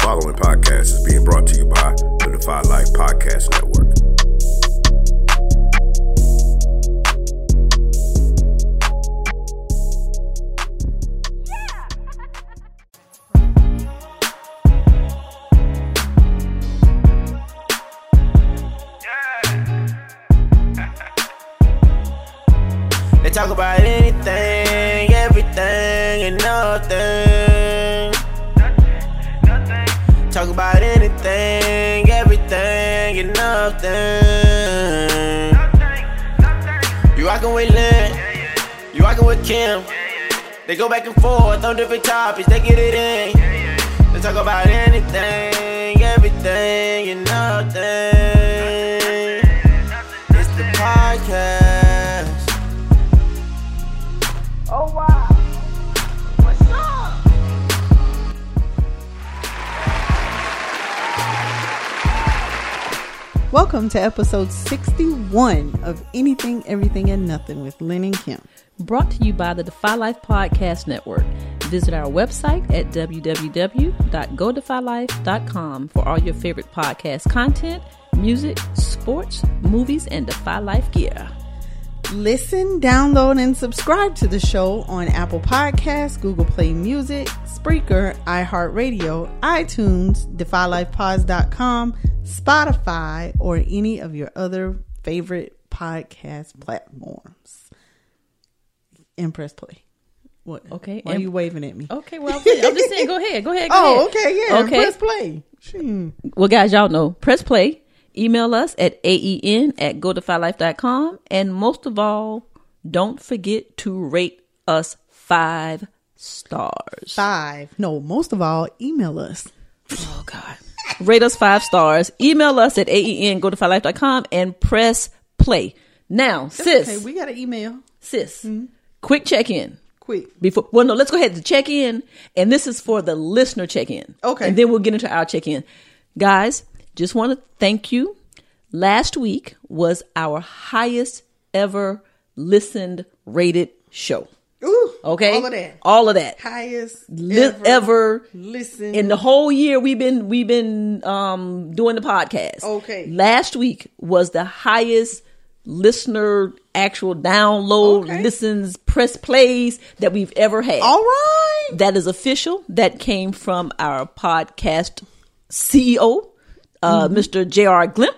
following podcast is being brought to you by the Defy Life Podcast Network. They talk about anything, everything, and nothing. Talk about anything, everything, and nothing. You rockin' with Lynn, you rockin' with Kim. They go back and forth on different topics, they get it in. They talk about anything, everything, and nothing. It's the podcast. Oh wow. What's up? Welcome to episode 61 of Anything, Everything, and Nothing with Lynn and Kim. Brought to you by the Defy Life Podcast Network. Visit our website at www.godefylife.com for all your favorite podcast content, music, sports, movies, and Defy Life gear. Listen, download, and subscribe to the show on Apple Podcasts, Google Play Music, Spreaker, iHeartRadio, iTunes, DefyLifePods.com, Spotify, or any of your other favorite podcast platforms. And press play. What? Okay, Why are and- you waving at me? Okay, well, I'm finished. I'm just saying, go ahead, go ahead, go Oh, ahead. okay, yeah. Okay. Press play. Hmm. Well, guys, y'all know, press play, email us at aen at godefylife.com, and most of all, don't forget to rate us five stars. Five. No, most of all, email us. Oh God. Rate us five stars. Email us at AEN, go to flylife.com and press play. Now, sis, Okay, we Hmm? got an email. sis, quick check in. Quick. Before well no, let's go ahead to check in. And this is for the listener check in. Okay. And then we'll get into our check in. Guys, just want to thank you. Last week was our highest ever listened rated show. Ooh. Okay. All of that. All of that. Highest Li- ever listen. in the whole year we've been we've been um doing the podcast. Okay. Last week was the highest listener actual download Okay. listens press plays that we've ever had. all right. That is official. That came from our podcast CEO, uh, Mm-hmm. Mr. J.R. Glimp.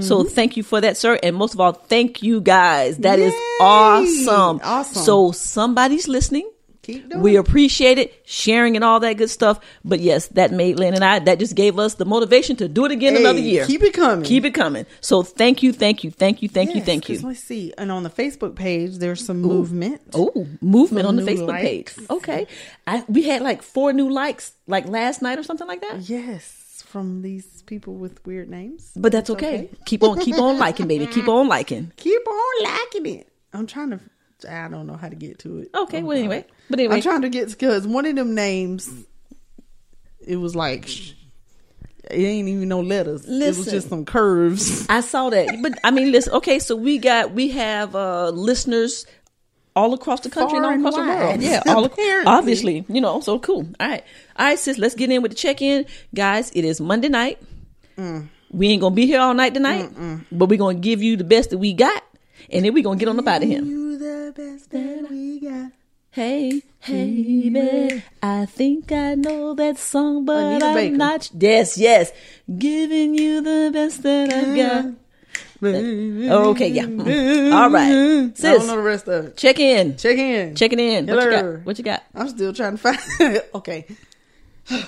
So thank you for that, sir. And most of all, thank you guys. That is Yay! awesome. Awesome. So somebody's listening. Keep doing We it. appreciate it, sharing and all that good stuff. But yes, that made Lynn and I, that just gave us the motivation to do it again Hey, another year. keep it coming. Keep it coming. So thank you, thank you, thank you, thank you, Yes, thank 'cause you. Let's see. And on the Facebook page, there's some movement. Oh, movement on the Some new Facebook likes. page. Okay. I, we had like four new likes like last night or something like that. Yes, from these people with weird names. But that's It's okay. Keep on keep on liking, baby. Keep on liking. Keep on liking it. I'm trying to. I don't know how to get to it. Okay, Oh, well God. anyway. But anyway, I'm trying to get because one of them names, it was like sh- it ain't even no letters. It was Listen. just some curves. I saw that. But I mean listen, okay, so we got we have uh listeners all across the country Far and and all across the wide, world. Yeah, all apparently. obviously, you know, so cool. All right. All right, sis, let's get in with the check-in. Guys, it is Monday night. We ain't going to be here all night tonight, but we're going to give you the best that we got and then we're going to get on up out of him. You the best that we got. Hey, hey, man. I think I know that song, but Anita I'm Baker. not. Yes, yes. Giving you the best that I got. Okay, yeah. Mm. All right. Mm-hmm. I don't Sis, know the rest of it. check in. Check in. Checking in. What you Hello. got? What you got? I'm still trying to find. okay.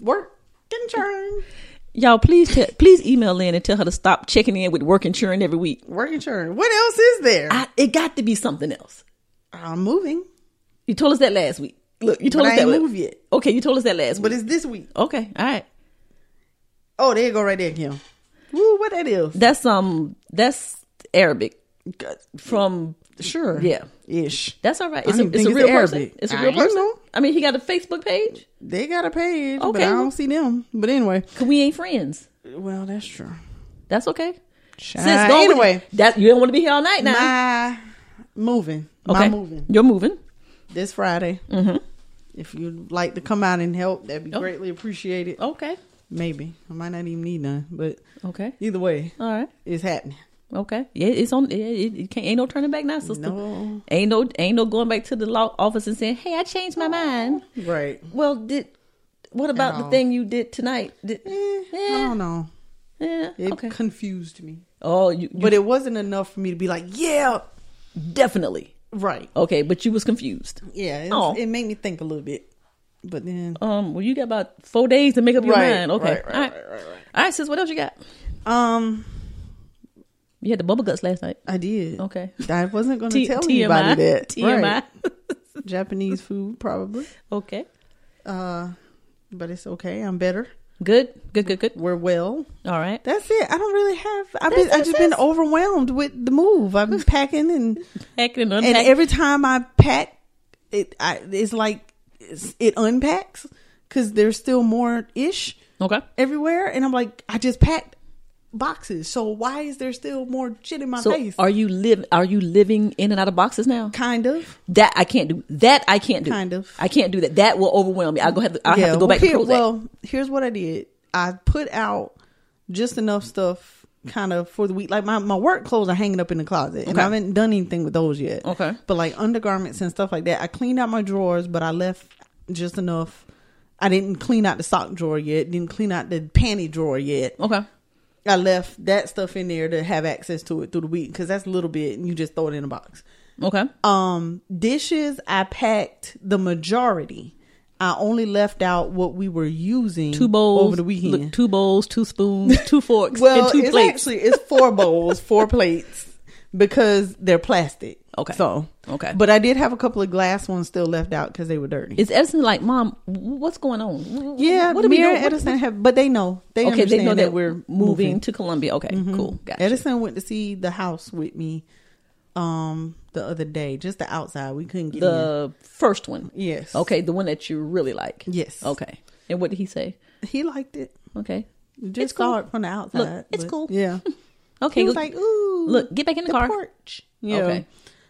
Work and churn. Y'all, please te- please email in and tell her to stop checking in with work and churn every week. Work and churn. What else is there? I, I, it got to be something else. am moving, You told us that last week. Look, you told but I us that. ain't la- moved yet. Okay, you told us that last But week. it's this week. Okay, all right. Oh, there you go right there, Kim. Woo, what that is? That's um, that's Arabic from Sure. yeah. Ish. That's all right. I It's a, don't even it's a think real it's person. Arabic. It's a I real don't person. know. I mean, he got a Facebook page. They got a page, but Okay. I don't see them. But anyway, Cause we ain't friends. well, that's true. That's okay. Sis, go with anyway, it. that you don't want to be here all night now. my moving, okay, my moving You're moving. this Friday. If you'd like to come out and help, that'd be Oh. greatly appreciated. Okay. Maybe I might not even need none, but Okay. either way, All right. it's happening. Okay. Yeah, it's on. Yeah, it, it can't, ain't no turning back now, sister. No. Ain't no. Ain't no going back to the law office and saying, "Hey, I changed my mind." Right? Well, did what about the all. thing you did tonight? Did, Eh, I don't know. yeah, It okay. confused me, oh, you, you but it wasn't enough for me to be like, yeah, definitely right. okay, but you was confused. Yeah, it's- Oh. it made me think a little bit. But then, Um, well, you got about four days to make up your Right, mind. Okay, right, right, all right, all right, sis. What else you got? um, You had the bubble guts last night. I did. Okay. I wasn't going to T- tell TMI. anybody that. TMI. Right. Japanese food, probably. okay. Uh, but it's okay. I'm better. Good. Good. Good. Good. We're well. All right. That's it. I don't really have. I've That's been, I've it, just been sis. overwhelmed with the move. I've been packing and Packing and and unpacking. every time I pack, it I, it's like it's, it unpacks because there's still more ish okay. everywhere, and I'm like, I just packed boxes, so why is there still more shit in my So face? are you live? Are you living in and out of boxes now? kind of. That I can't do. That I can't do. Kind of. I can't do that. That will overwhelm me. I go have to. I have to go well, back here- to Prozac. Well, here's what I did. I put out just enough stuff kind of for the week. Like my, my work clothes are hanging up in the closet and Okay. I haven't done anything with those yet. Okay. But like undergarments and stuff like that. I cleaned out my drawers, but I left just enough. I didn't clean out the sock drawer yet, didn't clean out the panty drawer yet. okay. I left that stuff in there to have access to it through the week because that's a little bit and you just throw it in a box Okay. um dishes i packed the majority i only left out what we were using two bowls over the weekend look, two bowls, two spoons, two forks, well and two it's plates. actually it's four bowls four plates because they're plastic Okay. so Okay. but i did have a couple of glass ones still left out because they were dirty Is Edison like, Mom? wh- What's going on? yeah What what do we Mira doing? What- edison have but they know they Okay, they understand know that, that we're moving, Mm-hmm. to Columbia. Okay, cool. Gotcha. edison went to see the house with me um the other day just the outside we couldn't get in. the first one. Yes. Okay, the one that you really like. Yes. Okay. And what did he say? he liked it Okay. Just It's cool. saw it from the outside. Look, it's but- cool. Yeah. Okay. He was look- like, ooh. look, get back in the, car. porch. Yeah. Okay.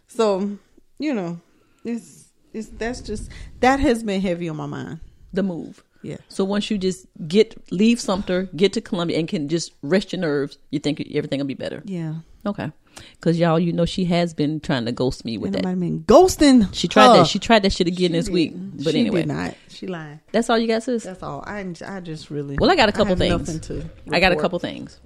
So, you know, it's it's that's just that has been heavy on my mind. The move. Yeah. So once you just get leave Sumter, get to Columbia, and can just rest your nerves, you think everything will be better. Yeah. Okay. Because y'all, you know, she has been trying to ghost me with And I that. might have been ghosting. She tried her. that. She tried that shit again this week. didn't. But she anyway, did not. She lying. that's all you got, sis. That's all. I I just really. Well, I got a couple have things. Nothing to. I got a report. couple things.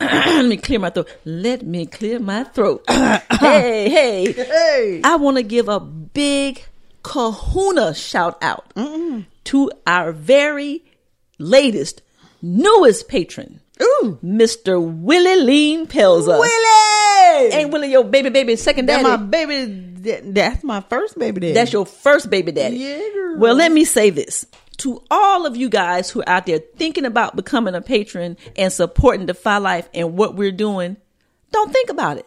Let me clear my throat. Let me clear my throat. hey, hey. Hey. I want to give a big kahuna shout out to our very latest, newest patron, Ooh. Mr. Willie Lean Pelza. Willie. Ain't Willie your baby, baby, second that daddy? my baby. That, that's my first baby daddy. That's your first baby daddy. Yeah, girl. Well, let me say this to all of you guys who are out there thinking about becoming a patron and supporting Defy Life and what we're doing. Don't think about it.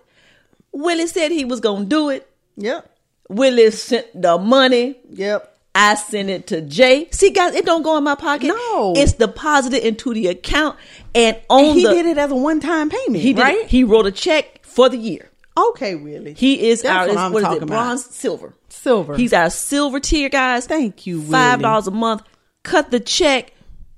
Willie said he was gonna do it. Yep. Willie sent the money. Yep. I sent it to Jay. See, guys, it don't go in my pocket. No. it's deposited into the account and on He the. did it as a one time payment. He did. it. right. He wrote a check for the year. Okay, Willie. He is That's our what is- I'm what is talking it? about. Bronze, silver, Silver. He's our silver tier, guys. Thank you, Five Willie. dollars a month. Cut the check.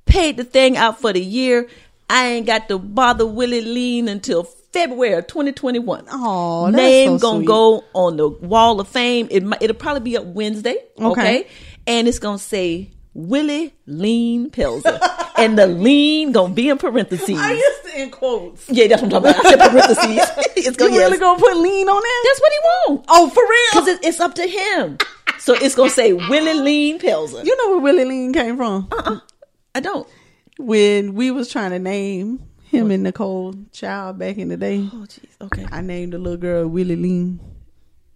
Paid the thing out for the year. I ain't got to bother Willie Lean until February of 2021. Aw, that's name so gonna sweet. go on the wall of fame. It might, it'll probably be up Wednesday. Okay, Okay. and it's gonna say Willie Lean Pelzer, and the lean gonna be in parentheses. I used to in quotes. yeah, that's what I'm talking about. I said parentheses. it's You gonna yes. really gonna put lean on that? That's what he wants. oh, for real? Because it, it's up to him. So it's gonna say Willie Lean Pelzer. You know where Willie Lean came from? Uh. I don't. When we was trying to name him and Nicole Child back in the day, Oh jeez. Okay. I named the little girl Willie Lean.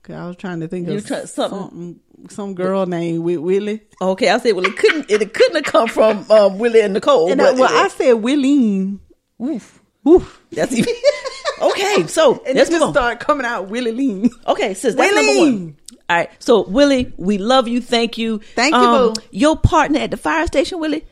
'Cause I was trying to think You of try- something- something, some girl named with Willie. Okay. I said, well, it couldn't. It couldn't have come from um, Willie and Nicole. And I, but well, I it- said Willie. oof. Oof. That's even. okay. So And let's it move just on. started coming out Willie Lean. Okay, sis, that's Willie! number one. All right, so Willie, we love you. Um, Thank you. Thank you, boo. Your partner at the fire station, Willie,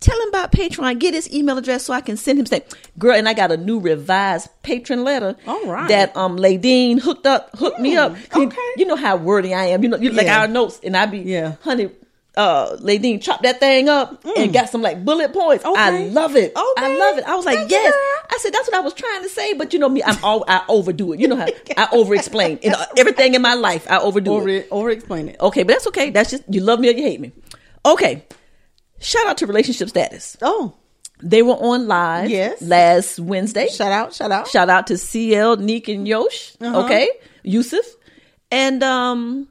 Tell him about Patreon. Get his email address so I can send him saying, girl, and I got a new revised patron letter. All right. That um Ladine hooked up, hooked me up. 'Cause okay. You know how wordy I am. You know, you like Yeah. our notes, and I be Yeah. Mm. honey. Uh, Ladine chopped that thing up and got some like bullet points. I Okay. love it. I Okay. love it. I was like, Thank you, yes. girl. I said that's what I was trying to say, but you know me, I'm all I overdo it. You know how I over explain. You know, everything in my life, I overdo it. Over, over explain it. Okay, but that's okay. That's just you love me or you hate me. Okay. Shout out to relationship status. Oh, They were on live Yes. last Wednesday. shout out, shout out. Shout out to CL, Neek, and Yosh. Uh-huh. Okay. Yusuf. And um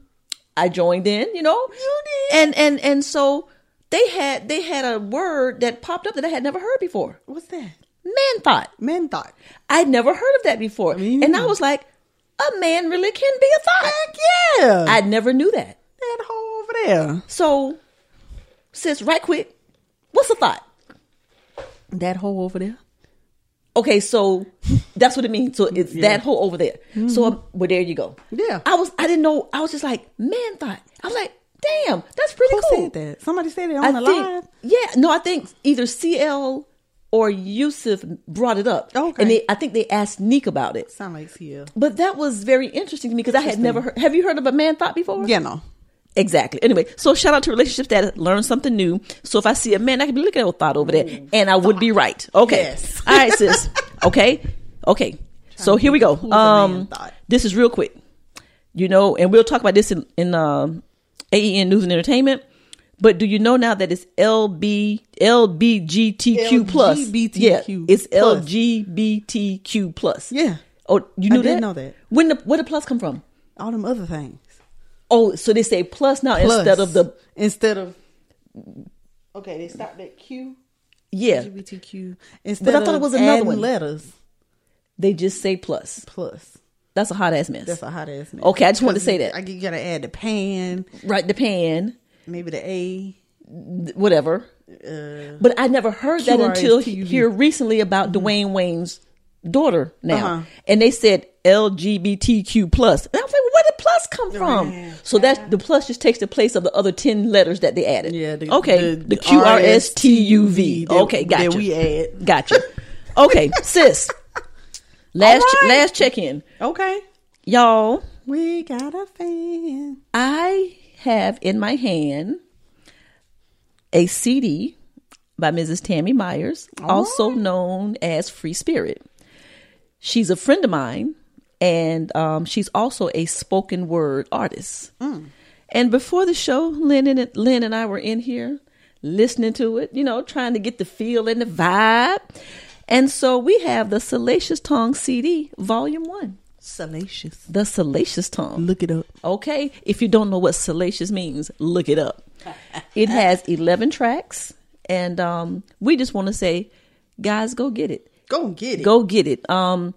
I joined in, you know. You did. And and and so they had they had a word that popped up that I had never heard before. What's that? Man thought. Man thought. I'd never heard of that before. Me And I neither. was like, a man really can be a thought. Yeah. I never knew that. that hole over there. So, sis, right quick, what's a thought? That hole over there. Okay, so that's what it means. So it's that hole over there. So um, well, there you go. Mm-hmm. Yeah. I was. I didn't know. I was just like, man, thought. I was like, damn, that's pretty Who cool. said that? Somebody said it on I the think. live. Yeah. No, I think either CL or Yusuf brought it up. Okay. And they, I think they asked Neek about it. Sound like Sia. But that was very interesting to me because I had never heard. Have you heard of a man thought before? Yeah, no. Exactly. Anyway, so shout out to relationships that learn something new. So if I see a man, I can be looking at a thought over there, and I would be right. Okay. Yes. All right, sis. Okay. Okay. so here we go. who's a man Um, thought. this is real quick. You know, and we'll talk about this in in um AEN News and Entertainment. But do you know now that it's LB LBGTQ plus? Yeah, LGBTQ+. it's LGBTQ plus. Yeah. Oh, you I knew did that? know that. When the where the plus come from? All them other things. Oh, so they say plus now Plus, instead of the instead of okay, they stopped at Q yeah. LGBTQ instead. I thought of it was another adding one. letters They just say plus. plus. That's a hot ass mess. That's a hot ass name. Okay, I just wanted to say Because that. I g- you gotta add the pan, right, the pan, maybe the A. th- whatever. Uh, but I never heard that QRS until he- TV. here recently about Dwayne Wayne's daughter now, Mm-hmm. Uh-huh. and they said LGBTQ plus. And I was like, well, where did plus come from? So that the plus just takes the place of the other ten letters that they added. Yeah, the- okay, the- the, QRSTUV. that- okay, that gotcha. we add. gotcha. Okay, sis. Last All right. last check in, Okay, y'all. we got a fan. I have in my hand a CD by Mrs. Tammy Myers, also known as Free Spirit. She's a friend of mine, and um, she's also a spoken word artist. And before the show, Lynn and Lynn and I were in here listening to it, you know, trying to get the feel and the vibe. And so we have the Salacious Tongue CD, Volume One. Salacious. The Salacious Tongue. Look it up. Okay, if you don't know what salacious means, look it up. It has 11 tracks, and um, we just want to say, guys, go get it. Go and get it. Go get it. Um,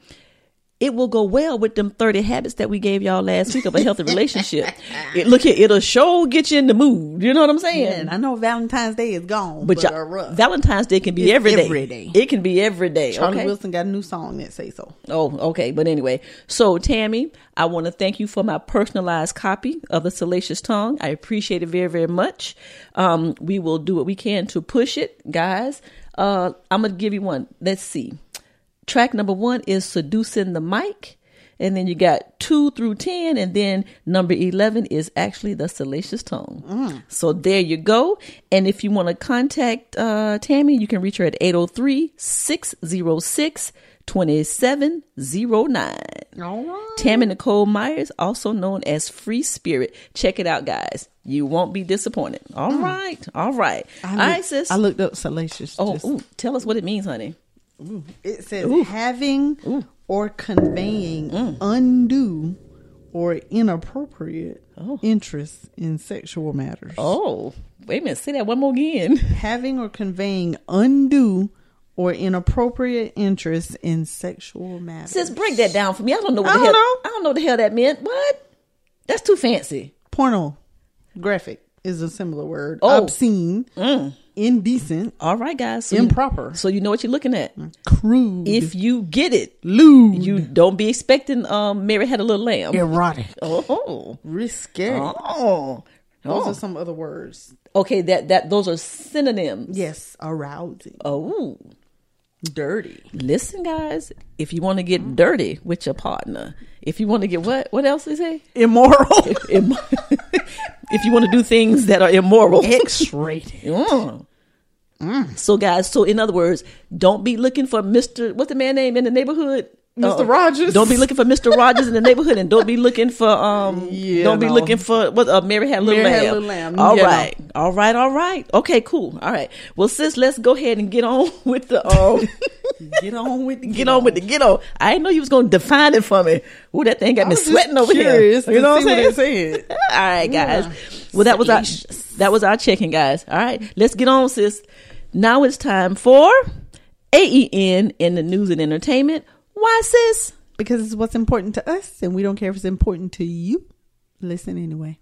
it will go well with them 30 habits that we gave y'all last week of a healthy relationship. It, look here, it'll sure get you in the mood. You know what I'm saying? And I know Valentine's Day is gone, but but, y'all- uh, rough. Valentine's Day can be It's every day. every day. It can be every day. Charlie okay? Wilson got a new song that say so. Oh, okay. But anyway, so Tammy, I want to thank you for my personalized copy of the Salacious Tongue. I appreciate it very, very much. Um, we will do what we can to push it, guys. Uh, I'm gonna give you one. Let's see. Track number one is seducing the mic, and then you got two through ten, and then number eleven is actually the Salacious Tongue. Mm. So there you go. And if you want to contact uh, Tammy, you can reach her at 803 606 2709. All right. Tammy Nicole Myers, also known as Free Spirit. Check it out, guys. You won't be disappointed. All right, All right. Mm. I All right, looked- sis. I looked up salacious. oh, just- ooh, tell us what it means, honey. It says having or conveying Mm. undue or inappropriate interest in sexual matters. Oh, wait a minute. Say that one more again. Having or conveying undue or inappropriate interest in sexual matters. Sis, break that down for me. I don't know what I the don't hell. know. I don't know what the hell that meant. What? That's too fancy. Porno graphic is a similar word. Oh. Obscene, indecent, All right, guys. So you- improper, so you know what you're looking at. crude, If you get it, lewd, You don't be expecting um Mary had a little lamb. erotic, Oh, risque, oh, Those Oh. are some other words. Okay, that that those are synonyms. Yes, arousing, Oh, dirty. listen, guys. If you want to get dirty with your partner, if you want to get what what else is it? immoral. Im- if you want to do things that are immoral, X-rated. Mm. So, guys, so in other words, don't be looking for Mister. What's the man name in the neighborhood? Mr. Uh, Rogers. Don't be looking for Mister Rogers in the neighborhood, and don't be looking for um. Yeah, don't be no. looking for what? Uh, Mary had a little Mary Had lamb. a Little Lamb. All Yeah, no. right, all right, all right. Okay, cool. All right. Well, sis, let's go ahead and get on with the um. Get on with the Get on with the get on. I didn't know you was gonna define it for me. Ooh, that thing got me was just sweating over curious here. You to know what see what I'm it saying? said. All right, guys. Well, that was our that was our check-in, guys. All right, let's get on, sis. Now it's time for AEN in the news and entertainment. Why, sis? because it's what's important to us, and we don't care if it's important to you. Listen anyway.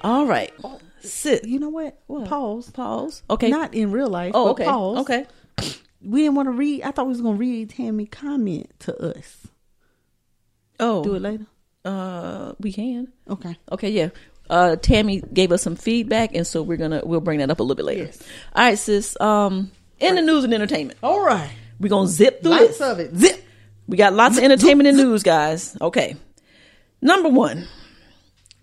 All right, sis. Oh, You know what? Pause. Pause. Okay. Not in real life. oh, but okay. Pause. Okay. We didn't want to read. I thought we was gonna read Tammy comment to us. Oh, Do it later. Uh, we can. Okay. Okay, yeah. Uh, Tammy gave us some feedback, and so we're gonna we'll bring that up a little bit later. Yes. All right, sis. Um, in the news and entertainment, All right. we're gonna zip through Lots this. of it. Zip. We got lots of entertainment and news, guys. Okay, number one,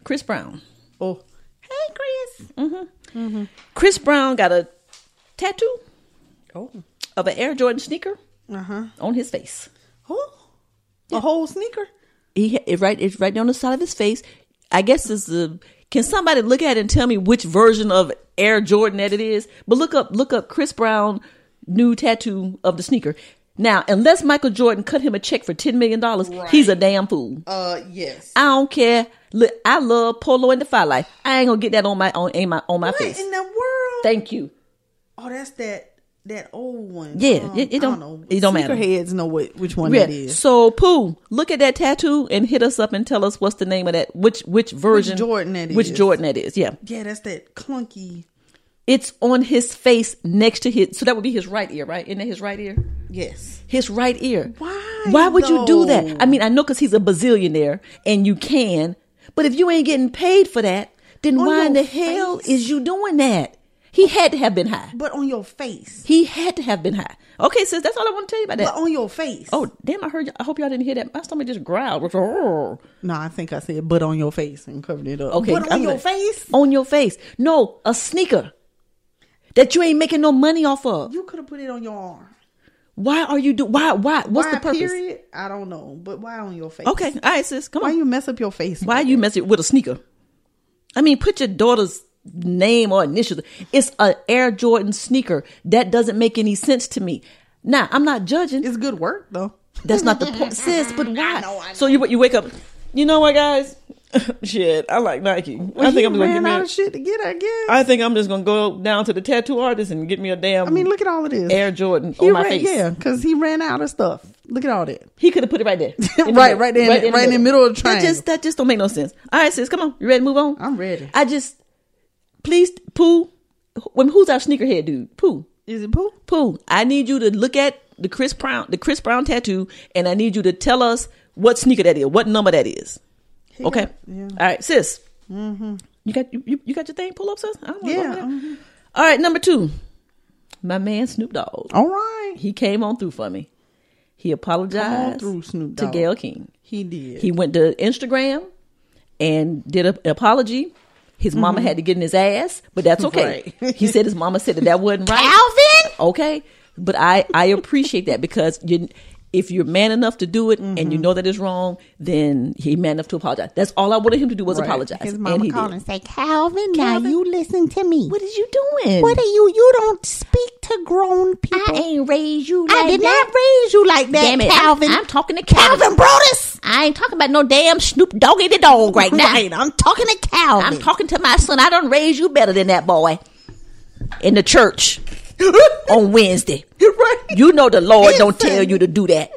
Chris Brown. Oh. Hey, Chris. Chris Brown got a tattoo Oh. of an Air Jordan sneaker Uh huh. on his face. Oh. A whole sneaker. He ha- it right it's right down the side of his face. I guess it's the. Can somebody look at it and tell me which version of Air Jordan that it is? But look up look up Chris Brown new tattoo of the sneaker. Now, unless Michael Jordan cut him a check for ten million dollars, he's a damn fool. Uh. Yes. I don't care. Look, I love polo and the fire life. I ain't gonna get that on my on, ain't my, on my what face. in the world? Thank you. Oh, that's that that old one. Um, Yeah, it- it I don't- it don't matter. Sneakerheads know what which one Yeah. that is. So Pooh, look at that tattoo and hit us up and tell us what's the name of that which which version Jordan that which is. Jordan that is. Yeah. Yeah, that's that clunky. It's on his face next to his. So that would be his right ear, right? Isn't that his right ear? Yes. His right ear. Why, Why would you do that? though? I mean, I know because he's a bazillionaire and you can, but if you ain't getting paid for that, then On why in the your hell face? is you doing that? He had to have been high. But on your face. He had to have been high. Okay, sis, that's all I want to tell you about But that. on your face. Oh, damn, I heard. y- I hope y'all didn't hear that. My stomach just growled. It was, "Arr." No, I think I said but on your face and covered it up. Okay, But on I'm your like- face? On your face. No, a sneaker that you ain't making no money off of. You could have put it on your arm. Why are you do? Why? Why? What's why the purpose? period? I don't know. But why on your face? Okay, all right, sis, come Why on. you mess up your face? Why you mess it with a sneaker? I mean, put your daughter's name or initials. It's a Air Jordan sneaker. That doesn't make any sense to me. Now, I'm not judging. It's good work though. That's not the point, sis. But why? So you you wake up. You know what, guys? Shit, I like Nike. I think I'm ran gonna get me. out a- of shit to get. I guess. I, I think I'm just gonna go down to the tattoo artist and get me a damn. mean, look at all of this. Air Jordan He on my ran- face. Yeah, because he ran out of stuff. Look at all that. He could have put it right there, In the Right, middle. right there in- right in the middle of the That just that just don't make no sense. All right, sis, come on, you ready to move on? I'm ready. I just please, Pooh. wh- When who's our sneakerhead dude? Pooh, Is it poo? Pooh. I need you to look at the Chris Brown, the Chris Brown tattoo, and I need you to tell us what sneaker that is, what number that is. okay. Uh, yeah. Mm-hmm. All right, sis. You got you, you- you got your thing pull up, sis. I don't wanna go Yeah, mm-hmm. over there. All right, number two. My man Snoop Dogg. All right. He came on through for me. He apologized through, Snoop to Dogg. Gail King. He did. He went to Instagram and did a, an apology. His mama had to get in his ass, but that's okay. Mm-hmm. Right. he said his mama said that that wasn't right. Calvin, okay, but I I appreciate that because you. If you're man enough to do it and you Mm-hmm. know that it's wrong, then he man enough to apologize. That's all I wanted him to do was Right. apologize. His and mama he called did. and said, Calvin, now you listen to me. What is you doing? What are you? You don't speak to grown people. I ain't raised you like I did that. not raise you like that, Damn it, I'm- Calvin. I'm, talking to Calvin. Calvin Brodus. I ain't talking about no damn Snoop Doggy the dog right now. Right, I'm talking to I'm Calvin. talking to my son. I done raised you better than that boy in the church on Wednesday. right. You know the Lord don't Listen. tell you to do that.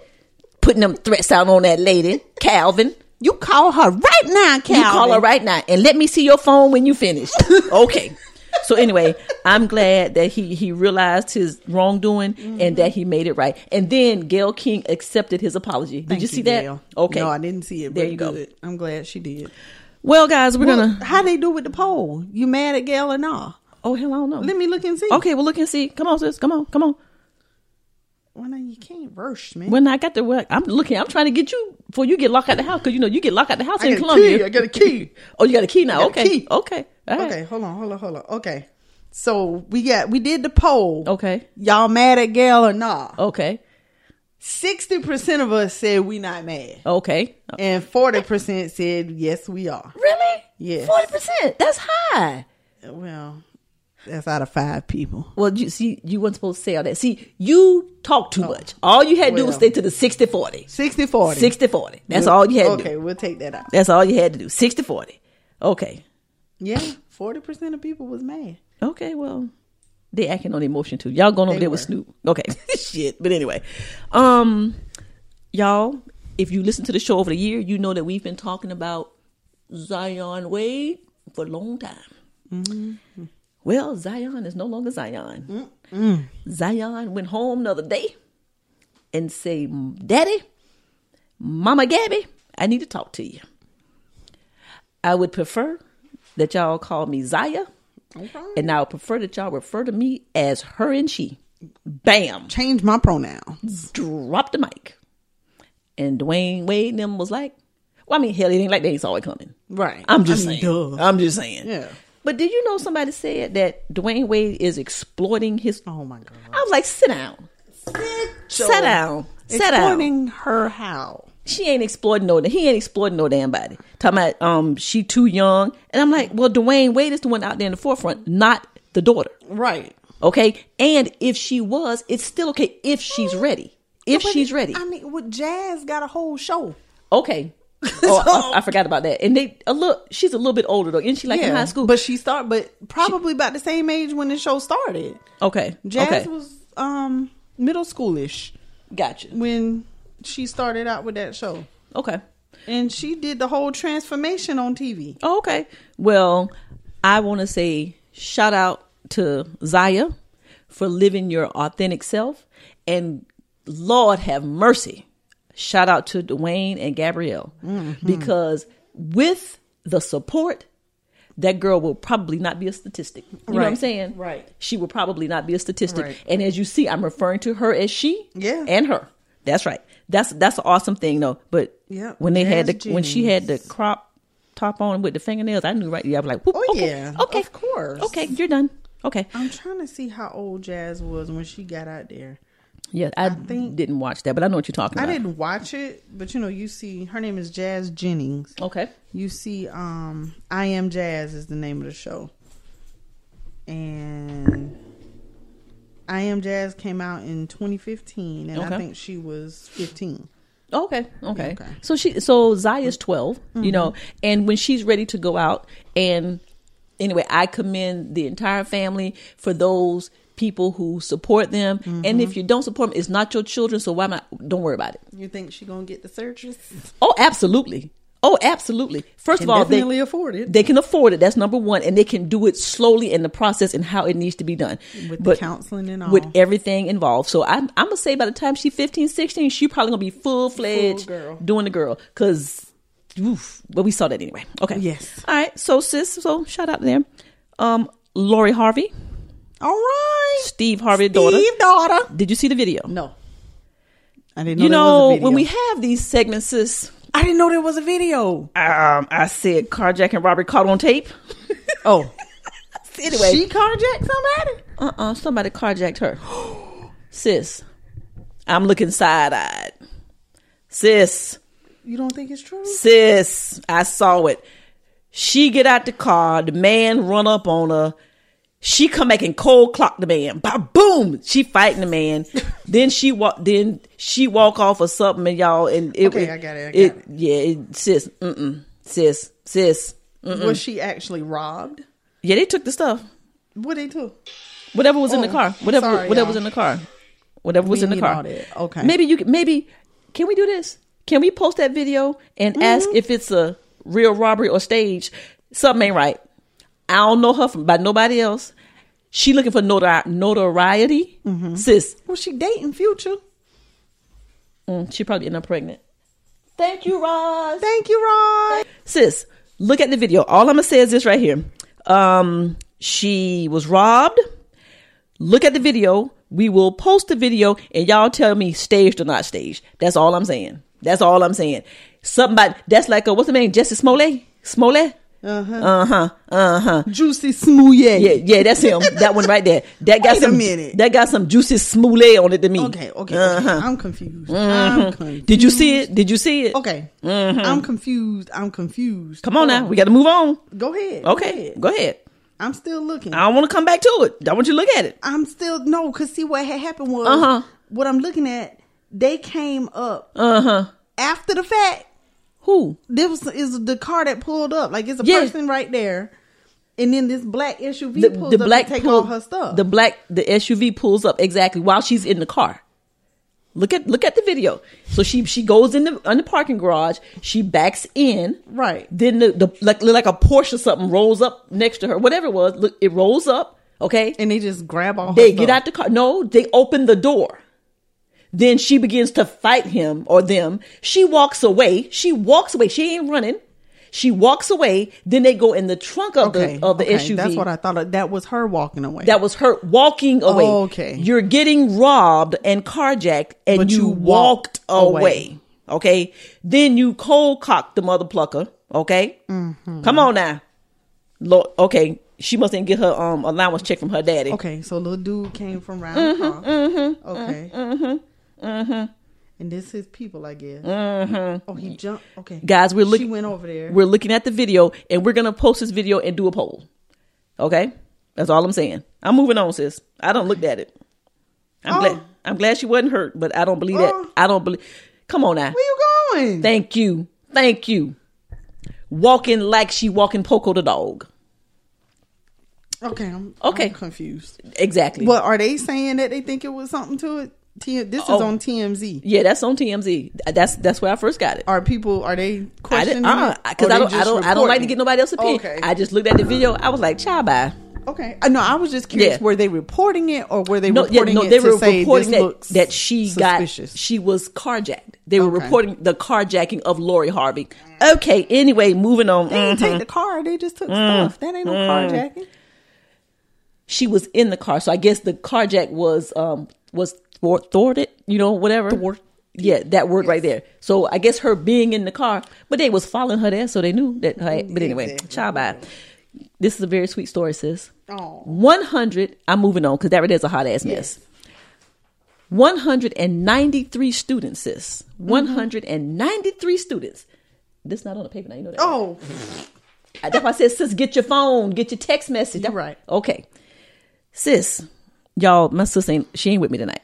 Putting them threats out on that lady, Calvin. You call her right now, Calvin. You call her right now and let me see your phone when you finish. okay. So anyway, I'm glad that he he realized his wrongdoing Mm-hmm. and that he made it right. And then Gail King accepted his apology. Did Thank you see that? Gail. Okay. No, I didn't see it. There but you go. good. I'm glad she did. Well, guys, we're Well, gonna. how they do with the poll? You mad at Gail or not? Oh hell, I don't know. Let me look and see. Okay, well look and see. Come on, sis. Come on. Come on. Well, now you can't rush, man. When I got the work, I'm looking. I'm trying to get you before you get locked out the house because you know you get locked out the house I in got a Columbia. key, I got a key. oh, you got a key I now. got a okay. key. Okay. All right. okay, hold on, hold on, hold on. Okay, so we got we did the poll. Okay. Y'all mad at Gail or not? Okay. Sixty percent of us said we not mad, Okay. and forty percent said yes we are. Really? Yes. Forty percent. That's high. Well, that's out of five people. Well, you see, you weren't supposed to say all that. See, you talk too much. All you had to do was Oh. Well. stay to the 60-40. 60 40. 60-40. That's all you had to Okay, do. we'll take that out. That's all you had to do. 60-40. Okay. Yeah, 40% of people was mad. Okay. Well, they acting on emotion too. Y'all going over They there with were. Snoop. Okay. Shit. But anyway, um, y'all, if you listen to the show over the year, you know that we've been talking about Zion Wade for a long time. Mm-hmm. Well, Zion is no longer Zion. Zion went home the other day and say, "Daddy, Mama Gabby, I need to talk to you. I would prefer that y'all call me Zaya, and I would prefer that y'all refer to me as her and she." Bam Change my pronouns. dropped the mic. And Dwayne Wade and them was like, well, I mean, hell, it ain't like they ain't saw it coming. Right. I'm just I mean, saying. duh. I'm just saying. Yeah. But did you know somebody said that Dwayne Wade is exploiting his. Oh my God. I was like, sit down. Sit, your- down. Sit down. Explaining her how. She ain't exploiting no. He ain't exploiting no damn body. Talking about um, she too young. And I'm like, well, Dwayne Wade is the one out there in the forefront, not the daughter. Right. Okay. And if she was, it's still okay if she's ready. If she's ready. I mean, with Jazz got a whole show. Okay. Oh, I, I forgot about that. And they a little. She's a little bit older though, isn't she? Like in high school. But she started, but probably about the same age when the show started. okay. Jazz okay. was um middle schoolish gotcha. when she started out with that show. Okay. And she did the whole transformation on TV. Oh, okay. Well, I want to say shout out to Zaya for living your authentic self, and Lord have mercy. Shout out to Dwayne and Gabrielle Mm-hmm. because with the support, that girl will probably not be a statistic. You know what I'm Right. saying? Right. She will probably not be a statistic. Right. And as you see, I'm referring to her as she. Yeah. And her. That's right. That's that's an awesome thing though. But Yep. when they had the Jazz when she had the crop top on with the fingernails, I knew right. Yeah, I was like, whoop, Oh, okay, yeah. okay, Of course. okay, you're done. Okay, I'm trying to see how old Jazz was when she got out there. yeah, I, think- didn't watch that, but I know what you're talking I about. didn't watch it, but you know, you see her name is Jazz Jennings. Okay, You see, um, I Am Jazz is the name of the show. And I Am Jazz came out in 2015, and Okay. I think she was 15. okay, okay. Okay. Mm-hmm. So she, so Zaya's 12 you know, and when she's ready to go out, and anyway, I commend the entire family for those people who support them. And Mm-hmm. if you don't support them, it's not your children, so why not? Don't worry about it. You think she gonna get the searches? Oh, absolutely. Oh, absolutely. First Can of all, definitely they, afford it. They can afford it. That's number one, and they can do it slowly in the process and how it needs to be done With the counseling and all. with everything involved. So I'm, I'm gonna say by the time she's 15, 16, she probably gonna be full fledged Full girl. doing the girl because. Oof, but we saw that anyway. Okay. Yes. All right. So sis, so shout out to them. Um, Lori Harvey, All right, Steve Harvey Steve daughter. daughter. Did you see the video? No, I didn't. Know You there was a know video. when we have these segments, sis. I didn't know there was a video. Um, I said carjacking robbery caught on tape. Oh, anyway, she carjacked somebody. uh-uh somebody carjacked her sis i'm looking side-eyed sis You don't think it's true? sis i saw it she get out the car the man run up on her she come back and cold clock the man bah, boom she fighting the man then she walk then she walk off or something and y'all and it Okay, I got it, I got it. yeah it, sis mm-mm sis sis Was she actually robbed? yeah they took the stuff What they took? Whatever was in the Oh, car. Whatever sorry, whatever y'all. was in the car. Whatever was We in the need car. all that. Okay. Maybe you can maybe can we do this? Can we post that Mm-hmm. video and ask if it's a real robbery or stage? Something ain't right. I don't know her from by nobody else. She looking for notori- notoriety, Mm-hmm. sis. Well, she dating Future. mm, she probably end up pregnant. Thank you, Roz. Thank you, Ron. sis look at the video all i'm gonna say is this right here um she was robbed look at the video we will post the video and y'all tell me staged or not staged that's all i'm saying that's all i'm saying somebody that's like a, what's the name jesse smollett smollett uh-huh uh-huh uh-huh Juicy Smooye. yeah yeah that's him that one right there that got Wait a some minute. that got some juicy smollett on it to me Okay, okay. Uh-huh. Mm-hmm. I'm confused. I'm confused. did you see it did you see it Okay. I'm confused. I'm confused. come on now we gotta move on Go ahead. Go okay ahead. go ahead I'm still looking. I don't want to come back to it. I want you to look at it. I'm still no, cause see what had happened was Uh-huh. what I'm looking at. They came up Uh huh. after the fact. Who? This was, is the car that pulled up. Like it's a Yeah. person right there, and then this black SUV The, pulls the up black to take pull- all her stuff. The black the SUV pulls up exactly while she's in the car. Look at look at the video. So she she goes in the on the parking garage. She backs in. Right. Then the, the like like a Porsche or something rolls up next to her. Whatever it was, look it rolls up. Okay. and they just grab all. They her get stuff. out the car. No, they open the door. Then she begins to fight him or them. She walks away. She walks away. She ain't running. She walks away. Then they go in the trunk of Okay, the of the okay, SUV. That's what I thought. of. That was her walking away. that was her walking away. Oh, okay. You're getting robbed and carjacked, and But you, you walked walked, away. away. Okay. Then you cold cocked the mother plucker. Okay. Mm-hmm. Come on now. Lord, okay. She must didn't get her um allowance check from her daddy. okay. So little dude came from round the Mm-hmm, car. okay. Mm-hmm. Mm-hmm. And this his people, I guess. Mm-hmm. Oh, he jumped. Okay, Guys, we're She looking- went over there. We're looking at the video and we're gonna post this video and do a poll. Okay? That's all I'm saying. I'm moving on, sis. I don't look at it. I'm Oh. glad I'm glad she wasn't hurt, but I don't believe that. Oh. I don't believe come on now. Where you going? Thank you. Thank you. Walking like she walking Poco the dog. Okay, I'm Okay. I'm confused. Exactly. But are they saying that they think it was something to it? T- this is Oh. on TMZ. yeah, that's on TMZ. That's that's where I first got it. Are people are they I questioning? didn't uh, it? cause Or I they don't I just don't I don't like to reporting get it? nobody else's opinion. Okay, I just looked at the video. I was like, child bye. okay. Uh, No, I was just curious. Yeah. Were they reporting it or were they No, yeah, reporting no, it they to were say reporting this that, looks that she suspicious? got she was carjacked. They were Okay. reporting the carjacking of Lori Harvey. Okay, anyway, moving on. they didn't Mhm. take the car. They just took Mm-hmm. stuff. That ain't no carjacking. She was in the car, so I guess the carjack was um was thwart, thwarted. You know, whatever. Thwart. Yeah, that word right there. So I guess her being in the car, but they was following her there, so they knew that. Her, but anyway, Exactly. child bye. This is a very sweet story, sis. Oh, 100 i'm moving on because that right there's a hot ass mess 193 students sis Mm-hmm. 193 students this not on the paper now you know that right? oh, that's why i said sis get your phone get your text message You That- right. okay sis y'all my sis ain't she ain't with me tonight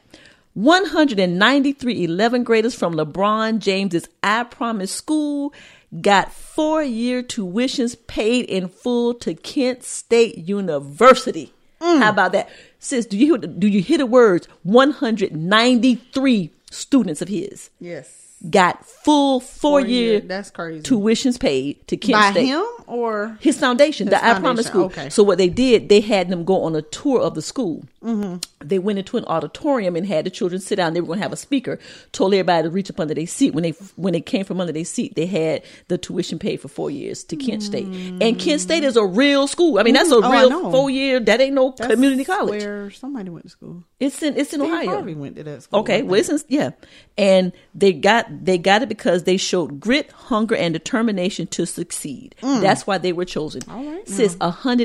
193 11 graders from lebron james's i promise school got four-year tuitions paid in full to kent state university Mm. how about that sis do you hear do you hear the words 193 students of his yes. got full four-year year- that's crazy. tuitions paid to kent By state him or his foundation, the I foundation, Promise School. okay. So what they did, they had them go on a tour of the school. Mm-hmm. They went into an auditorium and had the children sit down. They were going to have a speaker. Told everybody to reach up under their seat. When they when they came from under their seat, they had the tuition paid for four years to Kent State. And Kent State is a real school. I mean, that's a Mm. Oh, I know. real four year. That ain't no That's community college. where somebody went to school? it's in it's in Steve Ohio. Harvey went to that school. Okay, I well, it's in, yeah, and they got they got it because they showed grit, hunger, and determination to succeed. That's why they were chosen. All Mm. right Sis,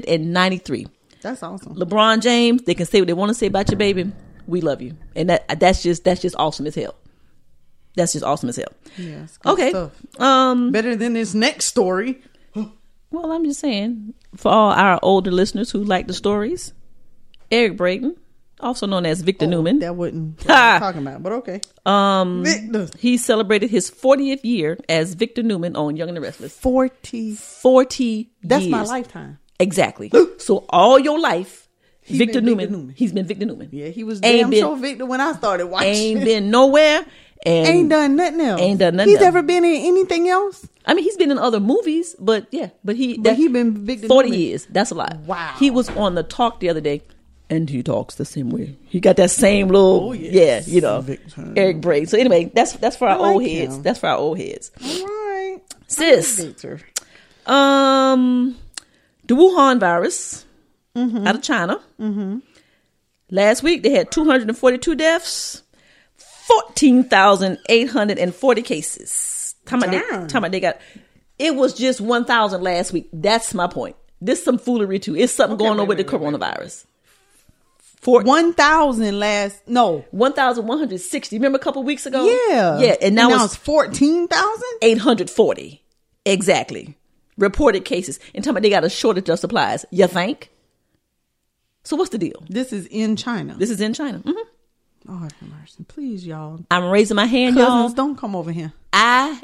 193. think. that's awesome. LeBron James, they can say what they want to say about your baby. We love you, and that that's just that's just awesome as hell. That's just awesome as hell. Yes. good Okay, stuff. um, better than this next story. well, I'm just saying for all our older listeners who like the stories, Eric Braden, also known as Victor Newman, Oh, That wasn't what I was talking about, but okay. Um, he celebrated his 40th year as Victor Newman on Young and the Restless. forty. 40 That's years. my lifetime. Exactly. so all your life, Victor been Newman, Victor Newman. he's been Victor Newman. Yeah, he was damn Ain't been- sure Victor when I started watching. Ain't been nowhere And Ain't done nothing else. Ain't done nothing He's else. ever been in anything else? I mean, he's been in other movies, but yeah, but he But he been big to forty do it. years. That's a lot. Wow. He was on the talk the other day, and he talks the same way. He got that same little Oh, yes. yeah, you know, Victor. Eric Bray. So anyway, that's that's for our like old heads. him. That's for our old heads. All right. Sis, Victor. um, the Wuhan virus out of China. Mm-hmm. Last week they had two hundred and forty-two deaths, fourteen thousand eight hundred and forty cases. Time they, Damn. time they got. It was just one thousand last week. That's my point. This some foolery too. It's something going on with the coronavirus. For One thousand last no. one thousand one hundred sixty. Remember a couple weeks ago? Yeah. yeah. And now, it's fourteen thousand? 840 exactly reported cases and tell me they got a shortage of supplies you think so what's the deal This is in China. this is in china hmm Lord have mercy. Please, y'all. i'm raising my hand y'all Cousins, don't come over here. i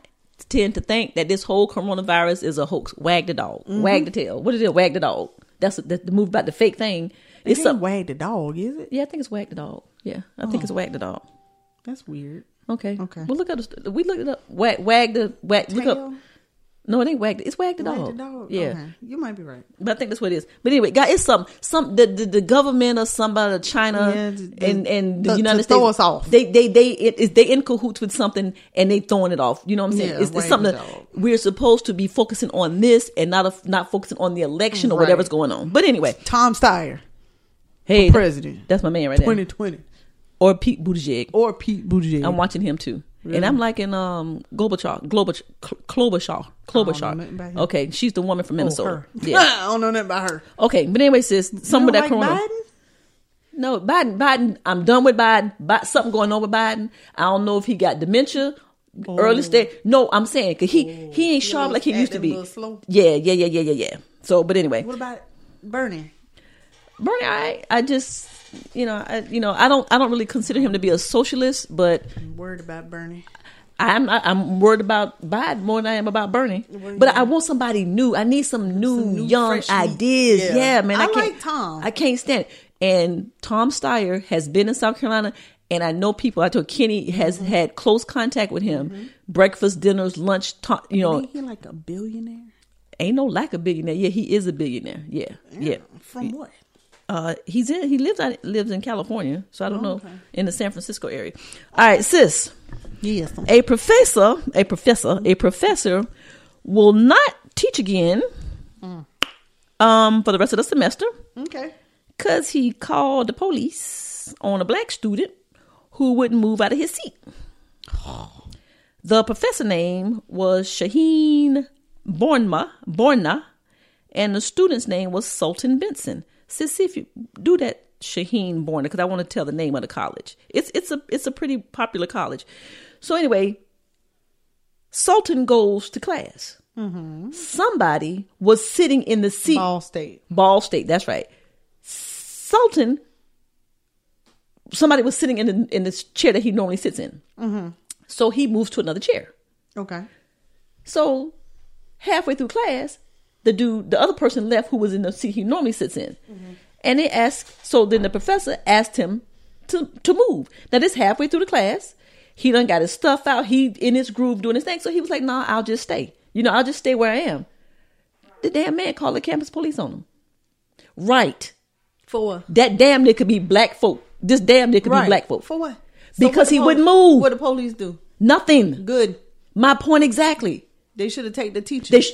tend to think that this whole coronavirus is a hoax wag the dog Mm-hmm. wag the tail what is it wag the dog that's the, the move about the fake thing It it's ain't some wag the dog, is it? yeah i think it's wag the dog yeah i think it's wag the dog That's weird. okay Okay. well look up the- we looked it up wag, wag the wag look up Tail? no it ain't wag the, it's wag the Wag dog the dog. yeah Okay. You might be right. But I think that's what it is. But anyway, God, it's some some the the, the government or somebody of China Yeah, the- and and to- the United to States throw us off. They they they it is they in cahoots with something and they throwing it off. You know what I'm saying? Yeah, it's, wag it's something the that dog. we're supposed to be focusing on this and not a, not focusing on the election or Right. whatever's going on. But anyway, Tom Steyer, hey, president. that's my man right twenty there. twenty. Or Pete Buttigieg. Or Pete Buttigieg. I'm watching him too. And I'm liking um Globachaw, Globach, Cl- Klobuchar, nothing about Klobuchar. him. Oh, Okay, she's the woman from Minnesota. her. Yeah. I don't know nothing about her. Okay, but anyway, sis, some You of that don't corona. like Biden? No, Biden, Biden, I'm done with Biden. Bi- something going on with Biden. I don't know if he got dementia, Oh. early stage. No, I'm saying because he he ain't sharp was like he used to acting a be. little slow. Yeah, yeah, yeah, yeah, yeah, yeah. So, but anyway, What about Bernie? Bernie, I I just you know I you know I don't I don't really consider him to be a socialist, but I'm worried about Bernie. I'm I, I'm worried about Biden more than I am about Bernie. But I want somebody new. I need some new, new, young fresh meat. ideas. Yeah. Yeah, man. I I, can't, like Tom. I can't stand it. And Tom Steyer has been in South Carolina, and I know people. I told Kenny has Mm-hmm. had close contact with him. Breakfast, dinners, lunch. To, you know, Ain't he like a billionaire? ain't no lack of billionaire. Yeah, he is a billionaire. Yeah, yeah. From what? Uh, he's in. He lives out, lives in California, so I Oh, don't know in the San Francisco area. All right, sis. Yes. a professor, a professor, a professor will not teach again um, for the rest of the semester Okay. because he called the police on a black student who wouldn't move out of his seat. The professor name was Shaheen Borna, Borna, and the student's name was Sultan Benson. Sissy, if you do that, Shaheen Borna, because I want to tell the name of the college. It's it's a it's a pretty popular college. So anyway, Sultan goes to class. Somebody was sitting in the seat. Ball State. Ball State. That's right. Sultan. Somebody was sitting in the, in this chair that he normally sits in, so he moves to another chair. Okay. So halfway through class, the dude, the other person left who was in the seat he normally sits in, and they asked. So then the professor asked him to to move. Now this halfway through the class, he done got his stuff out. He in his groove doing his thing. So he was like, "Nah, I'll just stay. You know, I'll just stay where I am." The damn man called the campus police on him. Right. For what? That damn near could be black folk. This damn near could Right. be black folk. For what? Because what the he poli- wouldn't move. What the police do? Nothing. Good. My point exactly. They should have taken the teacher. They sh-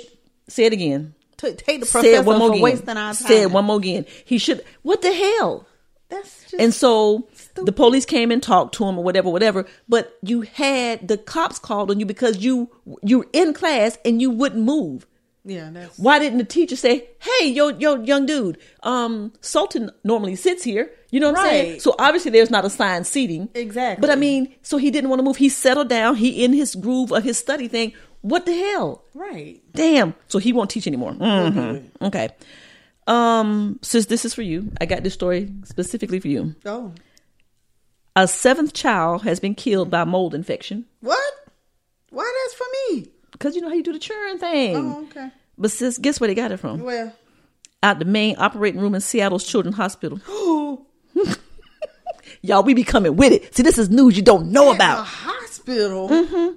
say it again. Ta- take the professor Said one more for again. wasting our time. Said one more again. He should. What the hell? That's just And so the Stupid. police came and talked to him or whatever, whatever. But you had the cops called on you because you you're in class and you wouldn't move. yeah. That's Why didn't the teacher say, "Hey, yo, yo, young dude, um, Sultan normally sits here." You know what I'm saying? Right. So obviously, there's not assigned seating. Exactly. But I mean, so he didn't want to move. He settled down. He in his groove of his study thing. What the hell? right. Damn. So he won't teach anymore. Mhm. Okay. Um, since this is for you, I got this story specifically for you. Oh, A seventh child has been killed by mold infection what? Why that's for me? because you know how you do the churn thing. Oh, okay. But sis, guess where they got it from? Well, out the main operating room in Seattle's Children's Hospital. Y'all, we be coming with it. See, this is news you don't know at the about. Mm-hmm. hospital. hospital,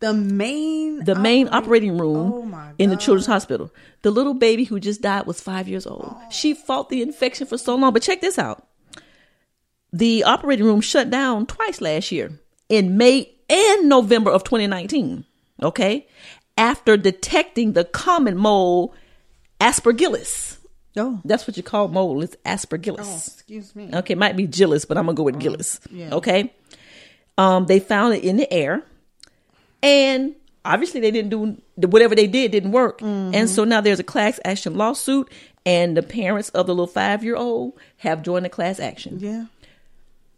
the main the main operating room Oh, my in the God. Oh. children's hospital. The little baby who just died was five years old. She fought the infection for so long. But check this out the operating room shut down twice last year in May and November of 2019. Okay. After detecting the common mole aspergillus. Oh, That's what you call mole. It's oh, aspergillus. excuse me. Okay, it might be Gillis, but I'm gonna go with Gillis. Oh, yeah. Okay. Um, they found it in the air, and obviously they didn't do whatever they did didn't work, Mm-hmm. and so now there's a class action lawsuit, and the parents of the little five year old have joined the class action. Yeah.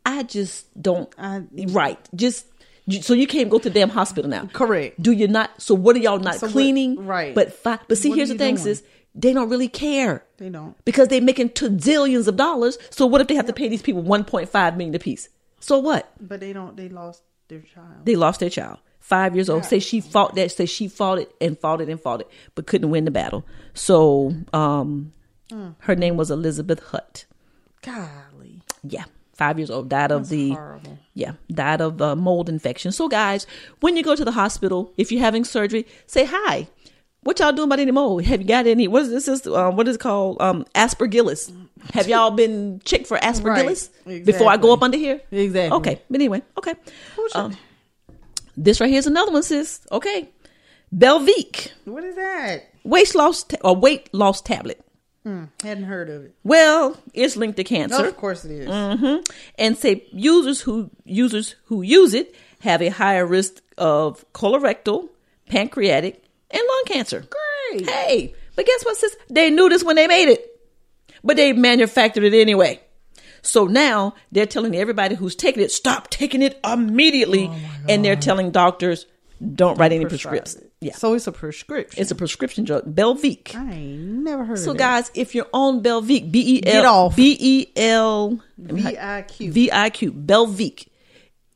I just don't. I- right, just. you- So you can't go to the damn hospital now. Correct. Do you not? So what are y'all not So what- cleaning? right. But fi- but see, What are here's the you thing: doing? is they don't really care They don't. because they're making two zillions of dollars. So what if they have to pay these people one point five million apiece? So what? But they don't. They lost their child. They lost their child, five years old. Say she fought that. Say she fought it and fought it and fought it, but couldn't win the battle. So um, her name was Elizabeth Hutt. Golly, Yeah, five years old. Died of the horrible. yeah died of uh, mold infection. So guys, when you go to the hospital, if you're having surgery, say hi. What y'all doing about any mold? Have you got any? What is this? is, Um, what is it called? Um, aspergillus. Have y'all been checked for aspergillus Right, before I exactly. go up under here? Exactly. Okay, but anyway, okay. Who's Um, this right here is another one, sis. Okay, Belvique What is that? weight loss ta- or weight loss tablet. Hadn't heard of it. Well, it's linked to cancer. Of course it is. Mm, and say users who users who use it have a higher risk of colorectal, pancreatic, and lung cancer. Great. Hey, but guess what, sis? They knew this when they made it, but they manufactured it anyway. So now they're telling everybody who's taking it, stop taking it immediately, Oh and they're telling doctors, don't, write any prescriptions. Yeah, So it's a prescription. it's a prescription drug, Belvique. I ain't never heard So of guys, if you're on Belvique, B E Get L off. B E L V I Q. V I Q Belvique.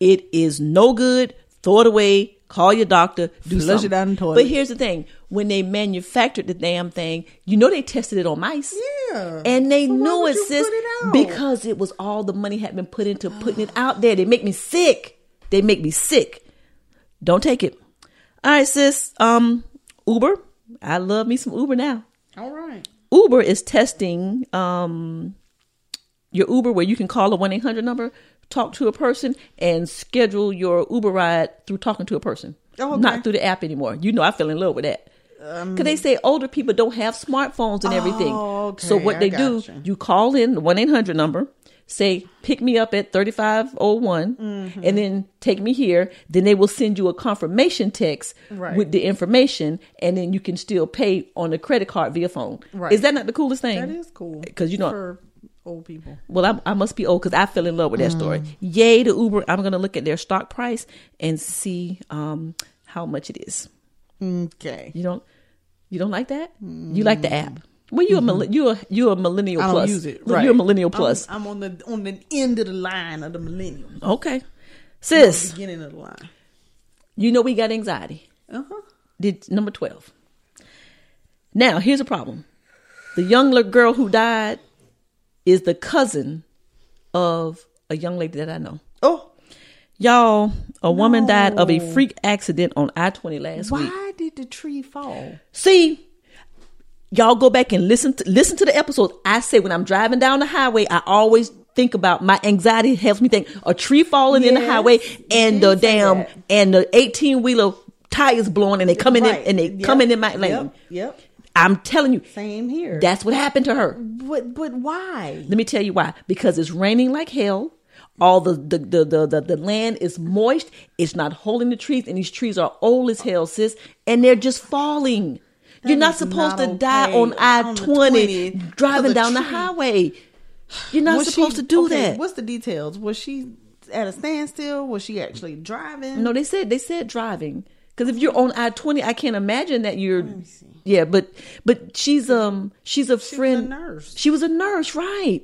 It is no good. Throw it away. Call your doctor. Do Flush something. it down the toilet. But here's the thing: when they manufactured the damn thing, you know they tested it on mice. Yeah. And they So why knew would it, you sis, put it out? because it was all the money had been put into putting it out there. They make me sick. They make me sick. Don't take it. All right, sis. Um, Uber. I love me some Uber now. it. All right. Uber is testing um, your Uber where you can call a 1 800 number, talk to a person, and schedule your Uber ride through talking to a person. Oh, okay. Um, Not through the app anymore. You know, I fell in love with that. Because they say older people don't have smartphones and everything. Oh, okay, So, what I they do, gotcha. you call in the 1 800 number, say, pick me up at 3501, Mm-hmm. and then take me here. Then they will send you a confirmation text Right. with the information, and then you can still pay on a credit card via phone. Right. Is that not the coolest thing? That is cool. 'Cause you know- for old people. Well, I, I must be old because I fell in love with that story. Mm. Yay to Uber! I'm gonna look at their stock price and see um, how much it is. Okay. You don't, you don't like that? You like the app? Well, you a you a you a millennial Mm-hmm. I don't plus. use it. Look, Right. You're a millennial plus. I'm, I'm on the on the end of the line of the millennium. okay, sis. Beginning of the line. You know we got anxiety. Uh huh. Did number twelve. Now here's a problem. The young little girl who died is the cousin of a young lady that I know. Oh, Y'all, a woman died of a freak accident on I 20 last week. why did the tree fall? See, y'all go back and listen to, listen to the episodes. I say when I'm driving down the highway, I always think about my anxiety helps me think a tree falling in the Yes, highway and the did say damn that. and the 18 wheeler tires blowing and they coming Right. in and they Yep. coming in my lane. Yep. Yep. I'm telling you, Same here. that's what happened to her. but but why? Let me tell you why. Because it's raining like hell. All the the, the the the the land is moist. It's not holding the trees, and these trees are old as hell, sis, and they're just falling. You're not is supposed not to die okay. on I On the 20, twenty driving 'cause a down the tree- highway. You're not Was she- supposed to do okay, that. What's the details? Was she at a standstill? Was she actually driving? No, they said they said driving. Because if you're on I twenty, I can't imagine that you're. Yeah, but but she's um she's a friend. nurse. She was a nurse, right?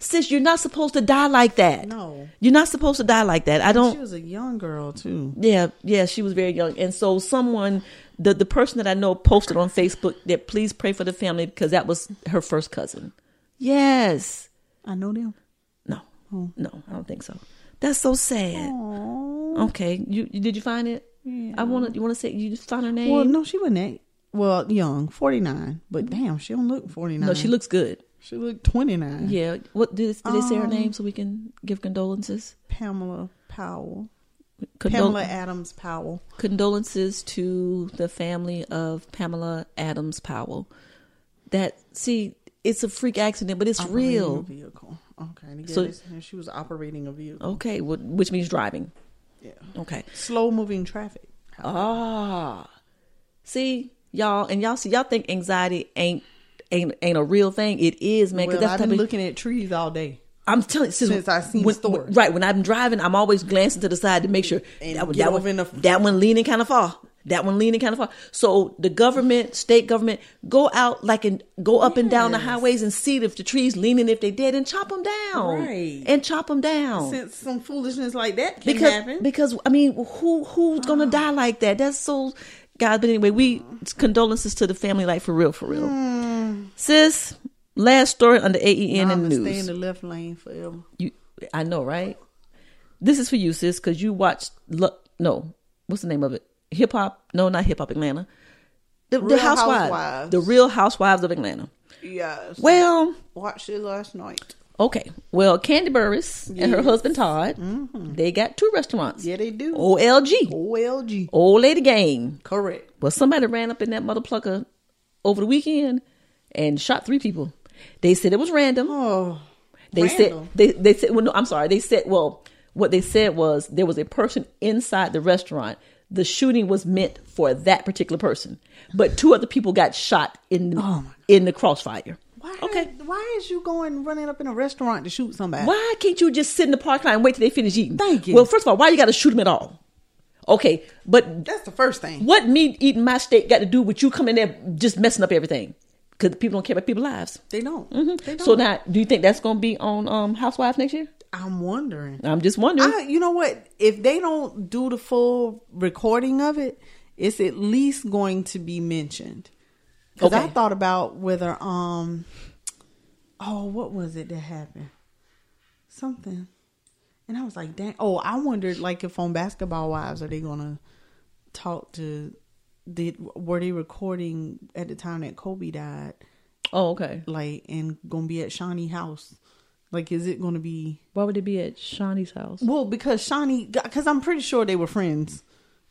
Sis, you're not supposed to die like that. No. you're not supposed to die like that. I don't. She was a young girl too. Yeah, yeah, she was very young. And so someone the the person that I know posted on Facebook that please pray for the family because that was her first cousin. Yes. I know them. No. No, I don't think so. That's so sad. Okay, you, you did you find it? I want to. You want to say you just find her name? Well, no, no, she wasn't that. Well, young, forty nine, but damn, she don't look forty nine. she looks good. she looked twenty nine. Yeah. What did, did they say her Um, name so we can give condolences? Pamela Powell, Condol- Pamela Adams Powell. condolences to the family of Pamela Adams Powell. That see, it's a freak accident, but it's Operating real. a vehicle. Okay, to get So- Oh. this- and she was operating a vehicle. Okay, wh- which means driving. Yeah, Okay. slow moving traffic. Ah, see y'all, and y'all see y'all think anxiety ain't ain't ain't a real thing. It is, man. Well, Because I've that's the been type of, looking at trees all day. I'm telling you, since I seen when, stores. when- right when I'm driving, I'm always glancing to the side to make sure And that, one- get that over one in the- that one leaning kind of far. That one leaning kind of far. So the government, state government, go out like and go up and down the Yes. highways and see if the trees leaning if they dead and chop them down. Right. And chop them down. Since some foolishness like that can because happen, because I mean, who who's Oh. gonna die like that? That's so God. But anyway, we condolences to the family, like for real, for real. Sis, last story under AEN I'm E and gonna Hmm. stay in news. the left lane forever. you, I know, right? This is for you, sis, because you watched. Lo- no, what's the name of it? Hip hop? No, not hip hop. Atlanta. The, the Real housewives, Housewives. the Real Housewives of Atlanta. Yes. Well, watched it last night. okay. Well, Candy Burris and her husband Todd, they got two restaurants. Mm-hmm. Yeah, they do. Oh. OLG, OLG. Old Lady Game. Correct. Well, somebody ran up in that mother plucker over the weekend and shot three people. They said it was random. Oh, They random. said they they said well, no, I'm sorry. They said well, what they said was there was a person inside the restaurant. The shooting was meant for that particular person, but two other people got shot in the, Oh, my God. in the crossfire. why, Okay. Why is you going running up in a restaurant to shoot somebody? Why can't you just sit in the parking lot and wait till they finish eating? Thank you. Well, first of all, why you got to shoot them at all? Okay, but That's the first thing. What me eating my steak got to do with you coming there just messing up everything? Because people don't care about people's lives. They don't. They don't. Mm-hmm. So now, do you think that's going to be on um, Housewives next year? I'm wondering. I'm just wondering. I, you know what? If they don't do the full recording of it, it's at least going to be mentioned. Because I Okay. thought about whether, um, oh, what was it that happened? Something, and I was like, dang. Oh, I wondered, like, if on Basketball Wives, are they gonna talk to? Did were they recording at the time that Kobe died? oh, okay. Like, and gonna be at Shawnee House? Like, is it gonna be? Why would it be at Shawnee's house? Well, because Shawnee, because I'm pretty sure they were friends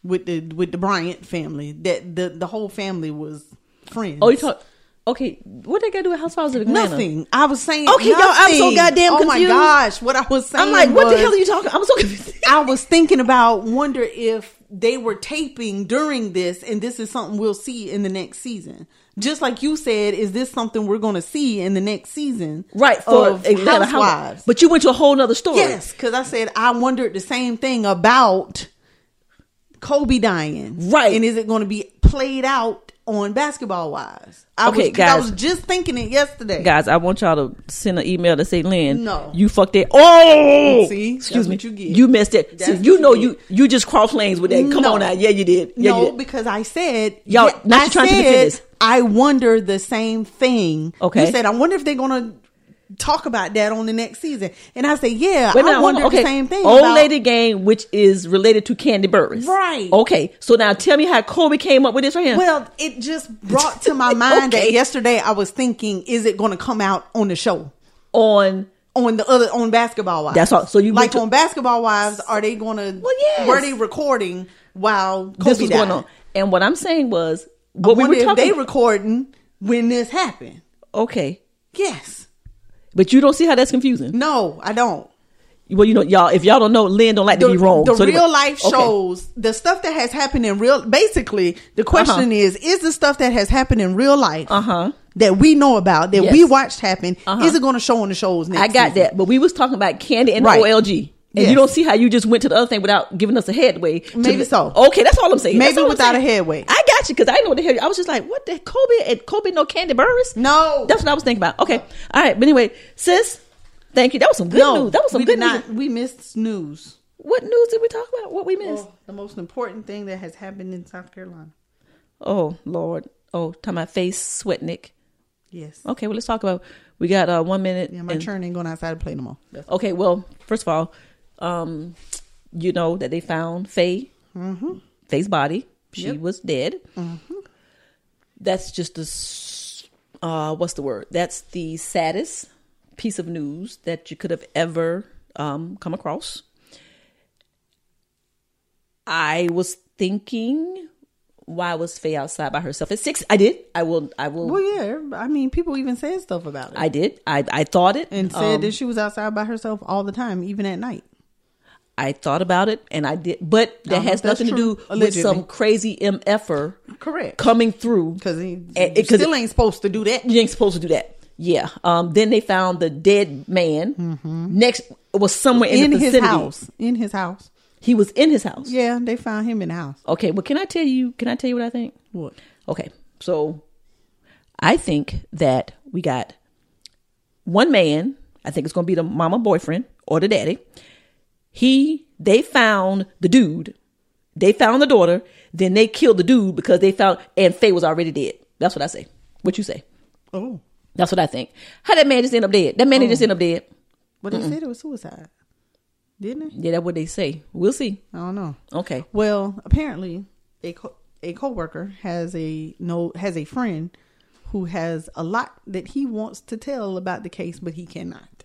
with the with the Bryant family. That the the whole family was friends. Oh, you talk. Okay, what they got to do with Housewives of Atlanta? nothing. I was saying Okay, y'all, I'm so nothing. goddamn Oh my confused. gosh, what I was saying. I'm like, what the was- hell are you talking? I'm so confused. I was thinking about wonder if they were taping during this, and this is something we'll see in the next season. Just like you said, is this something we're going to see in the next season? right for of Atlanta Housewives, but you went to a whole nother story. Yes, because I said I wondered the same thing about Kobe dying. Right. And is it going to be played out on basketball wise? I was, Okay, 'cause I guys. was just thinking it yesterday. guys, I want y'all to send an email to say, Lynn, No. you fucked it. Oh, See? That's excuse me, what you get. messed it. See, That's you what know, you you you just crossed lanes with that. Come No. on now, yeah, you did. Yeah, you no, did. because I said Y'all- now I she trying to said, defend this. I wonder the same thing. Okay. you said I wonder if they're gonna talk about that on the next season, and I said, yeah, Wait I a minute, hold wonder on. Okay, the same thing. Old about- lady game, which is related to Candy Burris, Right. Okay, so now tell me how Kobe came up with this right here. Well, it just brought to my mind that Okay. yesterday I was thinking, is it going to come out on the show? on on the other on basketball wives. That's all. So you like went to- on basketball wives, are they going to? Well, yes. Were they recording while Kobe this was died? going on, and what I'm saying was what we Wonder were if talking. they recording when this happened. okay, Yes. but you don't see how that's confusing. No, I don't. Well, you know, y'all, if y'all don't know, Lynn don't like The, to be wrong. the So they- real life okay. shows the stuff that has happened in real. Basically, the question Uh-huh. is: Is the stuff that has happened in real life Uh-huh. that we know about that Yes. we watched happen? Uh-huh. Is it going to show on the shows? Next I got season? that, but we was talking about Candy and Right. OLG. And Yes. you don't see how you just went to the other thing without giving us a headway. to Maybe the- so. Okay, that's all I'm saying. That's Maybe all I'm without saying. a headway. I got you because I know what the hell. I was just like, what the Kobe and Kobe no Candy Burris? No. that's what I was thinking about. Okay, all right. But anyway, sis, thank you. That was some good No, news. That was some we good did not. news. We missed news. What news did we talk about? What we missed? Well, Oh, the most important thing that has happened in South Carolina. Oh, Lord. Oh, talking about face sweat, Nick. Yes. Okay, well let's talk about. We got uh, one minute. Yeah, my and- churn ain't going outside to play no more. Okay, well, first of all, um, you know, that they found Faye, Mm-hmm. Faye's body. She was dead. That's just the, s- uh, what's the word? That's the saddest piece of news that you could have ever um, come across. I was thinking, why was Faye outside by herself at six? I did. I will. I will. Well, yeah. everybody- I mean, people even said stuff about it. I did. I I thought it and said um, that she was outside by herself all the time, even at night. I thought about it and I did, but that don't know has if Uh-huh. that's nothing to true, do with some allegedly. crazy mf'er Correct. coming through Because he And- you Eh, 'cause still it- ain't supposed to do that. You ain't supposed to do that. Yeah. Um. Then they found the dead man next was somewhere in, Mm-hmm. In the his vicinity. house. In his house. He was in his house. Yeah, they found him in the house. Okay. Well, can I tell you? Can I tell you what I think? What? Okay. So I think that we got one man. I think it's going to be the mama boyfriend or the daddy. He, they found the dude. They found the daughter. Then they killed the dude because they found, and Faye was already dead. That's what I say. What you say? Oh. That's what I think. How that man just end up dead? That man didn't just end up dead. But they said it was suicide. Didn't it? Yeah, that's what they say. We'll see. I don't know. Okay. Well, apparently a co- a coworker has a no has a friend who has a lot that he wants to tell about the case, but he cannot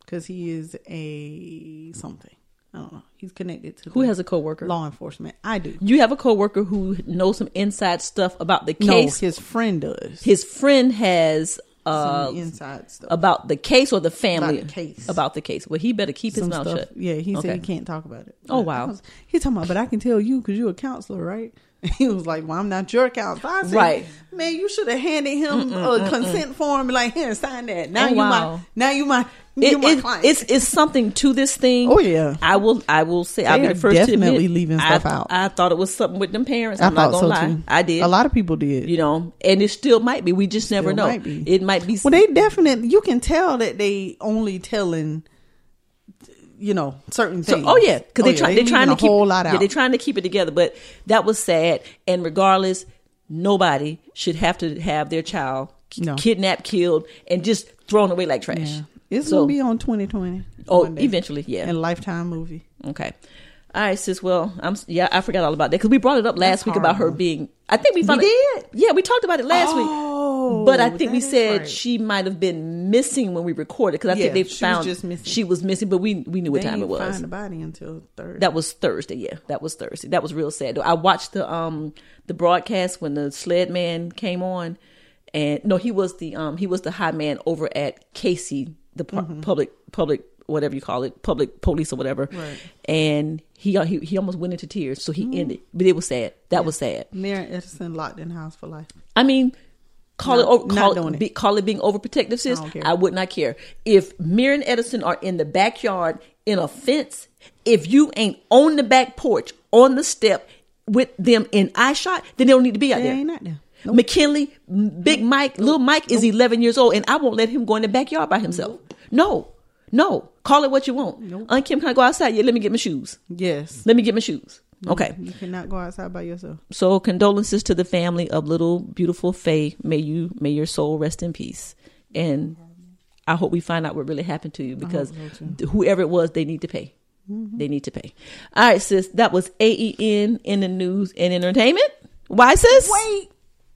because he is a something. I don't know. He's connected to Who the has a coworker? law enforcement. I do. You have a coworker who knows some inside stuff about the case. No, his friend does. his friend has uh, Some inside stuff. about the case or the family About the case. about the case. Well, he better keep his Some mouth stuff. shut. Yeah, he said Okay. he can't talk about it. Oh, But I wow. was- he talking about, but I can tell you because you're a counselor, right? He was like, "Well, I'm not your counselor." I said, Right. Mm, man, you should have handed him a consent form, like here, sign that. Now Oh, you wow. my, now you my, It- you my it- client. it's it's something to this thing. Oh, yeah. I will I will say I'll They be are the first to definitely admit, leaving I- stuff out. I thought it was something with them parents. I I'm not thought gonna so lie. too. I did. A lot of people did. you know, and it still might be. We just never Still know. might be. It might be. Well, they definitely. You can tell that they only telling, you know, certain So- things. oh yeah, because they yeah, try, they leaving trying to a keep whole lot out. Yeah, they trying to keep it together, but that was sad. And regardless, nobody should have to have their child ki- No. kidnapped, killed, and just thrown away like trash. Yeah. It's So- gonna be on 2020. Oh, one day. eventually, yeah. And lifetime movie. Okay. All right, sis. Well, I'm s- yeah. I forgot all about that because we brought it up last week about her horrible. being. I think we found We it- Yeah, we talked about it last Oh, week. But I think we that is said right. she might have been missing when we recorded because I Yeah, think they she was found just missing. she was missing. But we we knew what They time it ain't was. Find the body until third. That was Thursday. Yeah, that was Thursday. That was real sad. though. I watched the um the broadcast when the sled man came on, and no, he was the um he was the high man over at Casey, the pu- public public whatever you call it, public police or whatever. Right. And he uh, he he almost went into tears, so he ended. But it was sad. That was sad. Mary Edison locked in house for life. I mean, call Not- it over, not call doing it, it. be, call it being overprotective, sis. I don't I, care. would not care if Mir and Edison are in the backyard in a fence. If you ain't on the back porch on the step with them in eye shot, then they don't need to be out They there. ain't out there. McKinley, M- Big Mike, little Mike is 11 years old, and I won't let him go in the backyard by himself. No, no. Call it what you want. Aunt Kim, can I go outside? Yeah, let me get my shoes. Yes. Let me get my shoes. Okay. You cannot go outside by yourself. So condolences to the family of little beautiful Faye. May you may your soul rest in peace. And I hope we find out what really happened to you because th- whoever it was, they need to pay. Mm-hmm. They need to pay. All right, sis. That was AEN in the news and entertainment. Why, sis? Wait,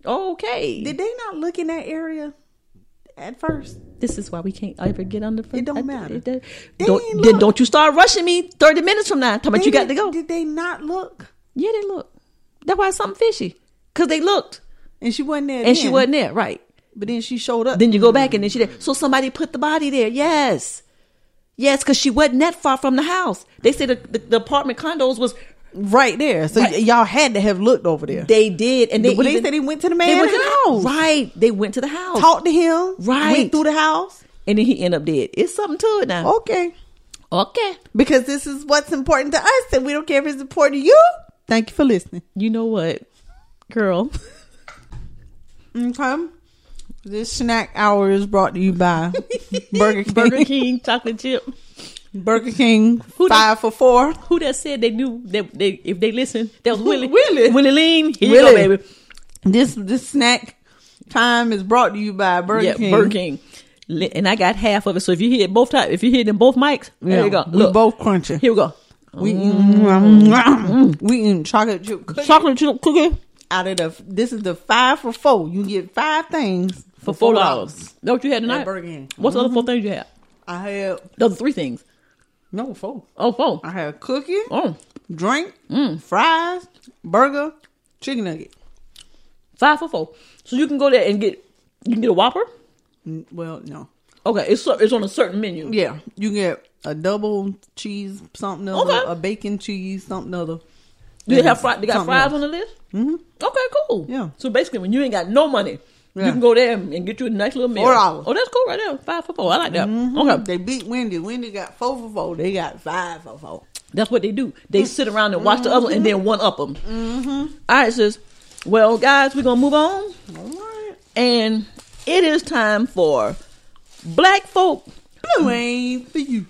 Okay. did they not look in that area at first? this is why we can't ever get under. It don't I- matter. it- it- They don't, ain't then look. don't you start rushing me thirty minutes from now. Talking about They you got to did- go. Did they not look? yeah, they look. That's why it's something fishy. Cause they looked And she wasn't there. and she then, wasn't there, right? But then she showed up. Then you go back and then she there. So somebody put the body there. Yes. Yes, because she wasn't that far from the house. They said the, the, the apartment condos was, right there. So y- y'all had to have looked over there. they did. And they, Well, they even- said they went to the man went in the house. Right. They went to the house. Talked to him. Right. Went through the house. And then he ended up dead. It's something to it now. Okay. Oh. Okay. Because this is what's important to us, and we don't care if it's important to you. Thank you for listening. You know what, girl? Okay. This snack hour is brought to you by Burger King. Burger King chocolate chip. Burger King Who the- five for four. Who that said they knew that they, if they listened, that was Willie. Willie. Willie Lean. Here you Willie. go, baby. This this snack time is brought to you by Burger yeah, King. Burger King. Li- And I got half of it. So if you hit both times, if you hit them both mics, there Yeah, you go. we both crunchy. Here Mm. we go. We mm, eating, mm. we eating chocolate chip cookies Chocolate chip cookie out of the. This is the five for four. You get five things for four dollars. Know what you had tonight? At Burger King. Mm-hmm. What's the other four things you had? I had Those are three things. no four. Oh, four. I had a cookie, Oh, Mm. drink, fries, burger, chicken nugget. five for four. So you can go there and get you can get a Whopper. N- Well, no. Okay, it's cer- it's on a certain menu. Yeah, you get a double cheese something other, Okay. a bacon cheese something other. Do they have fri- they got Something fries else. on the list? Mm-hmm. Okay, cool. Yeah. So basically, when you ain't got no money, Yeah. you can go there and, and get you a nice little meal. Four Mm-hmm. hours. Oh, that's cool right there. Five for four. I like that. Okay, They beat Wendy. Wendy got four for four. They got five for four. that's what they do. Mm-hmm. They sit around and watch the other one and then one up them. Mm-hmm. right, sis. Well, guys, we're gonna move on, All right. and it is time for Black Folk Blue ain't for you.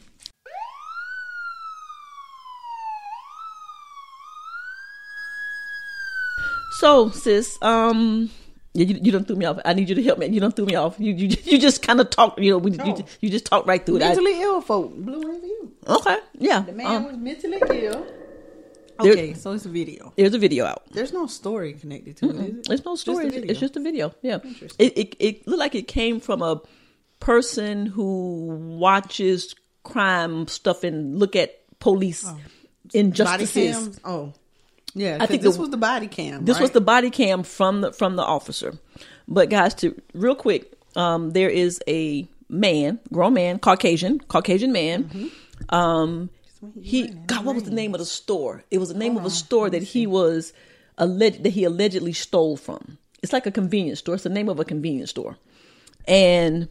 So, sis, um, yeah, you, you done threw me off. I need you to help me. You done threw me off. You you, you just kind of talked. You know, we, you, you just talked right through it. I- Mentally ill folk. Blue ain't for you. okay, yeah. The man um, was mentally ill. There- Okay, so it's a video. there's a video out. There's no story connected to it, is it? There's no story. Just a it's video. just a video. Yeah. Interesting. It, it it looked like it came from a person who watches crime stuff and look at police Oh. body injustices. cams. Oh, yeah. I I think think this the- was the body cam. This was right? the body cam from the from the officer. But guys, to real quick, um, there is a man, grown man, Caucasian, Caucasian man. Um, he God, what was the name of the store? It was the name of a store that he was alleged that he allegedly stole from. It's like a convenience store. It's the name of a convenience store, and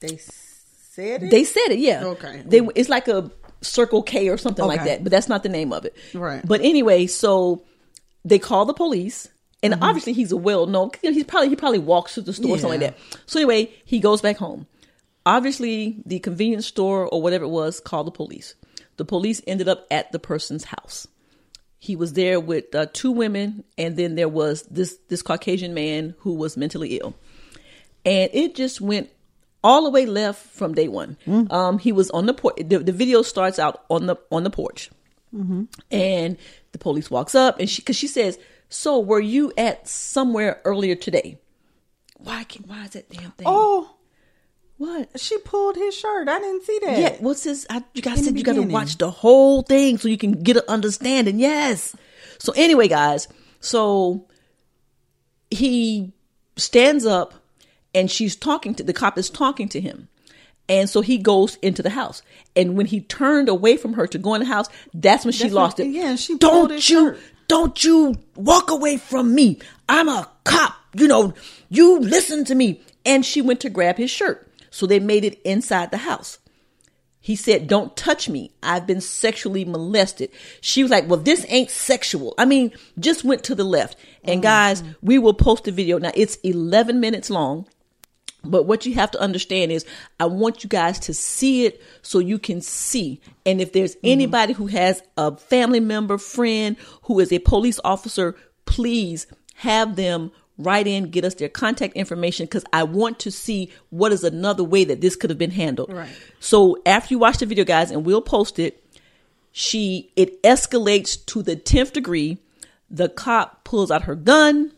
They said it. they said it. Yeah, Okay. They it's like a Circle K or something like Okay. that, but that's not the name of it. Right. But anyway, so they call the police, and Mm-hmm. obviously he's a well known. He's probably he probably walks to the store or something Yeah. like that. So anyway, he goes back home. Obviously, the convenience store or whatever it was called the police. The police ended up at the person's house. He was there with uh, two women, and then there was this this Caucasian man who was mentally ill and it just went all the way left from day one. Um, he was on the porch. The, the video starts out on the on the porch, and the police walks up, and she because she says, "So were you at somewhere earlier today? Why can why is that damn thing? Oh, what? she pulled his shirt. I didn't see that. Yeah, what's this? I, you guys In the said you got to beginning. watch the whole thing so you can get an understanding. Yes. So anyway, guys, so he stands up and she's talking to the cop is talking to him. And so he goes into the house. And when he turned away from her to go in the house, that's when she That's when- lost it. yeah, and she pulled don't his you shirt. don't you walk away from me. I'm a cop. You know, you listen to me. And she went to grab his shirt. So they made it inside the house. He said, Don't touch me. I've been sexually molested. She was like, Well, this ain't sexual. I mean, just went to the left. And guys, we will post the video. Now, it's 11 minutes long. But what you have to understand is, I want you guys to see it so you can see. And if there's anybody who has a family member, friend who is a police officer, please have them write in, get us their contact information because I want to see what is another way that this could have been handled. Right. So after you watch the video, guys, and we'll post it, she it escalates to the 10th degree. The cop pulls out her gun.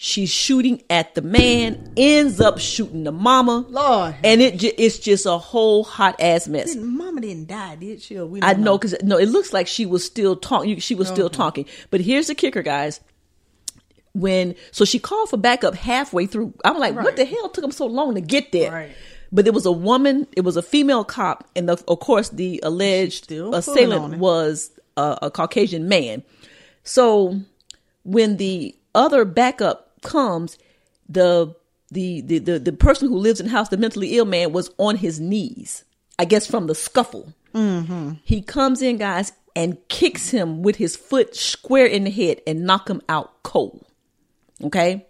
She's shooting at the man, ends up shooting the mama. Lord. And it ju- it's just a whole hot ass mess. Didn't- Mama didn't die, did she? Or we I don't know because no, it looks like she was still talking. She was still talking. But here's the kicker, guys. When so she called for backup halfway through. I'm like, what Right. the hell took them so long to get there? Right. But there was a woman. It was a female cop, and the, of course, the alleged still pulling on assailant it. was a, a Caucasian man. So when the other backup comes, the the, the the the person who lives in the house, the mentally ill man, was on his knees. I guess from the scuffle. He comes in, guys, and kicks him with his foot square in the head and knock him out cold. Okay?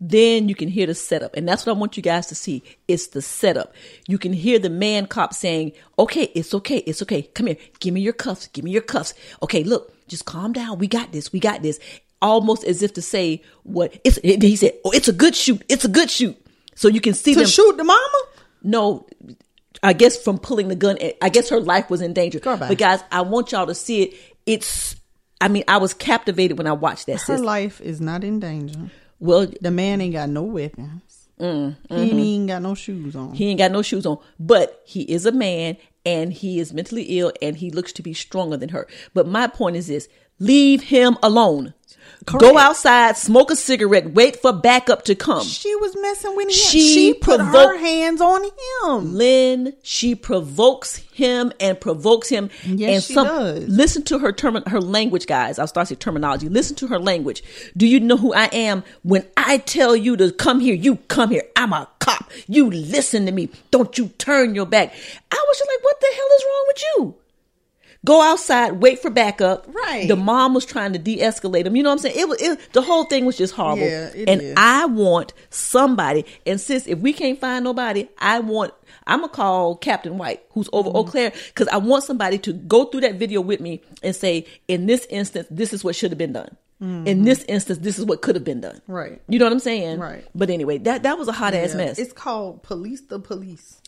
Then you can hear the setup. And that's what I want you guys to see. It's the setup. You can hear the man cop saying, Okay, it's okay, it's okay. Come here. Give me your cuffs. Give me your cuffs. Okay, look, just calm down. We got this. We got this. Almost as if to say, What it's it, he said, Oh, it's a good shoot. It's a good shoot. So you can see To them shoot the mama? no, I guess from pulling the gun. I guess her life was in danger. Girl, bye. But guys, I want y'all to see it. It's. I mean, I was captivated when I watched that. Her Sis. life is not in danger. Well, The man ain't got no weapons. He ain't got no shoes on. Mm-hmm. He ain't got no shoes on, but he is a man and he is mentally ill and he looks to be stronger than her. But my point is this leave him alone. Correct. Go outside, smoke a cigarette, wait for backup to come. she was messing with him. She, She put her provoked- hands on him. Lynn, she provokes him and provokes him. Yes, and she does. Listen to her term, her language, guys. I'll start with terminology. Listen to her language. Do you know who I am? When I tell you to come here, you come here. I'm a cop. You listen to me. Don't you turn your back. I was just like, what the hell is wrong with you? Go outside, wait for backup. Right. The mom was trying to de-escalate him. You know what I'm saying? It was it, the whole thing was just horrible. Yeah, it and is. I want somebody. And sis, if we can't find nobody, I want. I'm gonna call Captain White, who's over Mm-hmm. Eau Claire, because I want somebody to go through that video with me and say, in this instance, this is what should have been done. In this instance, this is what could have been done. Mm-hmm. Right. You know what I'm saying? Right. But anyway, that that was a hot ass Yeah. mess. It's called police the police.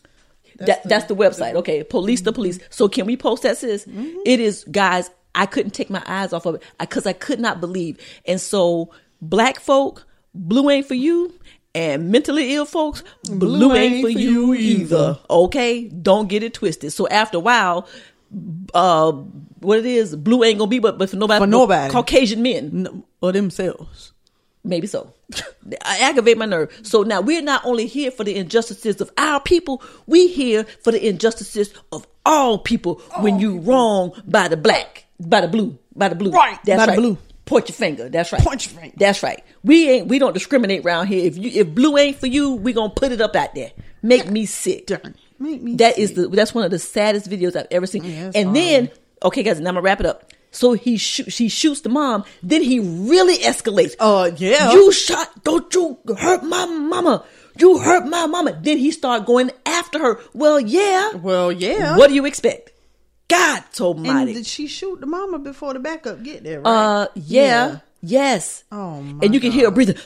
That, that's Mm-hmm. the website. Okay, police the police. So can we post that, sis? It is, guys. I couldn't take my eyes off of it because I could not believe. And so, black folk, blue ain't for you, and mentally ill folks, blue, ain't, for, you, either. Okay, don't get it twisted. So after a while, uh, what it is, blue ain't gonna be, but but for nobody, For nobody. Caucasian men, No, or themselves. Maybe so. I aggravate my nerve. So now we're not only here for the injustices of our people, we here for the injustices of all people when you wrong by the black, by the blue, by the blue. Right, That's by the right. blue. Point your finger. That's right. Point your finger. That's right. We ain't we don't discriminate around here. If you if blue ain't for you, we gonna put it up out there. Make me sick. Darn. Make me That is sick. the that's one of the saddest videos I've ever seen. Yeah, it's and then okay guys, now I'm gonna wrap it up. So he shoot, she shoots the mom. Then he really escalates. Uh, yeah. You shot, don't you hurt my mama. You hurt my mama. Then he start going after her. Well, yeah. Well, yeah. What do you expect? God almighty. And did she shoot the mama before the backup get there? Right? uh, yeah. Yes. Oh, my And you can hear her breathing.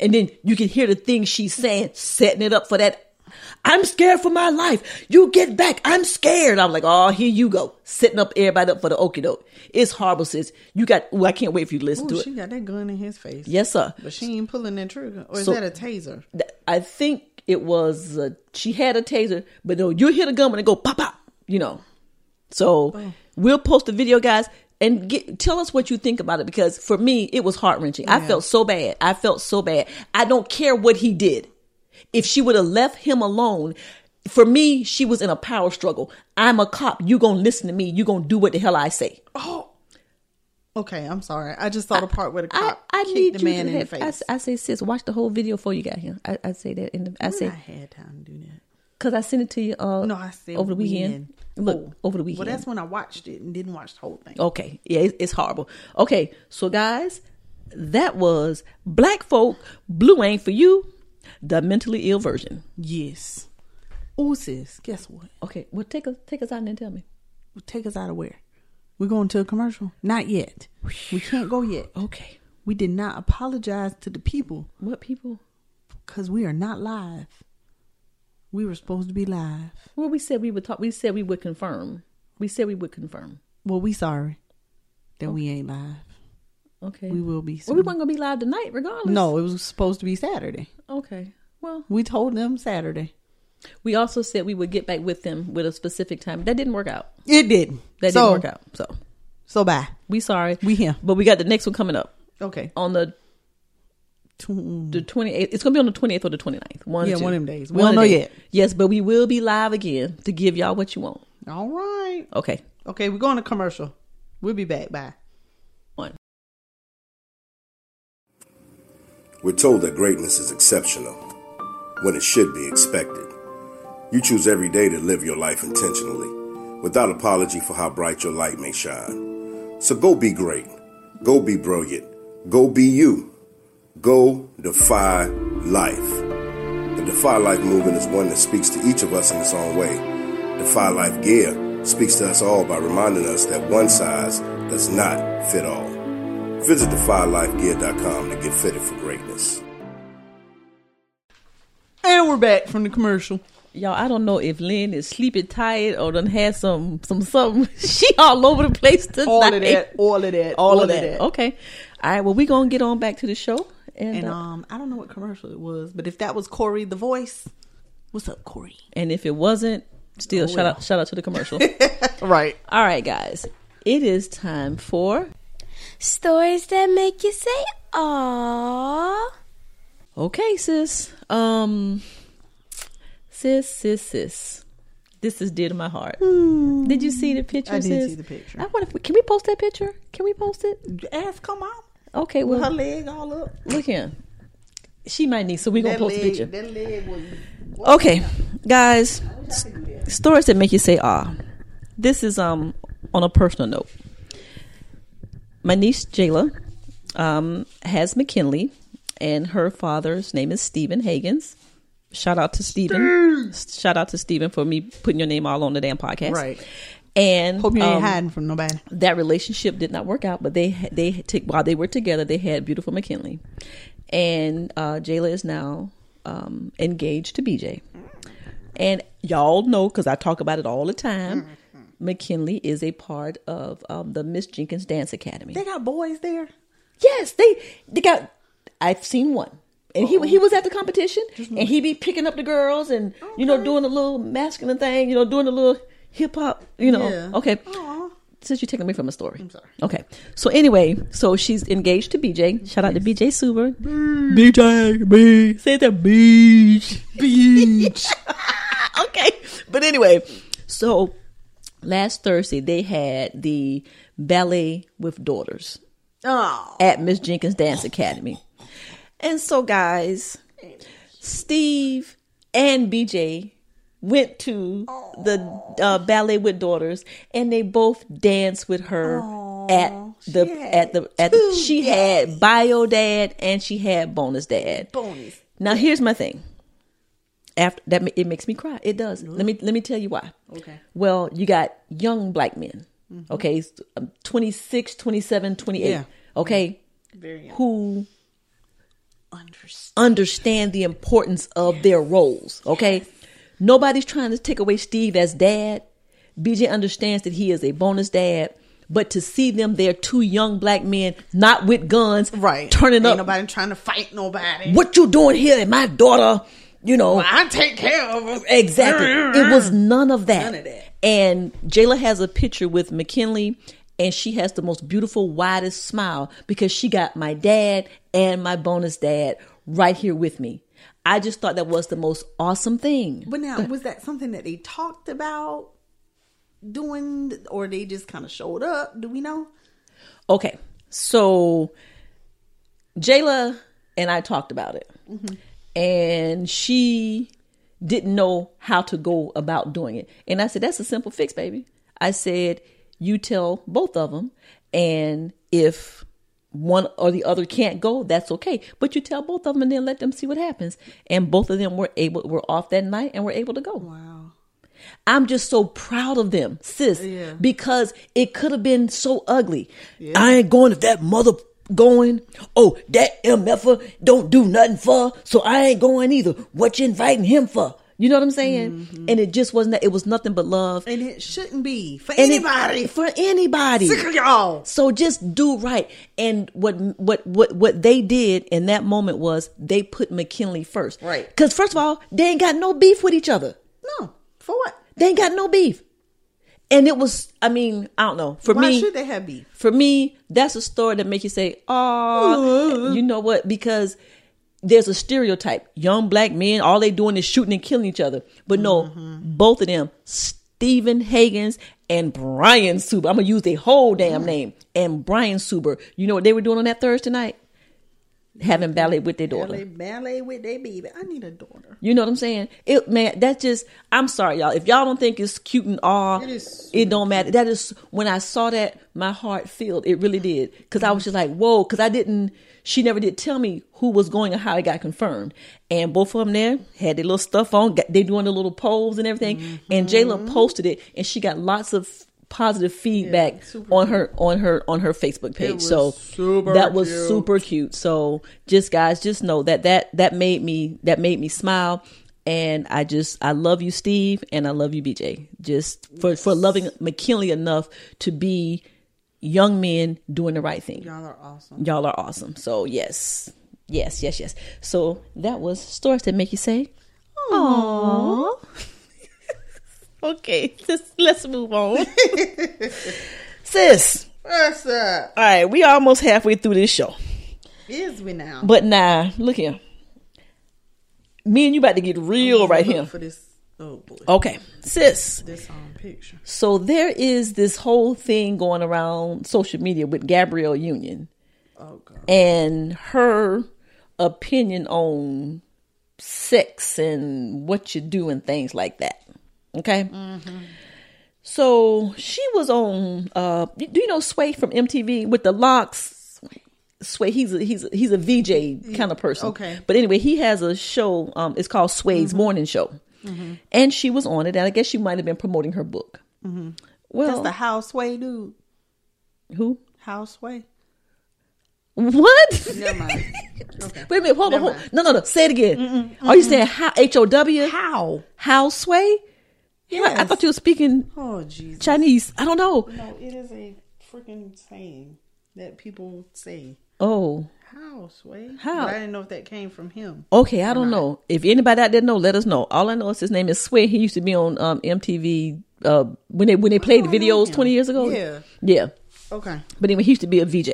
and then you can hear the things she's saying, setting it up for that. I'm scared for my life. You get back. I'm scared. I'm like, oh, here you go. Setting up everybody up for the okie doke. It's horrible, sis. You got, ooh, I can't wait for you to listen Ooh, to she it. got that gun in his face. Yes, sir. But she ain't pulling that trigger. Or is So- that a taser? th- I think it was uh, she had a taser, but no, you hit a gun when it go pop pop, you know. So we'll post the video, guys, and get, tell us what you think about it because for me it was heart wrenching. I felt so bad. I felt so bad. I don't care what he did. If she would have left him alone, for me she was in a power struggle. I'm a cop. You gonna listen to me? You gonna do what the hell I say? Okay, I'm sorry. I just saw the part where the I, cop I kicked need the you man in to the have, I, face. s- I say, sis, watch the whole video before you got here. I, I say that in the. I say I had time to do that. Cause I sent it to you. Uh, No, I said over the weekend. Look, Oh. over the weekend. Oh. Well, that's when I watched it and didn't watch the whole thing. okay, yeah, it's, it's horrible. Okay, so guys, that was Black Folk Blue Ain't for You, the mentally ill version. Yes. Ooh, sis, guess what? Okay, well take us take us out and then tell me. Take us out of where? We're going to a commercial. Not yet. We can't go yet. Okay, We did not apologize to the people what people? because we are not live. We were supposed to be live. Well, we said we would talk. We said we would confirm. We said we would confirm. Well, we sorry that we ain't live. Okay, We will be Well, soon. we weren't gonna be live tonight, regardless. no, it was supposed to be Saturday. Okay. Well, We told them Saturday. we also said we would get back with them with a specific time. That didn't work out. It didn't. That so, didn't work out. So So bye. we sorry. We here. but we got the next one coming up. Okay. on the the 28th. It's going to be on the 28th or the 29th. One, or Yeah, two. one of them days. We One don't of know them. yet. Yes, but we will be live again to give y'all what you want. All right. Okay. Okay, we're going to commercial. We'll be back. Bye. One. We're told that greatness is exceptional when it should be expected. You choose every day to live your life intentionally without apology for how bright your light may shine. So go be great. Go be brilliant. Go be you. Go defy life. The Defy Life movement is one that speaks to each of us in its own way. Defy Life gear speaks to us all by reminding us that one size does not fit all. Visit defylifegear.com to get fitted for greatness. And we're back from the commercial. Y'all, I don't know if Lynn is sleepy, tired, or done had some some something. She all over the place tonight. All of that, all of that, all, of that. Okay. All right. Well, we gonna get on back to the show, and And uh, um, I don't know what commercial it was, but if that was Corey the Voice, what's up, Corey? and if it wasn't, still oh, shout out shout out to the commercial. Right. all right, guys, it is time for Stories that make you say, aww. okay, sis. Um, sis, sis, sis. This is dear to my heart. Did you see the picture? Hmm. I did sis? see the picture. I wonder if we, can we post that picture? Can we post it? Ass come out Okay. with Well, her leg all up. Look here. She might need, so we're gonna That post a leg, picture. that leg was Okay, guys, s- stories that make you say ah. This is um on a personal note. My niece Jayla um, has McKinley, and her father's name is Stephen Hagens. Shout out to Stephen. Shout out to Stephen for me putting your name all on the damn podcast. Right. And Hope you ain't um, hiding from nobody. that relationship did not work out, but they ha- they took while they were together, they had beautiful McKinley, and uh, Jayla is now um, engaged to BJ, and y'all know because I talk about it all the time. McKinley is a part of um, the Miss Jenkins Dance Academy. They got boys there. yes, they they got. I've seen one. And he Oh. he was at the competition, and he be picking up the girls, and you know doing a little masculine thing, you know doing a little hip hop, you know. Yeah. Okay, Aw. since you're taking me from a story. I'm sorry. Okay. So anyway, so she's engaged to BJ. Shout out to BJ Suber. BJ, B. Say the beach. Beach. okay. But anyway, so last Thursday they had the ballet with daughters Oh, at Miss Jenkins Dance Academy. And so, guys, Steve and BJ went to the uh, ballet with daughters, and they both danced with her at the she had at the at two the, she had bio dad and she had bonus dad. bonus. Now, here's my thing. After that, ma- it makes me cry. It does. Let me let me tell you why. Mm-hmm. Okay. Mm-hmm. Well, you got young black men. Okay, s- um, 26, 27, 28. Yeah. Mm-hmm. Okay, Very who understand. understand the importance of their roles. Okay, nobody's trying to take away Steve as dad. BJ understands that he is a bonus dad. But to see them, they're two young black men, not with guns, Right. Turning ain't up, Nobody trying to fight nobody. what you doing here? And my daughter, you know, I take care of them. Exactly. It was none of that. None of that. And Jayla has a picture with McKinley, and she has the most beautiful, widest smile because she got my dad and my bonus dad right here with me. I just thought that was the most awesome thing. But now, was that something that they talked about doing, or they just kind of showed up? Do we know? Okay, so Jayla and I talked about it, and she didn't know how to go about doing it. And I said, "That's a simple fix, baby." I said, "You tell both of them, and if one or the other can't go, that's okay. But you tell both of them, and then let them see what happens." And both of them were able were off that night and were able to go. Wow. I'm just so proud of them, sis, Yeah. because it could have been so ugly. I ain't going if that mother going. Oh, that mf'er don't do nothing for, so I ain't going either. What you inviting him for? You know what I'm saying? Mm-hmm. And it just wasn't that. It was nothing but love. And it shouldn't be for And it- anybody. for anybody. Sick of y'all. So just do right. And what what what what they did in that moment was they put McKinley first. Right. Because first of all, they ain't got no beef with each other. No, for what? They ain't got no beef. And it was, I mean, I don't know. For Why me, should they have beef? for me, that's a story that make you say, "Oh, you know what?" Because there's a stereotype: young black men, all they doing is shooting and killing each other. But no, Mm-hmm. both of them, Stephen Hagens and Brian Suber. I'm gonna use their whole damn Mm. name. And Brian Suber, you know what they were doing on that Thursday night? Having ballet with their daughter. Ballet, ballet with their baby. I need a daughter. You know what I'm saying? It man, that just I'm sorry, y'all. If y'all don't think it's cute and all, It is it don't matter. That is when I saw that, my heart filled. It really did because I was just like, whoa, because I didn't. She never did tell me who was going or how it got confirmed. And both of them there had their little stuff on. Got, they doing the little polls and everything. And Mm-hmm. Jayla posted it, and she got lots of positive feedback on her on her on her Facebook page. was so super that was cute. super super cute. So just guys, just know that that that made me that made me smile. And I just I love you, Steve, and I love you, BJ. Just for for loving McKinley enough to be young men doing the right thing. Y'all are awesome. Y'all are awesome. So yes, yes, yes, yes. So that was stories that make you say, "Aww." okay, let's let's move on, sis. What's up? All right, we almost halfway through this show, Is we now? but nah, look here. Me and you about to get real right here. for this. Oh boy, Okay, sis. this um picture. So there is this whole thing going around social media with Gabrielle Union. Oh god. and her opinion on sex and what you do and things like that. Okay. So she was on. Uh, do you know Sway from MTV with the locks? Sway, he's a, he's a, he's a VJ kind of person. okay. but anyway, he has a show. Um, it's called Sway's Morning Show, and she was on it, and I guess she might have been promoting her book. That's Well, the houseway dude. who? Houseway. What? Never mind. Okay. Wait a minute, hold on, Never hold No, no, no. Say it again. Are you saying how? H O W? How? How sway? Yeah, I Yes. thought you were speaking Oh Jesus. Chinese. I don't know. No, it is a freaking saying that people say. Oh, How, Sway? How? But I didn't know if that came from him. okay. I don't know. If anybody out there know, let us know. All I know is his name is Sway. He used to be on um, MTV uh, when they when they played Oh, I know videos him. twenty years ago. Yeah. yeah. Okay. But anyway, he used to be a VJ.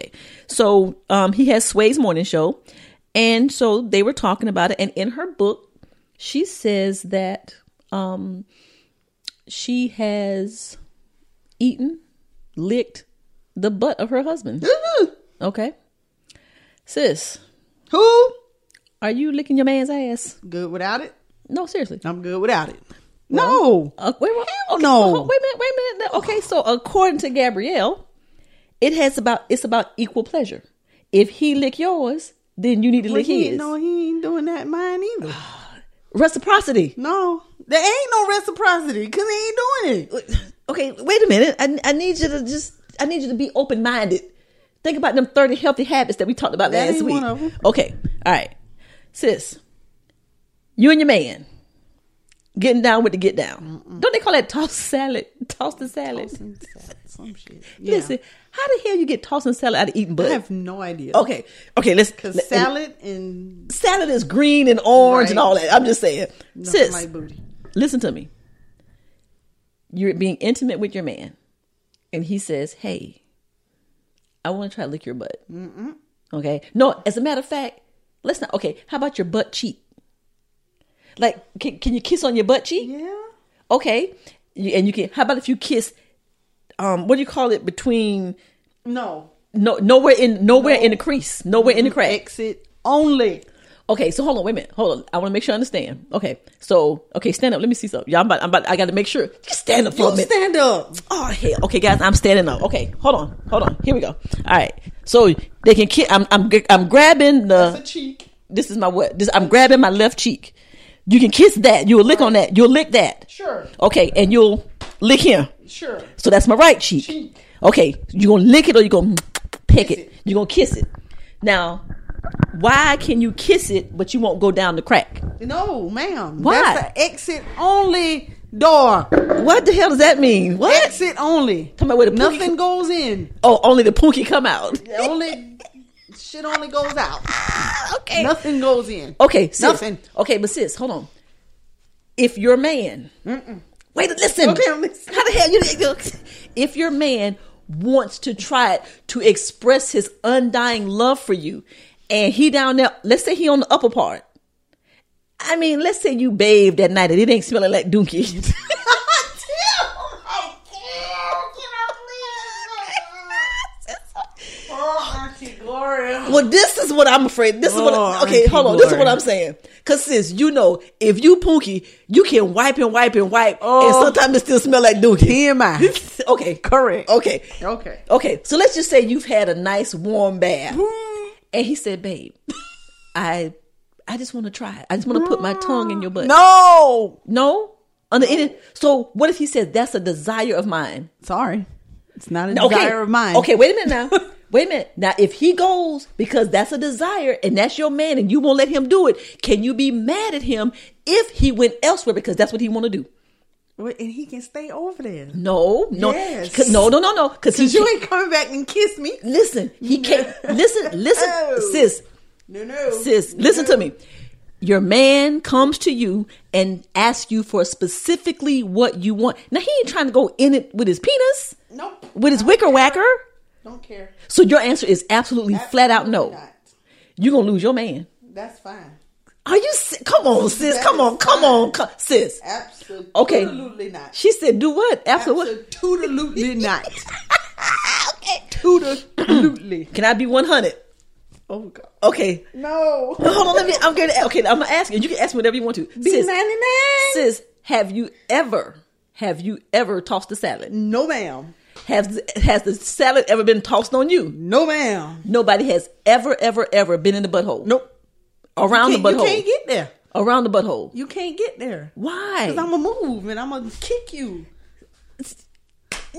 So um, he has Sway's morning show. And so they were talking about it. And in her book, she says that um, she has eaten, licked the butt of her husband. Mm-hmm. okay. Sis, Who? are you licking your man's ass? Good without it? No, seriously. I'm good without it. No. Uh, wait, wait, Hell okay, no. well, hold- wait a minute. Wait a minute. Okay, so according to Gabrielle, it has about it's about equal pleasure. If he lick yours, then you need to Well, lick he, his. no, he ain't doing that mine either. Reciprocity. No. There ain't no reciprocity because he ain't doing it. Okay, wait a minute. I, I need you to just I need you to be open minded. Think about them thirty healthy habits that we talked about That last ain't week. one of 'em. Okay, all right, sis. You and your man getting down with the get down. Don't they call that toss salad? Toss the salad. Some, some shit. Yeah. Listen, how the hell you get tossing salad out of eating I butt? have no idea. Okay, okay, let's. Because salad and salad is green and orange and Right. all that. I'm just saying, nothing sis, like booty. listen to me. You're being intimate with your man, and he says, "Hey, I want to try to lick your butt." Okay, no. As a matter of fact, let's not. Okay, how about your butt cheek? Like, can, can you kiss on your butt cheek? Yeah. Okay, you, and you can. How about if you kiss? Um, what do you call it between? No. No, nowhere in nowhere in the crease, nowhere in the crack. Exit only. Okay, so hold on, wait a minute, hold on. I want to make sure I understand. Okay, so okay, stand up. Let me see something. Y'all, I'm about, I'm about, I got to make sure. Just stand up for a You minute. stand up. oh hell. Okay, guys, I'm standing up. Okay, hold on, hold on. Here we go. All right, so they can. Ki- I'm, I'm, g- I'm grabbing The the. cheek. This is my what? This I'm grabbing my left cheek. You can kiss that. You'll lick on that. You'll lick that. Sure. Okay, and you'll lick him. Sure. So that's my right cheek. Cheek. Okay, you gonna lick it or you gonna peck Kiss it? it. You gonna kiss it? Now, why can you kiss it but you won't go down the crack? No, ma'am. Why? That's an exit only door. What the hell does that mean? What? Exit only. Talking about where the pookie- Nothing goes in. Oh, only the pookie come out. Only shit only goes out. okay. Nothing goes in. Okay. Sis. Nothing. Okay, but sis, hold on. If your man, wait, listen. Okay, I'm listening. How the hell you? If your man wants to try it to express his undying love for you, and he down there, let's say he on the upper part. I mean, let's say you bathe that night and it ain't smelling like dookie. Well, this is what I'm afraid. This is what. Oh, okay, Auntie hold on. This is what Gloria. I'm saying. Cause sis, you know, if you pookie, you can wipe and wipe and wipe, and Oh. sometimes it still smell like dookie. TMI. okay, Correct. Okay, Okay. okay. So let's just say you've had a nice warm bath, and he said, "Babe, I, I just want to try. it. I just want to put my tongue in your butt." No. no. Under any. So what if he says that's a desire of mine? Sorry. It's not a okay. desire of mine. Okay, wait a minute now. wait a minute. Now, if he goes because that's a desire and that's your man and you won't let him do it, can you be mad at him if he went elsewhere because that's what he want to do. Well, and he can stay over there. No, no, Yes. 'cause- no, no, no, no. Because he You can't- ain't coming back and kiss me. listen. He can't listen. Listen, No. sis, No, no. sis. Listen to me. Your man comes to you and asks you for specifically what you want. Now he ain't trying to go in it with his penis, Nope. with his wicker whacker. Don't care. So your answer is absolutely, flat out no. Absolutely not. You're gonna lose your man. That's fine. Are you? si- Come on, sis. That Come on, is come on, co- sis. Absolutely. Okay. Absolutely not. She said, "Do what? Absolutely. what? Absolutely not. Absolutely. Can I be 100? Oh God. Okay. No. No, hold on. Let me. I'm gonna. Okay. I'm gonna ask you. You can ask me whatever you want to. Be Sis, 99. sis, have you ever? Have you ever tossed a salad? No, ma'am. Has has the salad ever been tossed on you? No, ma'am. Nobody has ever, ever, ever been in the butthole. Nope. Around You the can't, you butthole. can't get there. Around the butthole. You can't get there. Why? Cause I'ma move and I'ma kick you. you,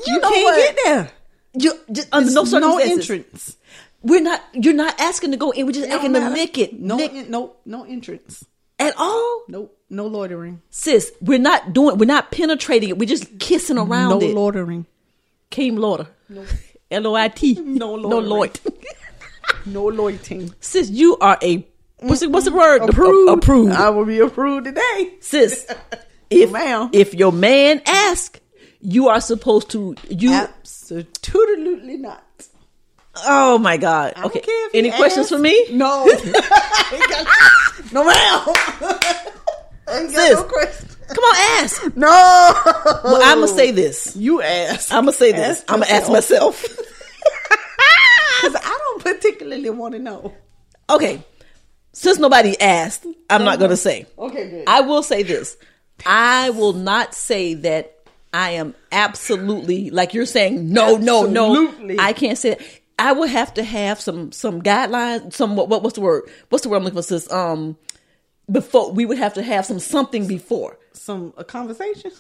You know can't what? get there. You just, under no There's no circumstances. entrance. We're not. You're not asking to go in. We're just Don't asking to matter. lick it. No, lick en- no, no entrance. at all. Nope. No loitering. sis, we're not doing, we're not penetrating it. We're just kissing around no it. loitering. Came Lord. L O I T. No No loitering. Lord. No loitering. sis, you are a, what's the, what's the word? A- approved. I will be approved today. sis, if, Ma'am. if your man asks, you are supposed to, you, Absolutely not. oh my God. don't okay. care if he Any questions asks. for me? No. no, ma'am. Ain't got Sis. no question. Come on, ask. No. Well, I'm going to say this. You ask. I'm going to say this. Ask I'm going to ask myself. Because I don't particularly want to know. okay. Since nobody asked, I'm not going to say. Uh-huh. Okay, good. I will say this. I will not say that I am absolutely like you're saying no, no, no. Absolutely. I can't say that. I would have to have some some guidelines, some what, what what's the word? What's the word I'm looking for? Sis? Um before we would have to have some something before. Some a conversation.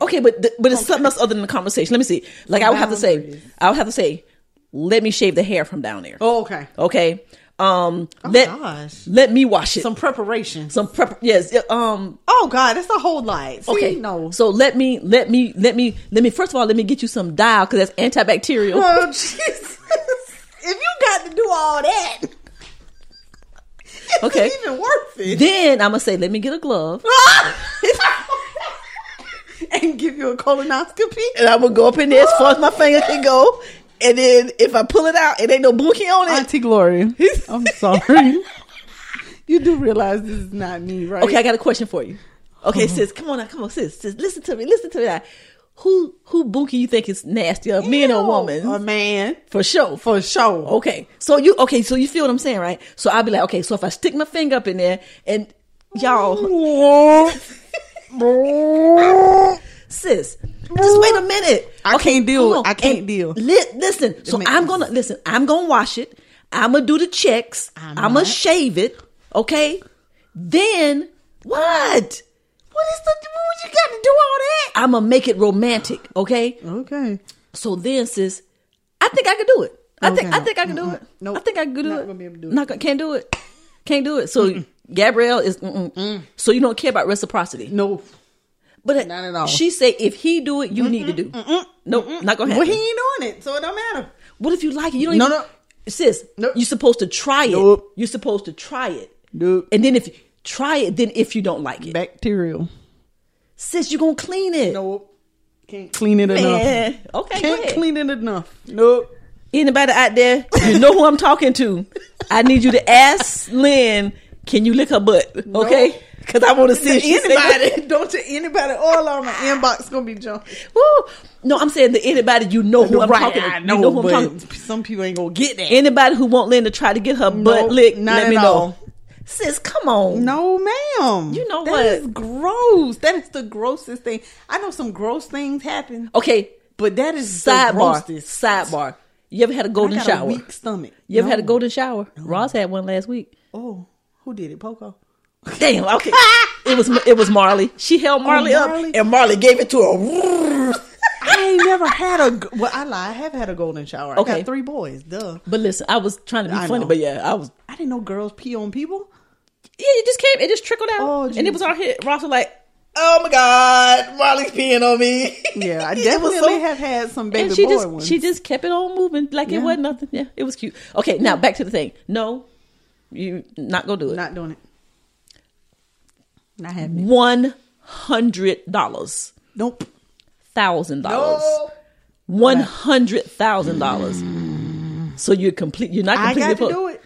Okay, but th- but it's something else other than the conversation. Let me see. Like I would have to say Boundaries. I would have to say let me shave the hair from down there. Oh, okay. Okay. Um let Oh, gosh. let me wash it. Some Some preparation. some prep yes, yeah, um oh God, that's a whole lot. See, Okay. No. So let me, let me, let me, let me. First of all, let me get you some dial because that's antibacterial. Oh Jesus. if you got to do all that, Okay. it's even worth it. then I'm gonna say, let me get a glove, and give you a colonoscopy. and I'm gonna go up in there as far as my finger can go. And then if I pull it out, it ain't no bookie on Auntie Gloria, I'm sorry. you do realize this is not me, right? Okay, I got a question for you. Okay, sis, come on, now, come on, sis, sis, listen to me, listen to me. Now. Who who bookie you think is nastier, man or woman? A man, for sure, for for sure. Oh, Okay, so you okay? So you feel what I'm saying, right? So I'll be like, okay, so if I stick my finger up in there and y'all, sis, just wait a minute. I can't deal. hold on. I can't And deal. Li- listen, so makes I'm gonna listen. I'm gonna wash it. I'm gonna do the checks. I'm, I'm gonna not. shave it. Okay, then what? What is the? What you got to do all that? I'm gonna make it romantic. Okay, Okay. so then, sis, I think I could do it. I think I Okay. think I can do it. No, Nope. I think I can do Not it. gonna be able to do it. Not gonna, can't do it. Can't do it. So Gabrielle is. Mm-mm. So you don't care about reciprocity. No. but not at all. She say if he do it, you need to do. Nope, not gonna Well, happen. he ain't doing it, so it don't matter. what if you like it? You don't. No, even, no. sis. Nope. You're supposed to try it. Nope. You're supposed to try it. Nope. And then if you try it, then if you don't like it, Bacterial. sis, you gonna clean it. Nope. Can't clean it enough. Man. Okay. go Can't ahead. clean it enough. Nope. Anybody out there, you know who I'm talking to. I need you to ask Lynn, can you lick her butt? Okay? Because I want to see if she say- anybody, don't you anybody all on my inbox gonna be junk. Woo. No, I'm saying to anybody you know who I'm right, talking to. I know, you know who but I'm talking to. some people ain't gonna get that. Anybody who want Lynn to try to get her butt Nope, licked, not let me at know. all. Sis, come on. No, ma'am. You know That what? is gross. That is the grossest thing. I know some gross things happen, Okay, but that is the sidebar. grossest. Sidebar. You ever had a I golden got a shower? weak stomach. You ever had a No. golden shower? Ross had one last week. Oh, who did it, Poco? Damn. Okay. it was it was Marley. She held Marley, Marley. up, and Marley gave it to her. I ain't never had a. g- Well, I lie. I have had a golden shower. I Okay. got three boys. Duh. But listen, I was trying to be I funny, know. but yeah, I was. I didn't know girls pee on people. Yeah, it just came. It just trickled out, Oh, and geez. it was all hit. Ross was like, "Oh my God, Riley's peeing on me." Yeah, I It was definitely so- have had some baby and she boy just ones. she just kept it on moving like Yeah. it wasn't nothing. Yeah, it was cute. Okay, now back to the thing. No, you not gonna do it. not doing it. Not having it. One hundred dollars, Nope. thousand dollars, one hundred thousand dollars. So you're complete. You're not I completely got to po- do it.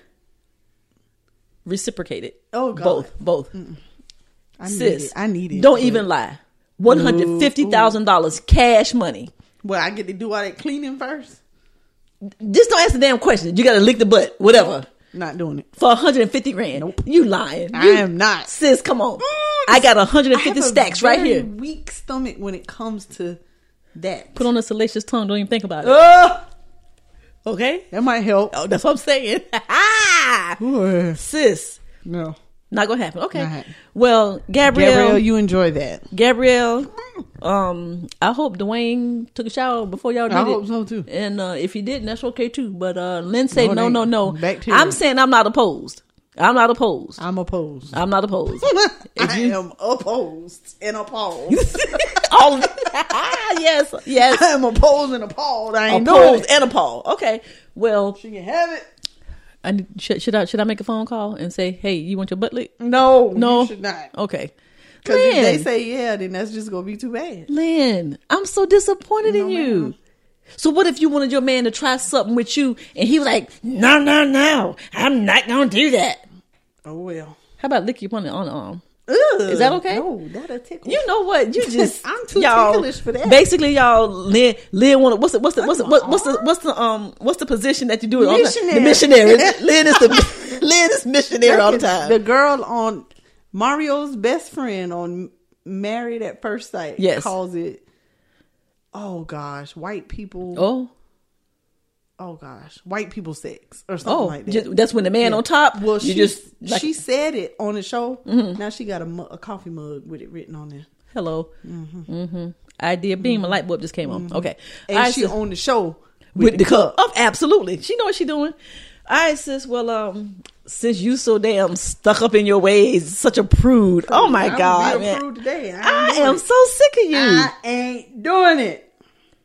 reciprocated. Oh, God. both, both. I need Sis, it. I need it. Don't but- even lie. One hundred fifty thousand dollars cash money. Well, I get to do all that cleaning first. Just don't ask the damn question. You got to lick the butt, whatever, Not doing it. for one hundred fifty grand. Nope. You lying? I You- am not. Sis, come on. I got one hundred I and fifty have a stacks right very here. Weak stomach when it comes to that. Put on a salacious tongue. Don't even think about it. Oh, Okay. that might help. Oh, Uh, that's what I'm saying. Ooh, Sis, No, not gonna happen. Okay. Not happening. Well, Gabrielle, Gabrielle, Gabrielle, you enjoy that. um, I hope Dwayne took a shower before y'all did I it. hope so, too. And uh, if he didn't, that's okay too. But uh, Lynn said No, no, it no, ain't. no. Bacteria. I'm saying I'm not opposed. I'm not opposed. I'm opposed. I'm not opposed. I am opposed and appalled. All yes, yes. I am opposed and appalled. I ain't doing Opposed it. and appalled. Okay. Well, She can have it. I need- should, should I should I make a phone call and say, hey, you want your butt licked? No, No. you should not. Okay. Because if Lynn. they say yeah, then that's just gonna be too bad. Lynn, I'm so disappointed in you. So what if you wanted your man to try something with you and he was like, No, no, no, I'm not gonna do that. Oh well. How about lick your on the on the arm? Is that okay? No, that'll tickle. You know what? You just I'm too y'all- ticklish for that. Basically, y'all Lynn Lynn want what's the what's the what's the, what's the, what's the what's the um what's the position that you do it all the time? The Missionary. missionary. Lynn is the Lynn is missionary all the Look at time. The girl on Mario's best friend on Married at First Sight Yes. calls it. Oh gosh, white people. Oh, oh. gosh, white people sex or something Oh, like that. just- that's when the man on top. well, you she just like, Mm-hmm. she said it on the show. Now she got a, mu- a coffee mug with it written on there, hello. Mm-hmm. Idea beam a light bulb just came on. Okay, Mm-hmm. and All right, she sis. on the show. with the cup. Oh, absolutely. She know what she doing. All right, sis. Well, um, since you so damn stuck up in your ways, such a prude. Oh my I'm god, being man. prude today. I, I ain't am doing so sick of you, it. I ain't doing it.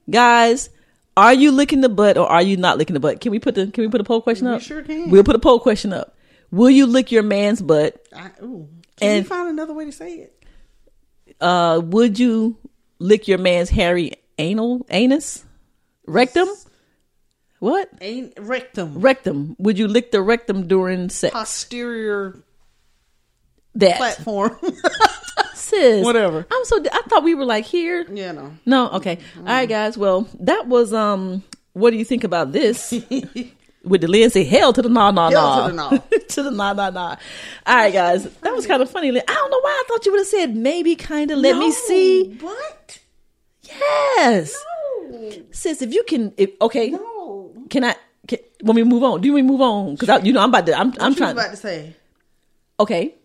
guys. Are you licking the butt or are you not licking the butt? Can we put the Can we put a poll question We up? sure can. We'll put a poll question up. Will you lick your man's butt? I, ooh. Can And- you find another way to say it? Uh, would you lick your man's hairy anal anus rectum? What Ain't rectum, rectum? Would you lick the rectum during sex? posterior that platform. sis. Whatever. Mm-hmm. I'm so. I thought we were like here. yeah, no. No. Okay. All right, guys. Well, that was um. What do you think about this? With the Lynn say hell to the nah nah Hell nah to the nah. to the nah nah nah. All right, guys. That was kind of funny. Lynn. I don't know why I thought you would have said maybe kind of let me see. What? Yes. Sis, if you can, if, okay. Can I? Can, when we move on, do we move on? Because you know I'm about to. I'm I'm What you was trying. about to say? Okay.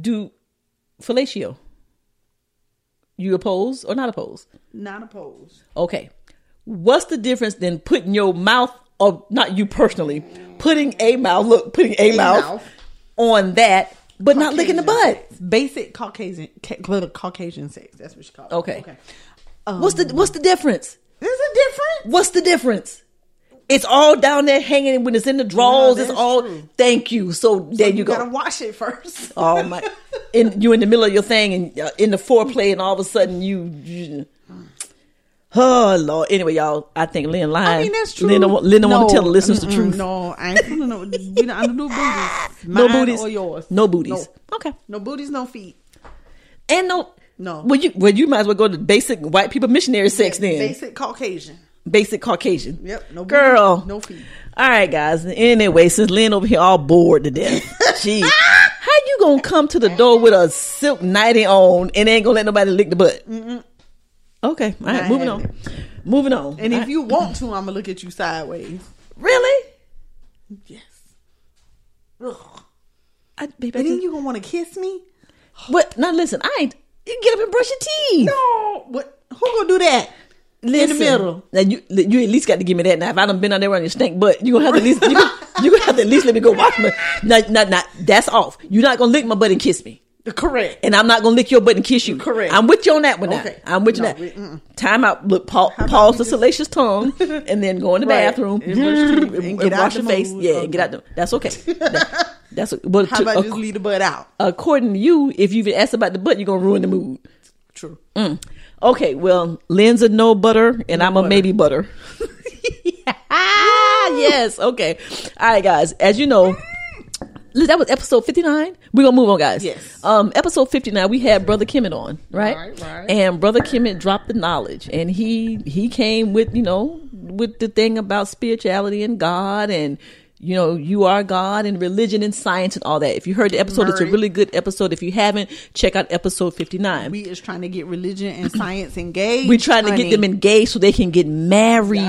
Do fellatio. You oppose or not oppose? Not opposed. Okay. What's the difference than putting your mouth or not you personally, putting a mouth, look, putting a, A mouth, mouth. on that, but not licking the Caucasian butt? sex. Basic Caucasian, ca- little Caucasian sex. That's what she called it. Okay. Okay. what's Oh. the what's the difference? There's a difference. What's the difference? It's all down there hanging when it's in the drawers, it's that's all true. thank you. So there you, go. gotta wash it first. Oh my! And you in the middle of your thing and uh, in the foreplay, and all of a sudden you. you- oh Lord! Anyway, y'all, I think Lynn lying. I mean that's true. Lynn, don't, Lynn don't want to tell the listeners the mm-mm, truth. No, No, I ain't gonna know. We don't, I don't do booties. Mine booties or yours. No booties. No, Okay. No booties. No feet. And no. No. Well, you well you might as well go to basic white people missionary sex then. Basic, Basic Caucasian. Caucasian. Yep. No booties, Girl. No feet. All right, guys. Anyway, since Lynn over here all bored to death, jeez, how you gonna come to the door with a silk nightie on and ain't gonna let nobody lick the butt? Okay, all right, Not moving on. happening. Moving on. And if All right. you want to, I'm gonna look at you sideways. really, Yes. I, baby, I And then just, you gonna want to kiss me? but now listen, I ain't. You get up and brush your teeth. No. What? Who gonna do that? in the middle. Now you you at least got to give me that. Now if I done been out there on your stink, but you gonna have to at least you, you gonna have to at least let me go wash my. No, no, no. That's off. You're not gonna lick my butt and kiss me, Correct. and I'm not gonna lick your butt and kiss you. Correct. I'm with you on that one. Now. Okay. I'm with you. No, now. we- mm-mm. Time out. Look, pa- about pause we the just- salacious tongue, and then go in the Right. bathroom And brush teeth and get out wash the your face. mood. Yeah, Okay. get out. The, that's okay. That- that's but How to- about ac- just leave the butt out? according to you, if you've asked about the butt, you're gonna ruin the mood. True. Okay, well, Lynn's a no butter, and I'm a butter. maybe butter. ah, yes. Okay. All right, guys. As you know, Liz, that was episode 59. We're going to move on, guys. Yes. Um, episode 59, we had Brother Kimmett on, right? Right, right. And Brother Kimmett dropped the knowledge, and he he came with, you know, with the thing about spirituality and God and you know, you are God and religion and science and all that. If you heard the episode, it's a Murray. really good episode. If you haven't, check out episode 59. We is trying to get religion and science engaged. We're trying to get them in. engaged so they can get married.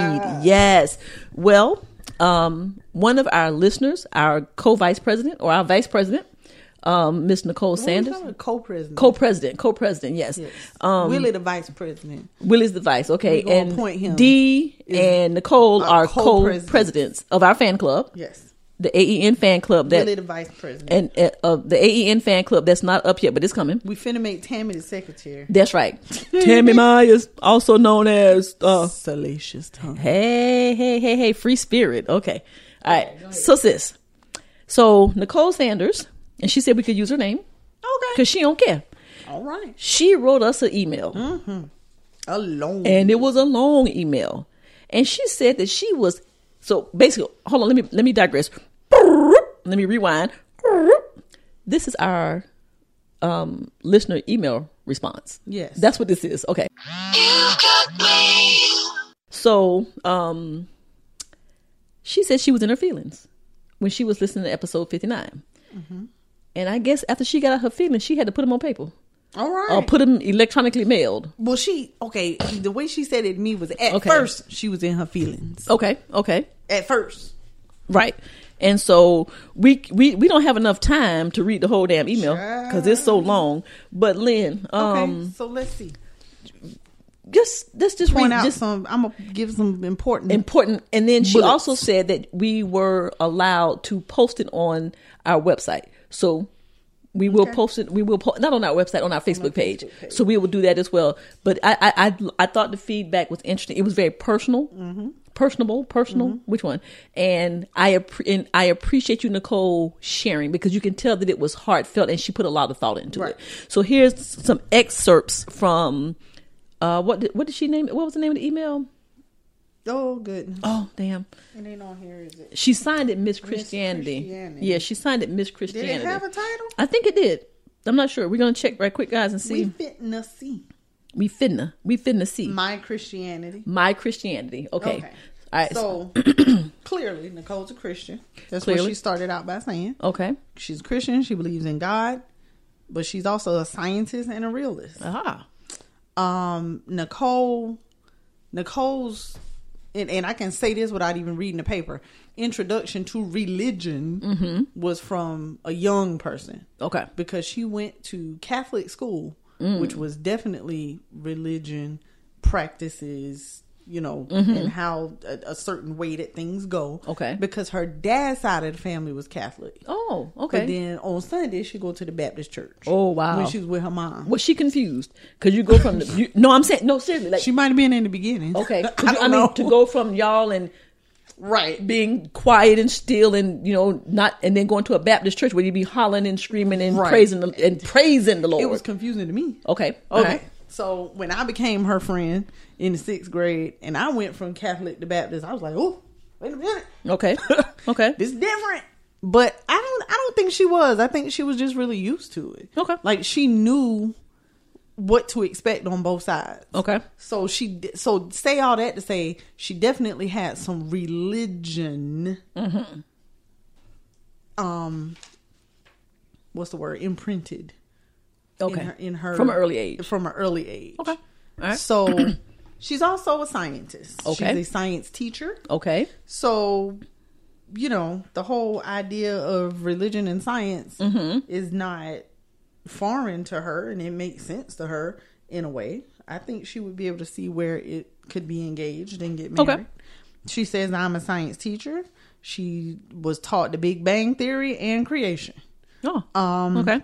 Yes. Well, um, one of our listeners, our co-vice president or our vice president, um, Miss Nicole Sanders, co-president. co-president, co-president. Yes. Yes. Um, Willie, the vice president. Willie's the vice. Okay. We gonna and appoint him. Dee Is and Nicole our are co-presidents. co-presidents. of our fan club, Yes, the AEN fan club. That Willie, the vice president. and uh, uh, the AEN fan club that's not up yet, but it's coming. we finna make Tammy the secretary. That's right. Tammy Myers, also known as uh, Salacious tongue. Hey, hey, hey, hey, free spirit. Okay. All right. So, sis. So, Nicole Sanders, and she said we could use her name Okay. because she don't care. All right. Mm-hmm. She wrote us an email, Alone. and it was a long email. And she said that she was so basically, hold on, let me let me digress. Let me rewind. This is our um listener email response. Yes. That's what this is. Okay. So, um, she said she was in her feelings when she was listening to episode 59. Mm-hmm. And I guess after she got out her feelings, she had to put them on paper All right. or put them electronically mailed. well, she okay. The way she said it to me was at Okay. first she was in her feelings. Okay. Okay. At first, Right. And so we we we don't have enough time to read the whole damn email because it's so long. But Lynn, okay. um, so let's see. just let's just Point read out just some. I'm gonna give some important. important. And then she Bullets. also said that we were allowed to post it on our website. So we will post it. We will post not on our website on our Facebook, page. So we will do that as well. But I I I, I thought the feedback was interesting. It was very personal. Personable, personal, which one? And I appre- and I appreciate you, Nicole, sharing because you can tell that it was heartfelt and she put a lot of thought into Right. it. So here's some excerpts from uh, what did, what did she name it? What was the name of the email? oh, goodness. Oh damn, It ain't on here, is it? she signed it Miss Christianity. Christianity. Yeah, she signed it Miss Did Christianity. it have a title? I think it did. I'm not sure. We're gonna check right quick, guys, and We see. fitna see We, finna, we finna see my, my Christianity. Christianity. Okay. Okay. All right. So clearly, Nicole's a Christian. That's what Clearly. she started out by saying. okay. She's a Christian. She believes in God, but she's also a scientist and a realist. Ah. Um, Nicole, Nicole's, and, and I can say this without even reading the paper. Introduction to religion Mm-hmm. was from a young person Okay. because she went to Catholic school, Mm. which was definitely religion practices, you know, and how a, a certain way that things go. Mm-hmm. Okay. Because her dad's side of the family was Catholic. Oh. But Okay. then on Sunday she go to the Baptist church. Oh, wow. When she was with her mom. Was she confused? Cause you go from the, you, no, I'm saying no seriously. Like She might have been in the beginning. okay, I, 'Cause you- don't I know. mean to go from y'all and right. being quiet and still and you know not and then going to a Baptist church where you be hollering and screaming and Right. praising the, and praising the Lord. It was confusing to me. okay. Okay. So when I became her friend in the sixth grade, and I went from Catholic to Baptist, I was like, "Oh, wait a minute, Okay. Okay. this different." But I don't. I don't think she was. I think she was just really used to it. Okay. like she knew what to expect on both sides. Okay. So she di- so say all that to say she definitely had some religion. Mm-hmm. Um, what's the word imprinted Okay. in her in her from an early age. from an early age. Okay. All right. So she's also a scientist. Okay. She's a science teacher. Okay. So you know the whole idea of religion and science is not foreign to her, and it makes sense to her in a way. I think she would be able to see where it could be engaged and get Okay. married. She says, I'm a science teacher. She was taught the Big Bang Theory and creation. Oh, um, okay.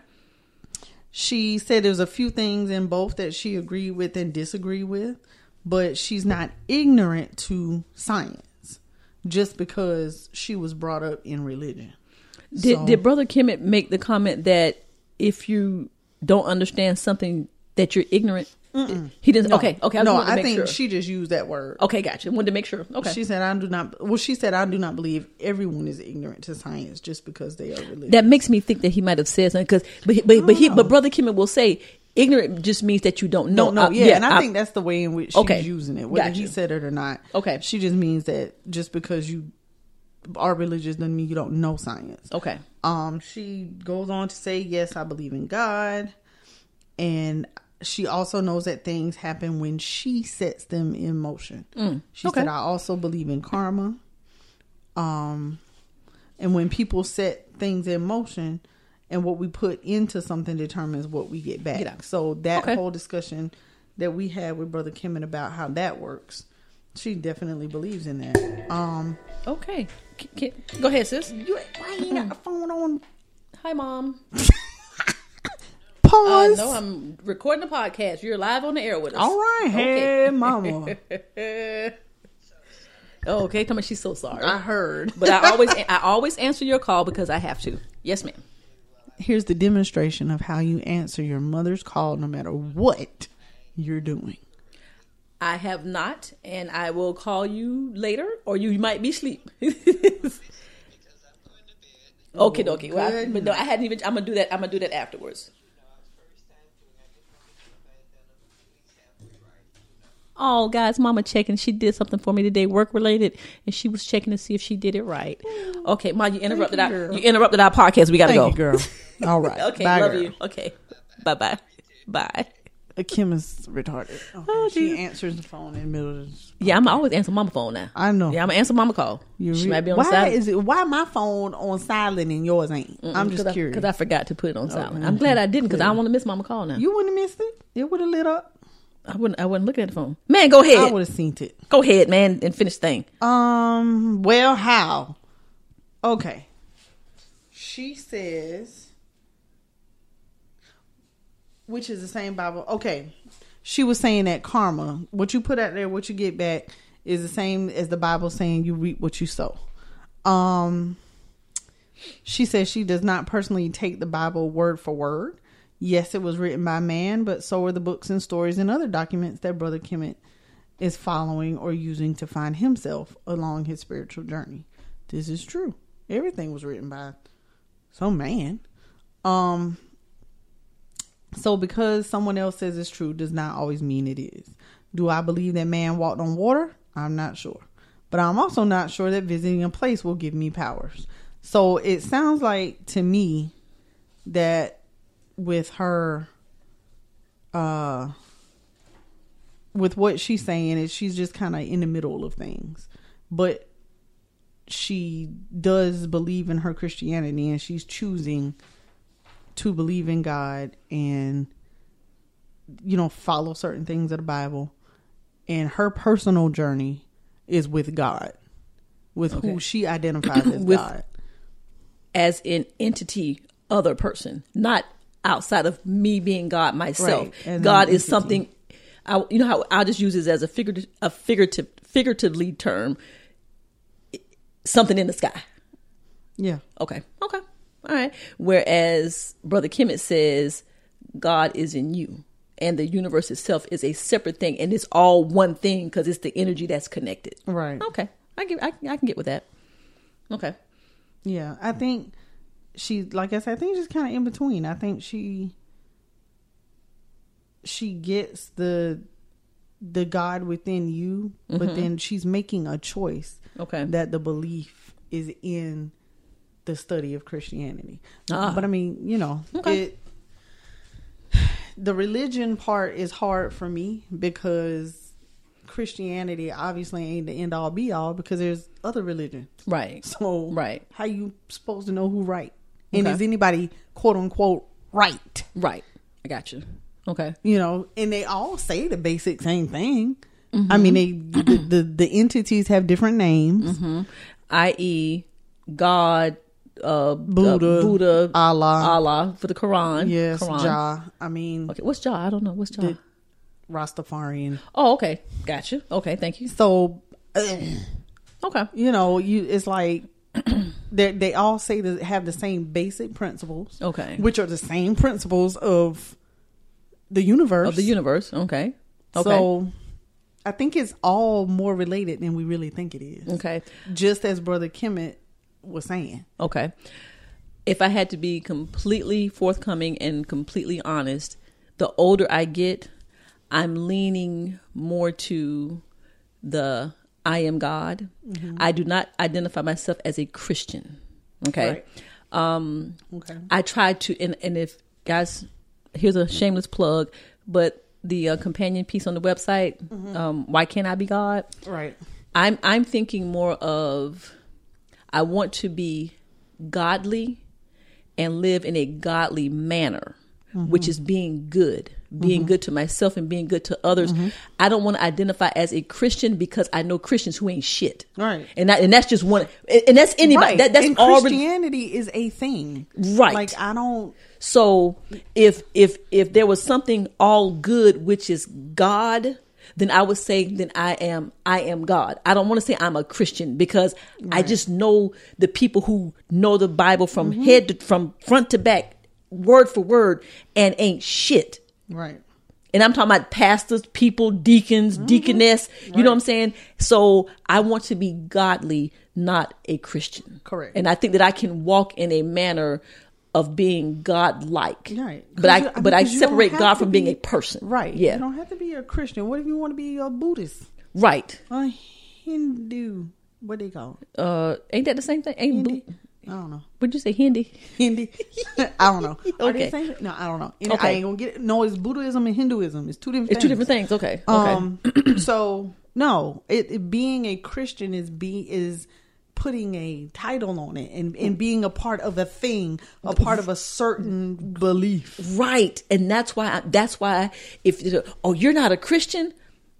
She said there was a few things in both that she agreed with and disagreed with, but she's not ignorant to science just because she was brought up in religion. Did So- did Brother Kemet make the comment that if you don't understand something that you're ignorant? He doesn't. Okay, okay. I no, wanted to I make think sure. she just used that word. Okay, gotcha. Wanted to make sure. Okay, She said, "I do not." Well, she said, "I do not believe everyone is ignorant to science just because they are religious." that makes me think that he might have said something because, but he- but but he Oh. but Brother Kemet will say ignorant just means that you don't know. no, no, I- yeah, and I, I- think that's the way in which she's Okay. using it, whether he Gotcha. said it or not. Okay. she just means that just because you are religious doesn't mean you don't know science. okay. Um, she goes on to say, "Yes, I believe in God," and she also knows that things happen when she sets them in motion. she Mm, okay. said, "I also believe in karma." Um, and when people set things in motion, and what we put into something determines what we get back. Get out. so that Okay. whole discussion that we had with Brother Kimmon about how that works, she definitely believes in that. Um, Okay. K- K- Go ahead, sis. you why you got a phone on Hi, mom. pause? No, I'm recording a podcast. You're live on the air with us. All right, Okay. hey mama. Oh, okay. Tell me she's so sorry. I heard. but I always I always answer your call because I have to. Yes, ma'am. here's the demonstration of how you answer your mother's call no matter what you're doing. I have not, and I will call you later, or you might be asleep. Oh, okay, dokie. Well, I, but no, I hadn't even. I'm gonna do that. I'm gonna do that afterwards. Oh, guys, mama checking. She did something for me today, work related, and she was checking to see if she did it right. Okay, Ma, you interrupted you, our girl. you interrupted our podcast. We gotta Thank go, you, girl. All right. Okay, Bye, love girl. you. Okay, bye, bye, bye. Uh, Kim is retarded. Oh, she dear. answers the phone in the middle of this. Yeah, I'm always answer mama phone now. I know. Yeah, I'm gonna answer mama call. You she re- might be on why the side. is it? Why my phone on silent and yours ain't? I'm just curious. Mm-hmm. because I, forgot to put it on silent. I'm glad I didn't because I don't want to miss mama call now. you wouldn't have missed it. It would have lit up. I wouldn't. I wouldn't look at the phone. Man, go I ahead. would have seen it. Go ahead, man, and finish thing. Um. Well, how? Okay. She says, which is the same Bible. Okay. She was saying that karma, what you put out there, what you get back, is the same as the Bible saying you reap what you sow. Um. She says she does not personally take the Bible word for word. Yes, it was written by man, but so are the books and stories and other documents that Brother Kemet is following or using to find himself along his spiritual journey. This is true. Everything was written by some man. Um so because someone else says it's true does not always mean it is. Do I believe that man walked on water? I'm not sure. But I'm also not sure that visiting a place will give me powers. So it sounds like to me that with her uh with what she's saying is she's just kind of in the middle of things but she does believe in her christianity and she's choosing to believe in god and you know follow certain things of the bible and her personal journey is with god with who she identifies as With- god As an entity, other person, not outside of me being God myself. Right, as an God is entity. something. I, you know how I'll just use this as a figurative, a figurative, figuratively term. Something in the sky. yeah Okay. Okay. All right. Whereas Brother Kemet says God is in you and the universe itself is a separate thing and it's all one thing because it's the energy that's connected. right Okay. I get I, I can get with that. Okay. Yeah, I think she, like I said, I think she's kind of in between. I think she she gets the the God within you, but then she's making a choice Mm-hmm. Okay. that the belief is in the study of Christianity. Ah. But I mean, you know, Okay. it, the religion part is hard for me because Christianity obviously ain't the end all be all because there's other religions. Right. So Right. how you supposed to know who right? And Okay. is anybody quote unquote right? Right. I got you. Okay. you know, and they all say the basic same thing. I mean, they the, the the entities have different names. Mm-hmm. I.e., E God, uh, Buddha, uh, Buddha, Allah. Allah for the Quran. Yes, Quran. Jah. I mean, Okay, what's Jah? I don't know. What's Jah? The- Rastafarian. oh, okay. Gotcha. Okay, thank you. So uh, Okay. you know, you it's like they they all say to have the same basic principles. Okay. which are the same principles of the universe. Of the universe. Okay. Okay. So I think it's all more related than we really think it is. okay. Just as Brother Kemet was saying. Okay. If I had to be completely forthcoming and completely honest, the older I get, I'm leaning more to the I am God. I do not identify myself as a Christian. Okay. Um Okay. I try to, and, and if guys, here's a shameless plug, but the uh, companion piece on the website, um, why can't I be God? Right. I'm I'm thinking more of, I want to be godly, and live in a godly manner, Mm-hmm. which is being good, being good to myself and being good to others. Mm-hmm. I don't want to identify as a Christian because I know Christians who ain't shit, Right. And that, and that's just one, and and that's anybody. Right. That, that's and already Christianity is a thing. Right. Like I don't So if if if there was something all good which is God, then I would say then I am I am God. I don't want to say I'm a Christian because I just know the people who know the Bible from head to, from front to back, word for word, and ain't shit. Right. And I'm talking about pastors, people, deacons, Mm-hmm. deaconess. You know what I'm saying? So I want to be godly, not a Christian. Correct. And I think that I can walk in a manner of being godlike. Right. But I, 'Cause you- I but I mean, 'cause you don't separate have God to from being be- a person. Right. Yeah. You don't have to be a Christian. What if you want to be a Buddhist? right. A Hindu. What they call it? Uh, ain't that the same thing? Ain't Hindi. Bu- I don't know. would you say Hindi? Hindi. I don't know. Are they Okay. the same? No, I don't know. And I Okay. ain't gonna get it. No, it's Buddhism and Hinduism. It's two different It's things. two different things. Okay. Okay. Um, so no, it, it- being a Christian is be is putting a title on it and, and being a part of a thing, a part of a certain belief. right. And that's why I, that's why if you- oh you're not a Christian,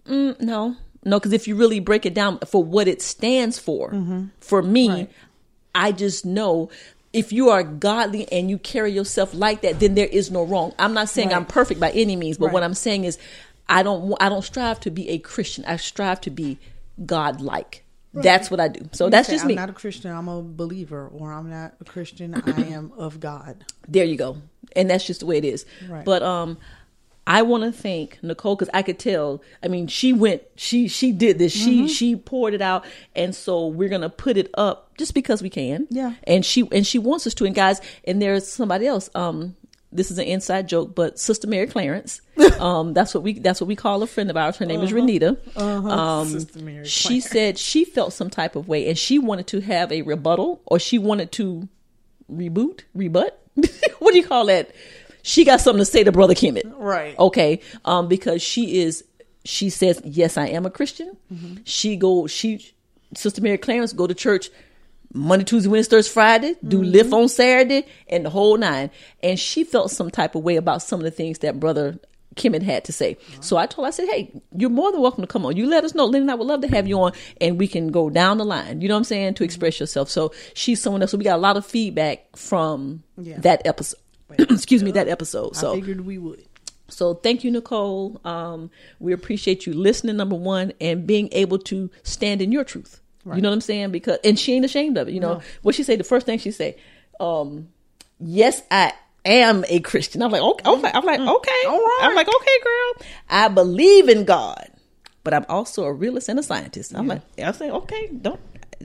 mm, no, no, because if you really break it down for what it stands for, Mm-hmm. for me, I just know. If you are godly and you carry yourself like that, then there is no wrong. I'm not saying I'm perfect by any means, but what Right. I'm saying is, I don't wa- I don't strive to be a Christian. I strive to be godlike. That's what I do. So that's Say, just I'm me. not a Christian. I'm a believer, or I'm not a Christian. I am of God. there you go and that's just the way it is Right. but um i want to thank nicole because i could tell i mean she went she she did this Mm-hmm. she she poured it out and so we're gonna put it up just because we can Yeah. and she and she wants us to and guys and there's somebody else um this is an inside joke but sister mary clarence um that's what we that's what we call a friend of ours her name is renita um Uh-huh. Sister Mary she said she felt some type of way and she wanted to have a rebuttal or she wanted to reboot, rebut. what do you call that? She got something to say to Brother Kemet. Right. Okay. Um, because she is she says, Yes, I am a Christian. Mm-hmm. She go she Sister Mary Clarence go to church Monday, Tuesday, Wednesday, Thursday, Friday, do Mm-hmm. lift on Saturday, and the whole nine. And she felt some type of way about some of the things that Brother Kemet had to say. Uh-huh. So I told her, I said, Hey, you're more than welcome to come on. You let us know. Lynn and I would love to have you on and we can go down the line. You know what I'm saying? Mm-hmm. To express yourself. So she's someone else. So we got a lot of feedback from Yeah. that episode. Excuse me, that episode. So I figured we would. so thank you, Nicole. Um, we appreciate you listening, number one, and being able to stand in your truth. You know what I'm saying? Because and she ain't ashamed of it. You know what she say? The first thing she say, um, "Yes, I am a Christian." I'm like, okay, okay. I'm like, okay. Mm-hmm. All right. I'm like, okay, girl. I believe in God, but I'm also a realist and a scientist. I'm like, I say, okay, don't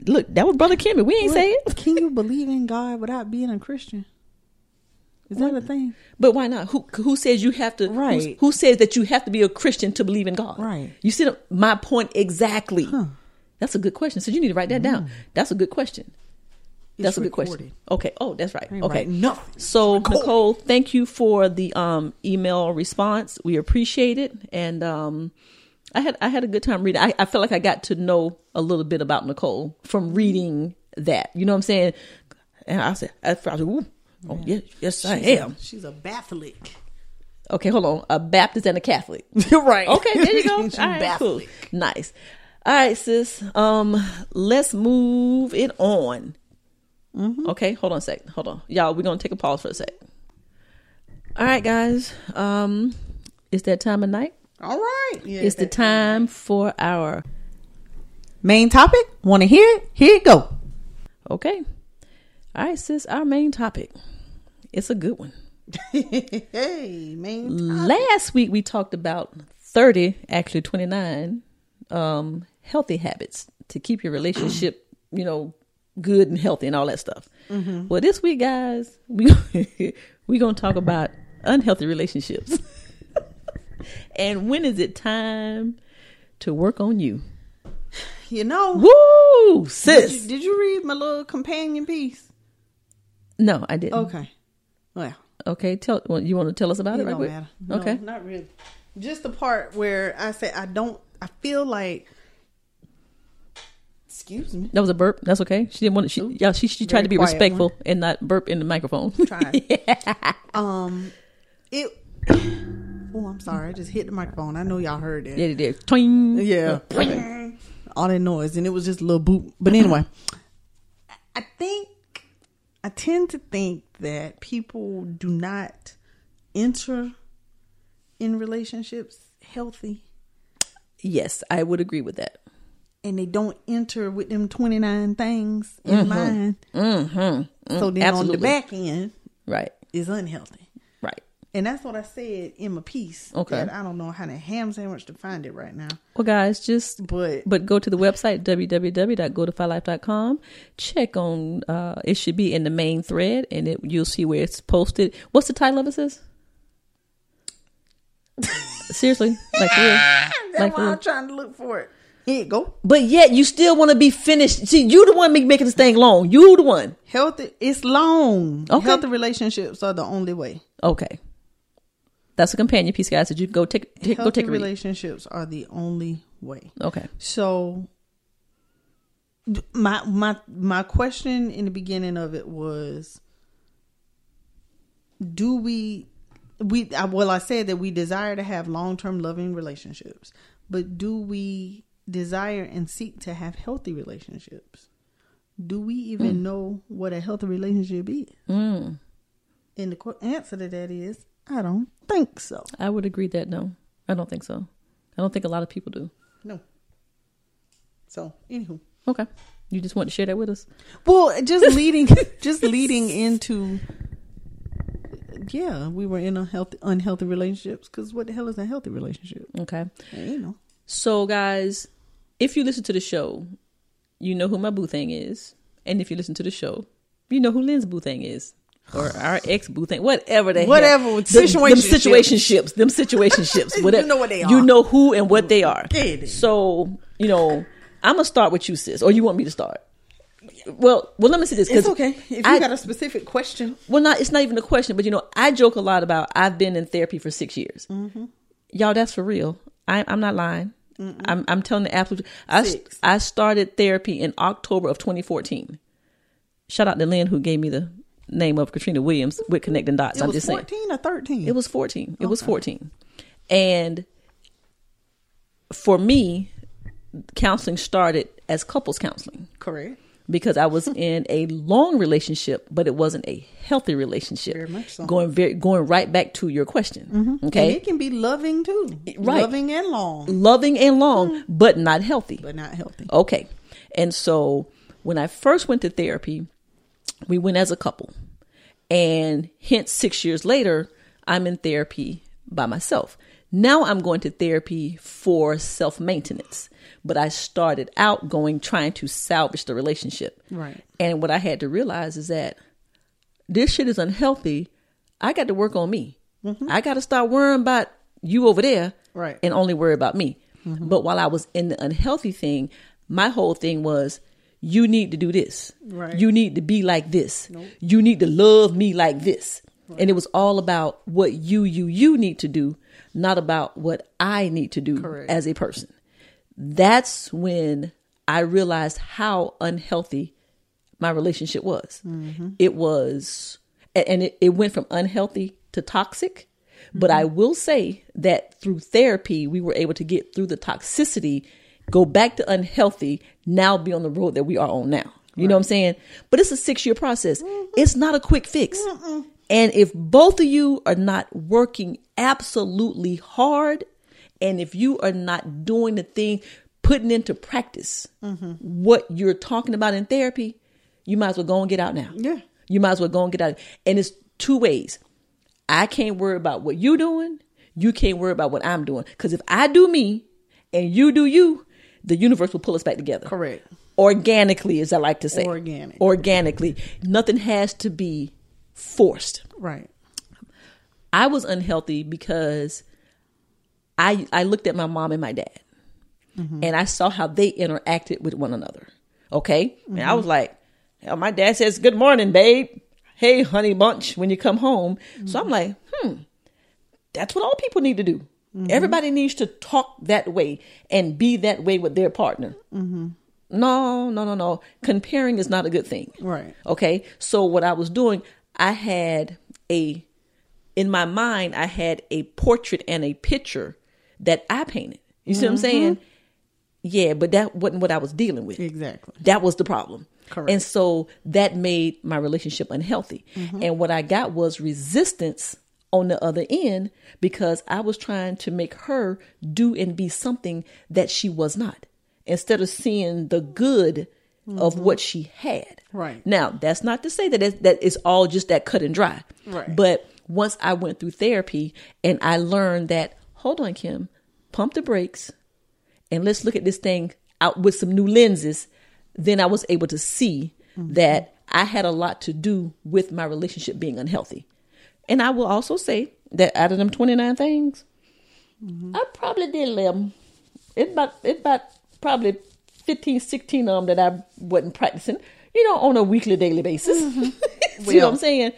look. That was Brother Kimmy. We ain't say it, Can you believe in God without being a Christian? Is that a thing? but why not? Who who says you have to? who's- Right. Who says that you have to be a Christian to believe in God? Right. You see the- my point exactly. That's a good question. So you need to write that down. That's a good question. That's a good question. Mm-hmm. recorded. Okay. Oh, that's right. ain't Okay. writing nothing. So It's recorded. Nicole, thank you for the um, email response. We appreciate it, and um, I had I had a good time reading. I, I felt like I got to know a little bit about Nicole from reading that. You know what I'm saying? And I said, I, I was, Ooh, oh yes, yes I am. She's a Catholic. Okay, hold on. A Baptist and a Catholic. You're right. Okay, there you go. All She's right, cool. baffling. Nice. All right, sis. Um, let's move it on. Okay, hold on a sec. Hold on, y'all. We're gonna take a pause for a sec. All right, guys. Um, it's that time of night. All right. Yeah, It's the time for our main topic. Want to hear it? Here you go. okay. All right, sis. Our main topic. It's a good one. hey, main. Last week we talked about 30, actually 29, um, healthy habits to keep your relationship, you know, good and healthy and all that stuff. Mm-hmm. Well, this week, guys, we we gonna talk about unhealthy relationships. and when is it time to work on you? You know, Woo, did sis. you, did you read my little companion piece? no, I didn't. Okay, Okay. Well, tell well, you want to tell us about Mm-hmm. it it, right don't matter. quick? okay. No, not really. Just the part where I say I don't. I feel like. Excuse me. That was a burp. That's okay. She didn't want to. She, yeah, she, she tried Very to be quiet respectful one. and not burp in the microphone. Trying. Um. It. Oh, I'm sorry. I just hit the microphone. I know y'all heard it. Yeah, it did. Twing. Yeah. All that noise. And it was just a little boop. But anyway, I think, I tend to think that people do not enter in relationships healthy Yes, I would agree with that. and they don't enter with them 29 things in mind. So then on Mm-hmm. Absolutely. the back end Right. is unhealthy. Right. And that's what I said in my piece. Okay. that I don't know how to ham sandwich to find it right now. Well, guys, just But- but go to the website www.godifylife.com. Check on uh, it should be in the main thread, and it you'll see where it's posted. What's the title of it? Says seriously, like for real. That's Like why who? I'm trying to look for it. Here you go. but yet you still want to be finished. See, you the one make, making this thing long. You the one. Healthy, it's long. Okay. Healthy relationships are the only way. Okay, that's a companion piece, guys. That you go take, take go Healthy take a read. relationships are the only way. Okay, So, d- my my my question in the beginning of it was, do we we I, well I said that we desire to have long term loving relationships, but do we desire and seek to have healthy relationships? Do we Mm. even know what a healthy relationship is? And the qu- answer to that is, I don't think so. I would agree that no, I don't think so. I don't think a lot of people do. No. So, anywho. Okay. You just want to share that with us? Well, just leading, just leading into. Yeah, we were in unhealthy, unhealthy relationships. Because what the hell is a healthy relationship? Okay. You know. So, guys, if you listen to the show, you know who my boo thing is. And if you listen to the show, you know who Lynn's boo thing is. Or our ex boo thing, whatever they Whatever, them, them situationships. situationships, them situationships, You whatever know what they You are. know who and what they are. Yeah, it is. So you know, I'm gonna start with you, sis, or you want me to start? Well, well, let me say this. 'cause It's okay if you I- got a specific question. well not it's not even a question but you know i joke a lot about i've been in therapy for six years Mm-hmm. y'all that's for real I, i'm not lying I'm, I'm telling the absolute I, s- Six. I started therapy in october of 2014 shout out to lynn who gave me the name of katrina williams with connecting dots It i'm was just saying fourteen or thirteen. it was 14 it was 14 and for me counseling started as couples counseling correct. because I was in a long relationship, but it wasn't a healthy relationship. Very much so. Mm-hmm. Going very going right back to your question. And Okay. it can be loving too, Right. Loving and long, Mm. Loving and long, but not healthy. but not healthy. Okay. And so when I first went to therapy, we went as a couple. And hence, six years later, I'm in therapy by myself. Now I'm going to therapy for self maintenance. But I started out going trying to salvage the relationship. Right. And what I had to realize is that this shit is unhealthy. I got to work on me. I got to start worrying about you over there Mm-hmm. Right. Mm-hmm. and only worry about me. But while I was in the unhealthy thing, my whole thing was you need to do this. Right. You need to be like this. You need to love me like this. And it was all about what you, you, you need to do, not about what I need to do Correct. as a person. That's when I realized how unhealthy my relationship was. It was, a- and it, it went from unhealthy to toxic, But I will say that through therapy, we were able to get through the toxicity, go back to unhealthy, now be on the road that we are on now. You know what I'm saying? But it's a six year process. It's not a quick fix. And if both of you are not working absolutely hard, and if you are not doing the thing, putting into practice what you're talking about in therapy, you might as well go and get out now. Yeah. You might as well go and get out. And it's two ways. I can't worry about what you're doing. You can't worry about what I'm doing. Because if I do me and you do you, the universe will pull us back together. Correct. Organically, as I like to say. Organic. Organically. Nothing has to be forced. Right. I was unhealthy because I I looked at my mom and my dad, and I saw how they interacted with one another. Okay, and I was like, hell, my dad says, "Good morning, babe. Hey, honey bunch, when you come home." So I'm like, hmm, that's what all people need to do. Everybody needs to talk that way and be that way with their partner. No, no, no, no. Comparing is not a good thing. Right. Okay. So what I was doing, I had a in my mind, I had a portrait and a picture that I painted. You see what I'm saying? Yeah, but that wasn't what I was dealing with. Exactly. That was the problem. Correct. And so that made my relationship unhealthy. Mm-hmm. And what I got was resistance on the other end because I was trying to make her do and be something that she was not instead of seeing the good of what she had. Mm-hmm. Right. Now, that's not to say that it's, that it's all just that cut and dry. Right. But once I went through therapy and I learned that, hold on, Kim, pump the brakes and let's look at this thing out with some new lenses, then I was able to see that I had a lot to do with my relationship being unhealthy. And I will also say that out of them 29 things, I probably did them. It about, it about probably 15, 16 of them that I wasn't practicing, you know, on a weekly, daily basis. you know what I'm saying?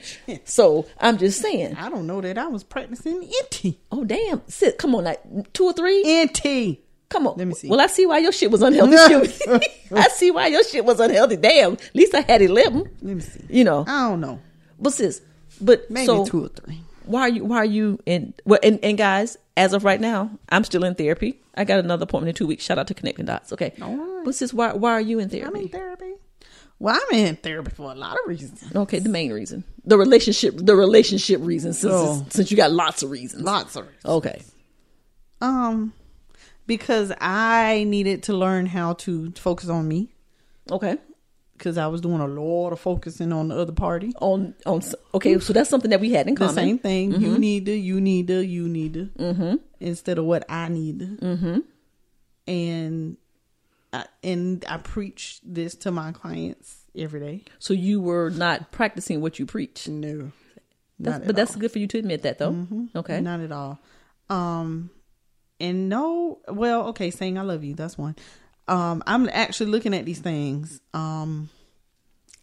So I'm just saying, I don't know that I was practicing inty. oh, damn, sit, come on, like two or three? Inty. Come on. Let me see. Well, I see why your shit was unhealthy. Shoot. I see why your shit was unhealthy. Damn. At least I had eleven. Let me see. You know. I don't know. But sis, but Maybe so two or three. why are you why are you in well and, and guys, as of right now, I'm still in therapy. I got another appointment in two weeks. Shout out to Connecting Dots. Okay. right. But sis, why why are you in therapy? I'm in therapy. Well, I'm in therapy for a lot of reasons. okay, the main reason. The relationship the relationship reason, since Oh. since you got lots of reasons. Lots of reasons. Okay. Oh. Um, because I needed to learn how to focus on me Okay. because I was doing a lot of focusing on the other party. On on okay, so that's something that we had in The common. same thing. You need to, you need to, you need to, mm-hmm. instead of what I need. Mm-hmm. And I, and I preach this to my clients every day. So you were not practicing what you preach. No, That's, Not at but that's all. Mm-hmm. good for you to admit that, though. Okay. Not at all. Um and no well, okay, saying I love you, that's one. Um I'm actually looking at these things. Um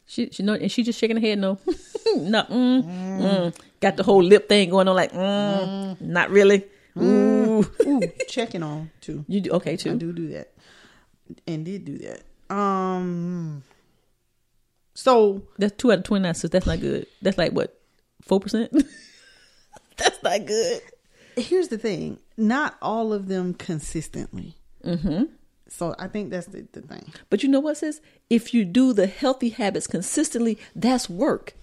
she, she know, and she just shaking her head. No, no. Mm, mm. Got the whole lip thing going on. Like, mm, not really. Ooh. ooh, checking on too. You do, okay I too? do do that. And did do that. Um so That's two out of twenty nine. So that's not good. That's like what four percent. that's not good. here's the thing. Not all of them consistently. Mm-hmm. So I think that's the, the thing. But you know what, sis? If you do the healthy habits consistently, that's work.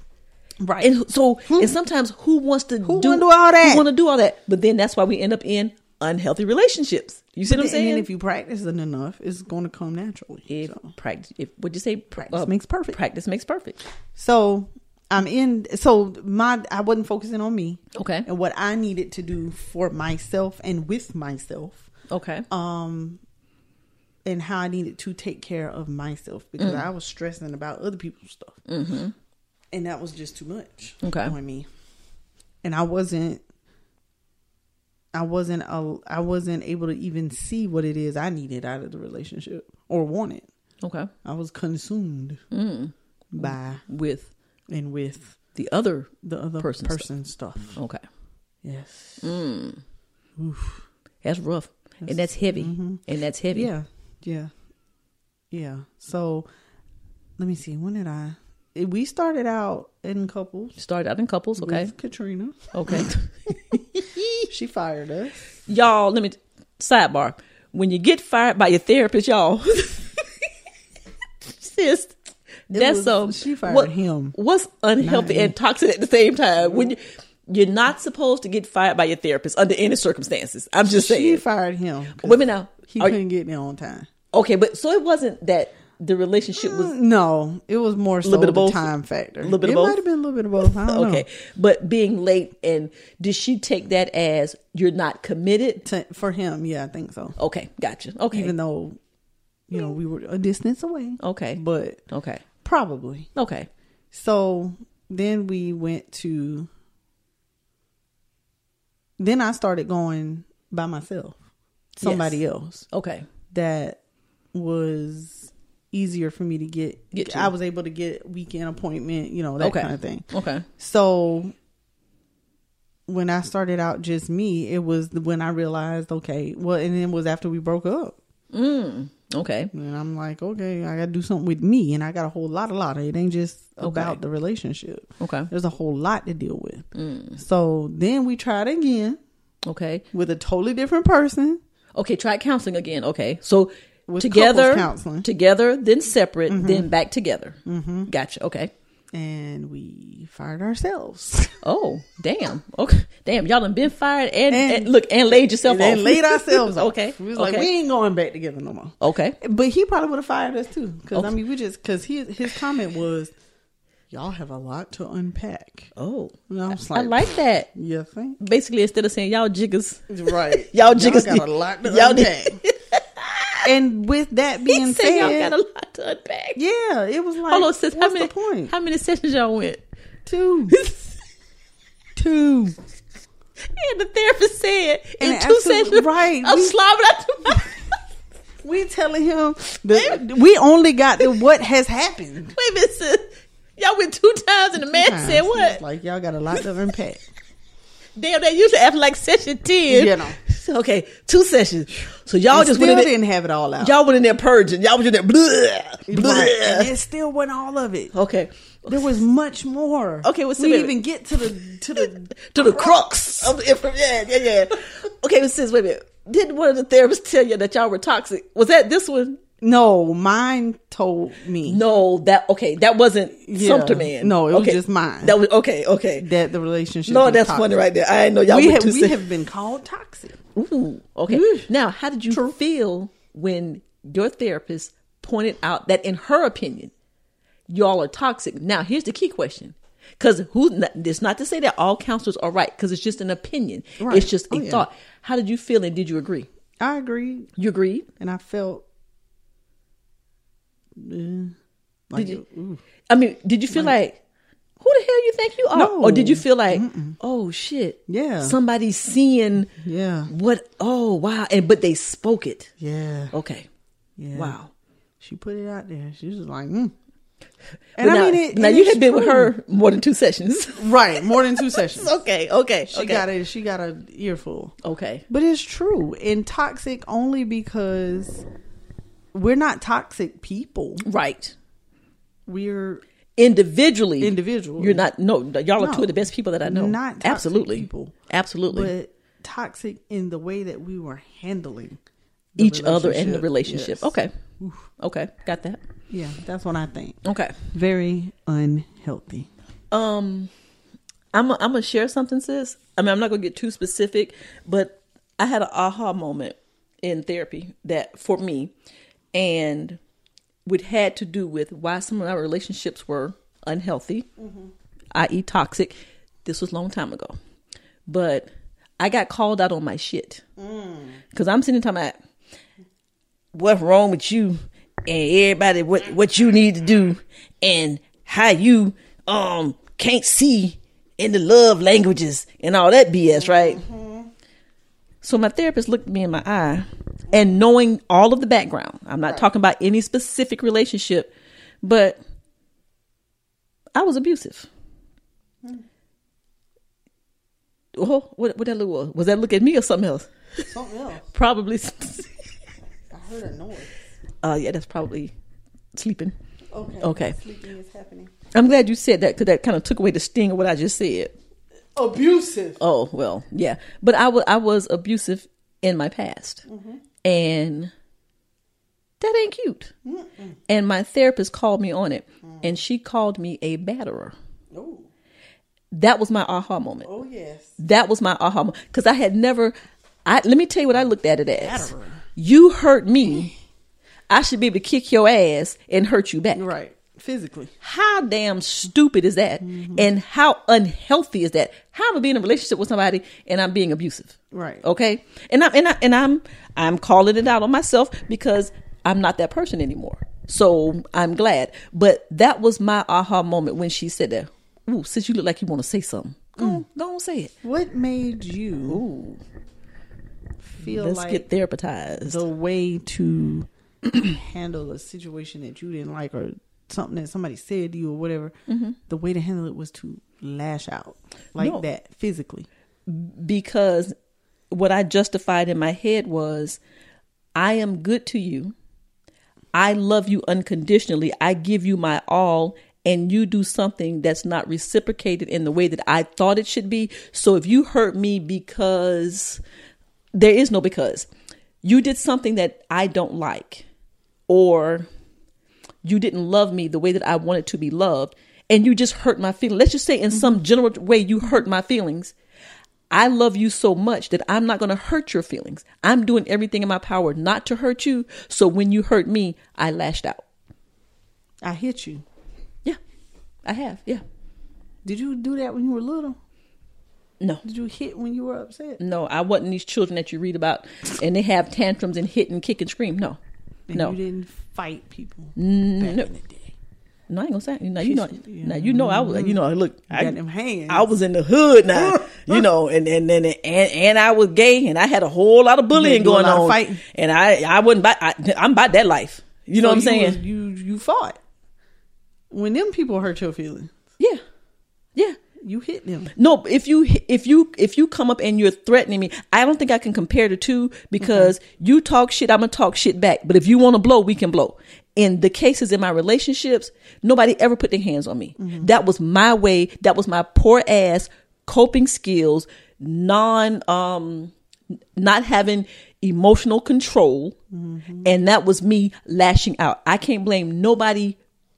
Right. And so, Hmm. and sometimes Hmm. who wants to Who do, wanna do all that? Who want to do all that? But then that's why we end up in unhealthy relationships. You see what I'm and saying? then if you practice it enough, it's gonna come naturally. if So. practice, if would you say pra- Practice makes perfect. Practice makes perfect. So I'm in. So my I wasn't focusing on me. Okay. And what I needed to do for myself and with myself, Okay. and how I needed to take care of myself because Mm. I was stressing about other people's stuff, mm-hmm. and that was just too much. Okay. On me, and I wasn't. I wasn't a, I wasn't able to even see what it is I needed out of the relationship or wanted. okay. I was consumed Mm. by With and with the other. the other Person person, stuff. Mm. stuff. Okay. Yes. That's rough. and that's Mm-hmm. heavy. And that's heavy. Yeah. Yeah. Yeah. So let me see. When did I? eh, We started out in couples Started out in couples. Okay. with Katrina. Okay. She fired us. y'all, let me sidebar. When you get fired by your therapist, y'all, sis, that's was- so. she fired him. What's unhealthy and toxic at the same time? When you, you're not supposed to get fired by your therapist under any circumstances. I'm just She saying. fired him. Women now, He are- couldn't get me on time. okay, but so it wasn't that the relationship was No, it was more so Little bit the of both? time factor. Little bit it of both? might have been a little bit of both. I don't okay, know. but being late and did she take that as you're not committed? To, for him, yeah, I think so. Okay, gotcha. Okay, Even though, you know, we were a distance away. Okay. But okay, probably. okay. So then we went to. Then I started going by myself, somebody else Okay. that was easier for me to get. Get you. I was able to get weekend appointment, you know, that Okay. kind of thing. Okay. So when I started out just me, it was the- when I realized, okay, well, and then it was after we broke up. Okay. And I'm like, okay, I got to do something with me. And I got a whole lot, a lot of it. ain't just about the relationship. Okay. There's a whole lot to deal with. Mm. So then we tried again Okay. with a totally different person. Okay, try counseling again. Okay, so With together, couples counseling. Mm-hmm. together, then separate, then back together. Gotcha. Okay. And we fired ourselves Oh, damn. Okay, damn. Y'all done been fired and, And- and, look and laid yourself and then off. laid ourselves off. Oh. okay. We was okay. like, we ain't going back together no more. okay. But he probably would have fired us too, because I Okay. mean, we just because he his comment was, "Y'all have a lot to unpack." Oh, And I was I like, like that. You think? Basically, instead of saying y'all jiggers, Right? Y'all just jiggers got need- a lot to y'all need- unpack. and with that he being said said, y'all got a lot to unpack. yeah, it was like, Hold on, sis. what's How many? the point? How many sessions y'all went? two, two. And the therapist said in And two absolute- sessions, right, I'm we- slobbing out the We telling him that we only got the what has happened. Wait a minute, sis. Y'all went two times, and the man Times. said He was what? Like y'all got a lot to unpack. Damn, they used to act like session ten. You know. Okay, two sessions. So y'all I Oh, just just still went in there, didn't have it all out. y'all went in there purging. Y'all was in there. Bleh, Right. And bleh. it still wasn't all of it. Okay, There was much more. Okay, well, so we wait a even get to the to the to the crux of the information. Yeah, yeah, yeah. Okay, but sis, wait a minute. Didn't one of the therapists tell you that y'all were toxic? Was that this one? no. Mine told me No, that okay. That wasn't Yeah. Sumter man. No, it was Okay. just mine. That was okay. Okay. that the relationship. no, was that's toxic. funny right there. I didn't know y'all We went have two we sessions. have been called toxic. Ooh, okay. Now, how did you feel when your therapist pointed out that, in her opinion, y'all are toxic? Now, here's the key question. Because who's not, it's not to say that all counselors are right, because it's just an opinion. Right. It's just a Oh, yeah. thought. How did you feel and did you agree? I agreed, You agreed? and I felt. eh, like, Did you, I mean, did you feel like, who the hell you think you are? No. Or did you feel like, oh shit, Yeah. somebody's seeing yeah, what? Oh wow, and but they spoke it. yeah, Okay, yeah. Oh, wow. she put it out there. She was just like, mm. and now, I mean, it, now and you it's had been with true. her more than two sessions. right more than two sessions. okay, okay, She okay. got a she got a earful. Okay, But it's true. And toxic only because we're not toxic people. right. We're Individually, Individually. you're not. No, y'all are No. two of the best people that I know. Not toxic absolutely, people. absolutely. but toxic in the way that we were handling the Each other and the relationship. Yes. Okay, okay, got that. Yeah, that's what I think. Okay. Very unhealthy. Um, I'm i I'm gonna share something, sis. I mean, I'm not gonna get too specific, but I had an aha moment in therapy that for me, and which had to do with why some of our relationships were unhealthy, i.e., toxic. This was a long time ago, but I got called out on my shit because I'm sitting talking about what's wrong with you and everybody what what you need to do and how you um can't see in the love languages and all that BS, right? So my therapist looked me in my eye and knowing all of the background, I'm not talking about any specific relationship, but I was abusive. Oh, what what that look was? Was that look at me or something else? Something else. Probably Oh, I heard a noise. Uh, yeah, that's probably sleeping. Okay. Okay. Sleeping is happening. I'm glad you said that because that kind of took away the sting of what I just said. Abusive. oh well yeah but I wa- I was abusive in my past Mm-hmm. and that ain't cute and my therapist called me on it Mm. and she called me a batterer Oh, that was my aha moment oh yes. that was my aha moment because I had never. I let me tell you what I looked at it as. You hurt me, I should be able to kick your ass and hurt you back. Right. Physically. How damn stupid is that? Mm-hmm. And how unhealthy is that? How am I being in a relationship with somebody and I'm being abusive? Right. Okay. And I'm and I and I'm I'm calling it out on myself because I'm not that person anymore. So I'm glad. But that was my aha moment when she said that. Ooh, since you look like you want to say something, go Mm. on, go on say it. What made you feel Let's like get therapized. the way to handle a situation that you didn't like or something that somebody said to you or whatever? The way to handle it was to lash out like Mm-hmm. No. that physically. because what I justified in my head was I am good to you. I love you unconditionally. I give you my all and you do something that's not reciprocated in the way that I thought it should be. So if you hurt me because there is no because you did something that I don't like or you didn't love me the way that I wanted to be loved, and you just hurt my feelings. Let's just say, in some general way, you hurt my feelings. I love you so much that I'm not going to hurt your feelings. I'm doing everything in my power not to hurt you. So when you hurt me, I lashed out. I hit you. Yeah, I have. Yeah. Did you do that when you were little? No, Did you hit when you were upset? no, I wasn't these children that you read about and they have tantrums and hit and kick and scream. No, And no. you didn't fight people back no. in the day. No, I ain't gonna say. Now you know. Yeah. Now you know. I was. You know. Look, I, got them hands. I was in the hood now. you know, and and and and and I was gay, and I had a whole lot of bullying do a going lot of on. fighting. And I I wasn't. By, I, I'm about that life. You know what I'm So you saying? was- you you fought when them people hurt your feelings. yeah, yeah. You hit them. No, if you if you if you come up and you're threatening me, I don't think I can compare the two because you talk shit, I'm gonna talk shit back. But if you want to blow, we can blow. In the cases in my relationships, nobody ever put their hands on me. That was my way. That was my poor ass coping skills, non um not having emotional control, and that was me lashing out. I can't blame nobody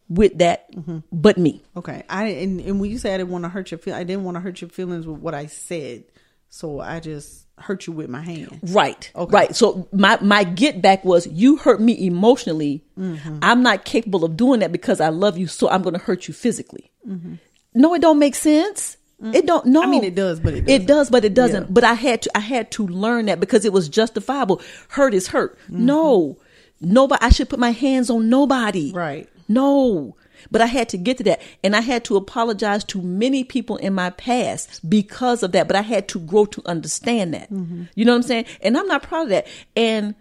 with that but me. Okay, I and, and when you say I didn't want to hurt your feel, I didn't want to hurt your feelings with what I said, so I just hurt you with my hand. Right. Okay. Right. So my my get back was you hurt me emotionally. Mm-hmm. I'm not capable of doing that because I love you, so I'm going to hurt you physically. Mm-hmm. No, it don't make sense. It don't. No, Mm. I mean, it does, but it it does, but it doesn't. Yeah. But I had to I had to learn that because it was justifiable. Hurt is hurt. Mm-hmm. No, nobody. I should put my hands on nobody. Right. No. But I had to get to that. And I had to apologize to many people in my past because of that. But I had to grow to understand that. Mm-hmm. You know what I'm saying? And I'm not proud of that. And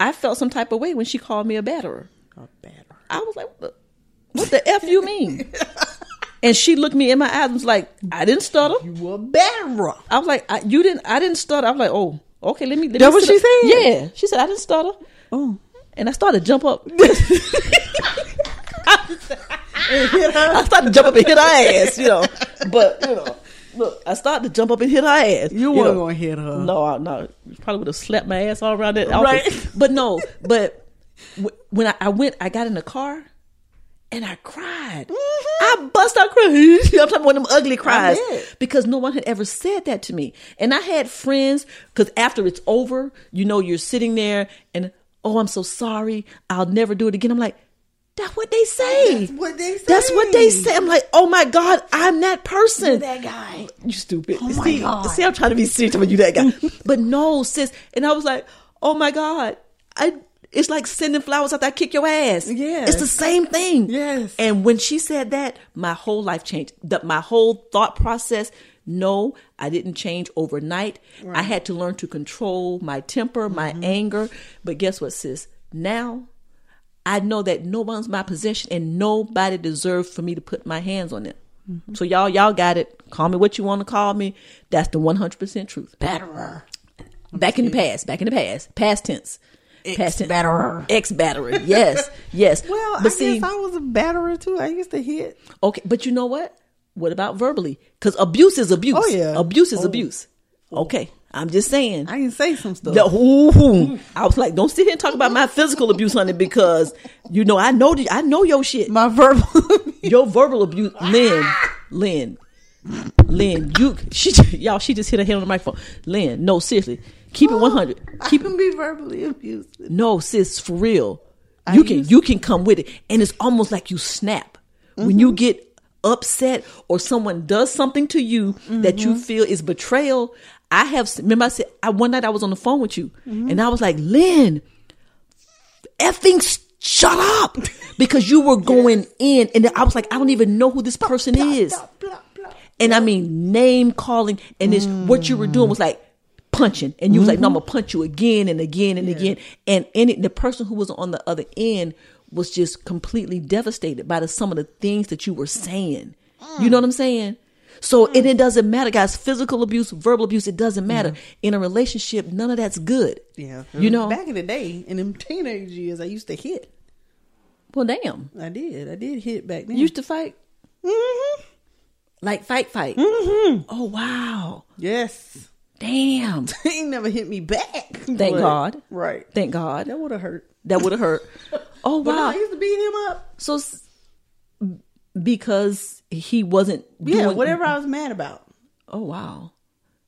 I felt some type of way when she called me a batterer. A batter. I was like, what the, what the F you mean? and she looked me in my eyes and was like, I didn't stutter. You were a batterer. I was like, I, you didn't, I didn't stutter. I was like, oh, okay, let me. Let That me what sit she up. said? Yeah. She said, I didn't stutter. Oh, And I started to jump up. I started to jump up and hit her ass, you know. But, you know, look, I started to jump up and hit her ass. you know. weren't gonna hit her. No, I, no, you probably would have slapped my ass all around that Right. office. But no, but w- when I, I went, I got in the car and I cried. Mm-hmm. I bust out crying. I'm talking one of them ugly cries did. because no one had ever said that to me. And I had friends because after it's over, you know, you're sitting there and oh, I'm so sorry. I'll never do it again. I'm like. That's what they say. That's what they That's what they say. say. I'm like, oh my God, I'm that person. that guy. You stupid. Oh my see, God. see, I'm trying to be serious about you, that guy. but no, sis. And I was like, oh my God. I it's like sending flowers after I kick your ass. Yes. It's the same thing. Yes. And when she said that, my whole life changed. That my whole thought process. No, I didn't change overnight. I had to learn to control my temper, my anger. But guess what, sis? Now I know that no one's my possession and nobody deserves for me to put my hands on them. So y'all, y'all got it. Call me what you want to call me. That's the one hundred percent truth. Batterer. Back in the past. Back in the past. Past tense. Past tense. Batterer. Ex batterer. Yes. Yes. Well, I but see, guess I was a batterer too. I used to hit. okay. But you know what? What about verbally? Because abuse is abuse. Oh, yeah. Abuse is abuse. Okay. I'm just saying. I can say some stuff. The- ooh, ooh. I was like, don't sit here and talk about my physical abuse, honey, because you know I know the, I know your shit. My verbal. Your verbal abuse, Lynn, Lynn, Lynn. You, she, y'all, she just hit her head on the microphone. Lynn, no, seriously, keep Oh. it one hundred. I Keep it. can be verbally abused. No, sis, for real. You can used- you can come with it, and it's almost like you snap when you get upset or someone does something to you that you feel is betrayal. I have s- remember I said I one night I was on the phone with you, and I was like, Lynn, effing s- shut up because you were going in, and I was like, I don't even know who this person is, and I mean name calling, and it's what you were doing was like punching and you was like no i'm gonna punch you again and again and again and and it, the person who was on the other end was just completely devastated by the, some of the things that you were saying you know what i'm saying so and it doesn't matter guys physical abuse verbal abuse it doesn't matter in a relationship none of that's good Yeah. you know Back in the day, in them teenage years, I used to hit. well damn I did. I did hit back then. you used to fight Mhm. like fight fight Mm-hmm. oh wow Yes. damn They ain't never hit me back. Thank God. Right. thank god That would have hurt. that would have hurt oh But no, wow I used to beat him up. So s- because he wasn't Yeah, doing whatever I was mad about. Oh wow,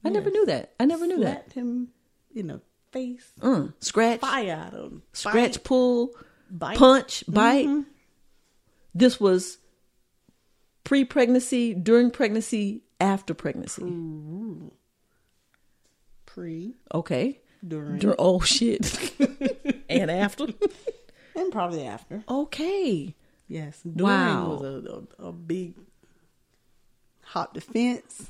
I never knew that. I never knew that. Slapped him in the face. Mm. Scratch, Fire at him. scratch, Bite. pull, Bite. Mm-hmm. punch, bite. This was pre-pregnancy, during pregnancy, after pregnancy. Pre, Okay. during, Dur- oh shit. and after. and probably after. Okay. Yes. During Wow. was a, a, a big hop defense.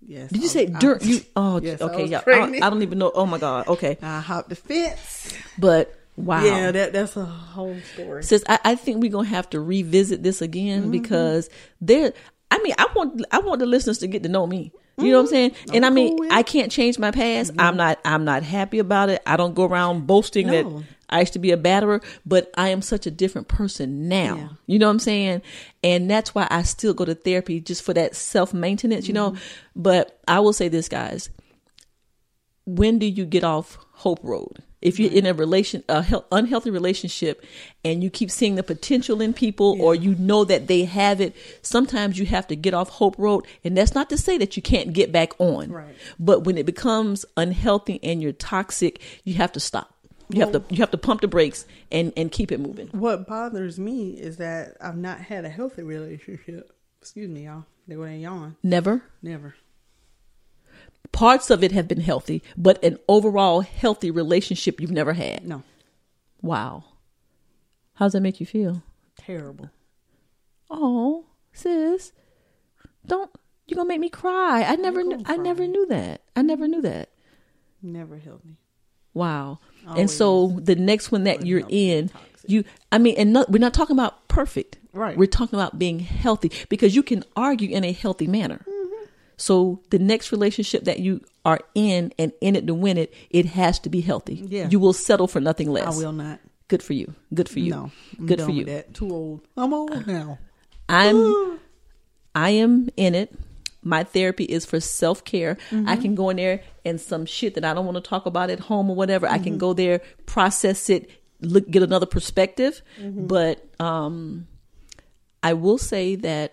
Yes. Did you say during? You oh Yes, I okay was yeah. I, pregnant. don't- I don't even know. Oh my god. Okay. I hopped the fence. But wow. Yeah, that that's a whole story. Sis, I, I think we're gonna have to revisit this again Mm-hmm. because there. I mean, I want I want the listeners to get to know me. You know what I'm saying? Mm-hmm. and I mean, I can't change my past. I'm not I'm not happy about it. I don't go around boasting No. that I used to be a batterer, but I am such a different person now. You know what I'm saying? And that's why I still go to therapy just for that self maintenance. You know. Mm-hmm. But I will say this, guys when do you get off hope road if you're in a relation a hel- unhealthy relationship and you keep seeing the potential in people or you know that they have it sometimes you have to get off hope road and that's not to say that you can't get back on Right. but when it becomes unhealthy and you're toxic you have to stop you have to you have to pump the brakes and and keep it moving What bothers me is that I've not had a healthy relationship. Excuse me, y'all. They went and yawn. never Never. parts of it have been healthy but an overall healthy relationship you've never had No. wow how does that make you feel Terrible. Oh, sis, don't you gonna make me cry? I never, knew, I never knew that. I never knew that. Never healthy. Wow. And so the next one that you're in, you, I mean, and not, we're not talking about perfect. Right. We're talking about being healthy because you can argue in a healthy manner. Mm-hmm. So the next relationship that you are in and in it to win it, it has to be healthy. Yeah. You will settle for nothing I less. will not. Good for you. Good for you. No. I'm Good done for you. With that. Too old. I'm old now. I'm I am in it. My therapy is for self care. I can go in there and some shit that I don't want to talk about at home or whatever. I can go there, process it, look get another perspective. But um I will say that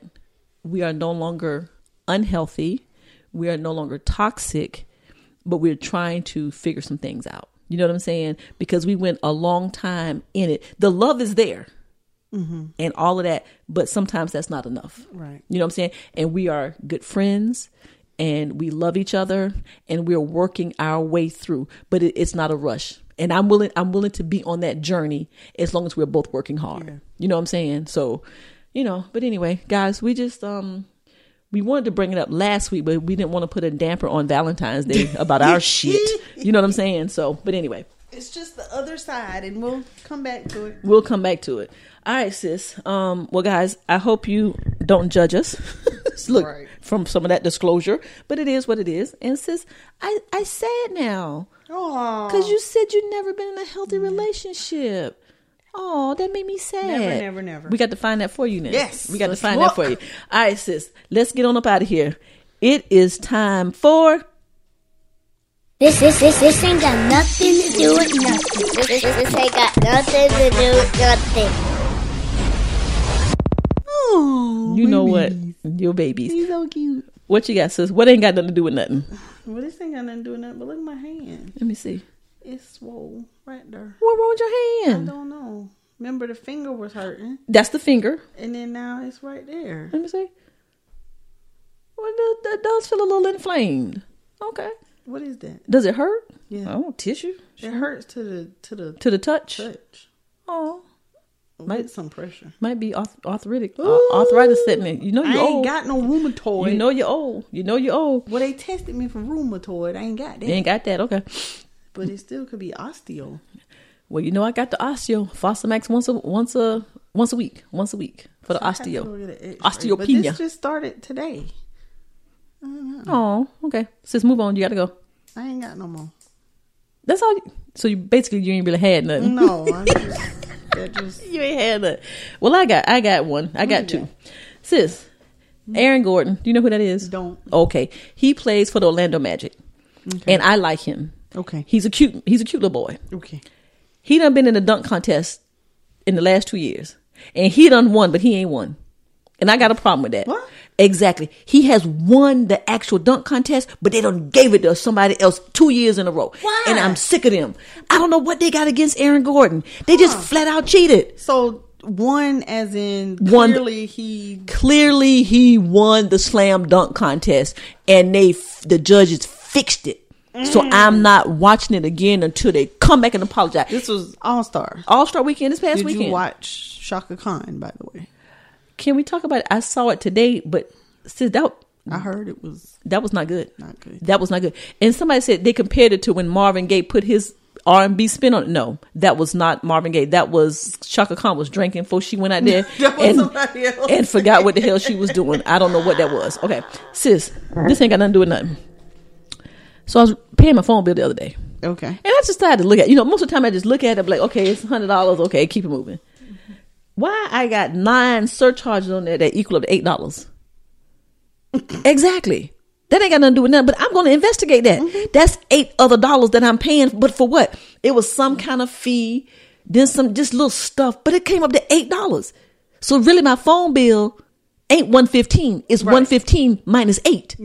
we are no longer unhealthy. We are no longer toxic, but we're trying to figure some things out. You know what I'm saying? Because we went a long time in it. The love is there and all of that, but sometimes that's not enough. Right. You know what I'm saying? And we are good friends and we love each other and we're working our way through, but it, it's not a rush. And I'm willing I'm willing to be on that journey as long as we're both working hard. You know what I'm saying? So, you know, but anyway, guys, we just um we wanted to bring it up last week, but we didn't want to put a damper on Valentine's Day about our shit. You know what I'm saying? So, but anyway, It's just the other side, and we'll come back to it. we'll come back to it. All right, sis. Um, well, guys, I hope you don't judge us. Look Right. from some of that disclosure, but it is what it is. And sis, I I say it now Oh, because you said you've never been in a healthy relationship. Oh, that made me sad. Never, never, never. We got to find that for you now. Yes. We got Let's to find that for you. look. All right, sis. Let's get on up out of here. It is time for This, this, this, this ain't got nothing to do with nothing. This, this, this ain't got nothing to do with nothing. Oh, you know what? Your babies. He's so cute. What you got, sis? What ain't got nothing to do with nothing? Well, this ain't got nothing to do with nothing. But look at my hand. Let me see. It's swole right there. What wrong with your I hand? don't know. Remember the finger was hurting, That's the finger. and then now it's right there. Let me see. Well, that, that does feel a little inflamed. Okay. What is that? Does it hurt? Yeah. Oh, tissue It hurts to the to the to the touch. touch. Oh, Might some pressure. might be arth- arthritic, uh, Ooh. arthritis setting. You know I you're ain't old. got no rheumatoid. you know you're old. You know you're old. Well, they tested me for rheumatoid. I ain't got that, You ain't got that. Okay. but it still could be osteo. Well, you know I got the osteo Fosamax once a once a once a week, once a week for the I have to go osteo. get an X-ray, But Osteopenia. this just started today. Oh, okay. Sis, move on. You got to go. I ain't got no more. That's all. You, so you basically you ain't really had nothing. No, I just, that just You ain't had nothing. Well, I got I got one. I got two. Sis, Aaron Gordon. Do you know who that is? Don't. Okay. He plays for the Orlando Magic, and I like him. okay. He's a cute. He's a cute little boy. Okay. He done been in a dunk contest in the last two years, and he done won, but he ain't won. And I got a problem with that. What? Exactly. He has won the actual dunk contest, but they done gave it to somebody else two years in a row. Why? And I'm sick of them. I don't know what they got against Aaron Gordon. They just flat out cheated. So one, as in One- clearly he Clearly, he won the slam dunk contest, and they f- the judges fixed it. So Mm. I'm not watching it again until they come back and apologize. this was all star. All Star Weekend this past Did weekend. you watch Shaka Khan? By the way, Can we talk about it? I saw it today, but sis, that I heard it was that was not good. Not good. That was not good. And somebody said they compared it to when Marvin Gaye put his R and B spin on it. No, that was not Marvin Gaye. That was Shaka Khan was drinking before she went out there That was and, somebody else. and forgot what the hell she was doing. I don't know what that was. Okay. Sis, this ain't got nothing to do with nothing. So I was paying my phone bill the other day. okay. And I just started to look at, you know, most of the time I just look at it, I'm like, okay, it's hundred dollars, okay, keep it moving. Why I got nine surcharges on there that equal up to eight dollars? exactly. That ain't got nothing to do with nothing, but I'm going to investigate that. That's eight other dollars that I'm paying, but for what? It was some kind of fee, then some just little stuff, but it came up to eight dollars. So really, my phone bill ain't one fifteen; it's one fifteen minus eight.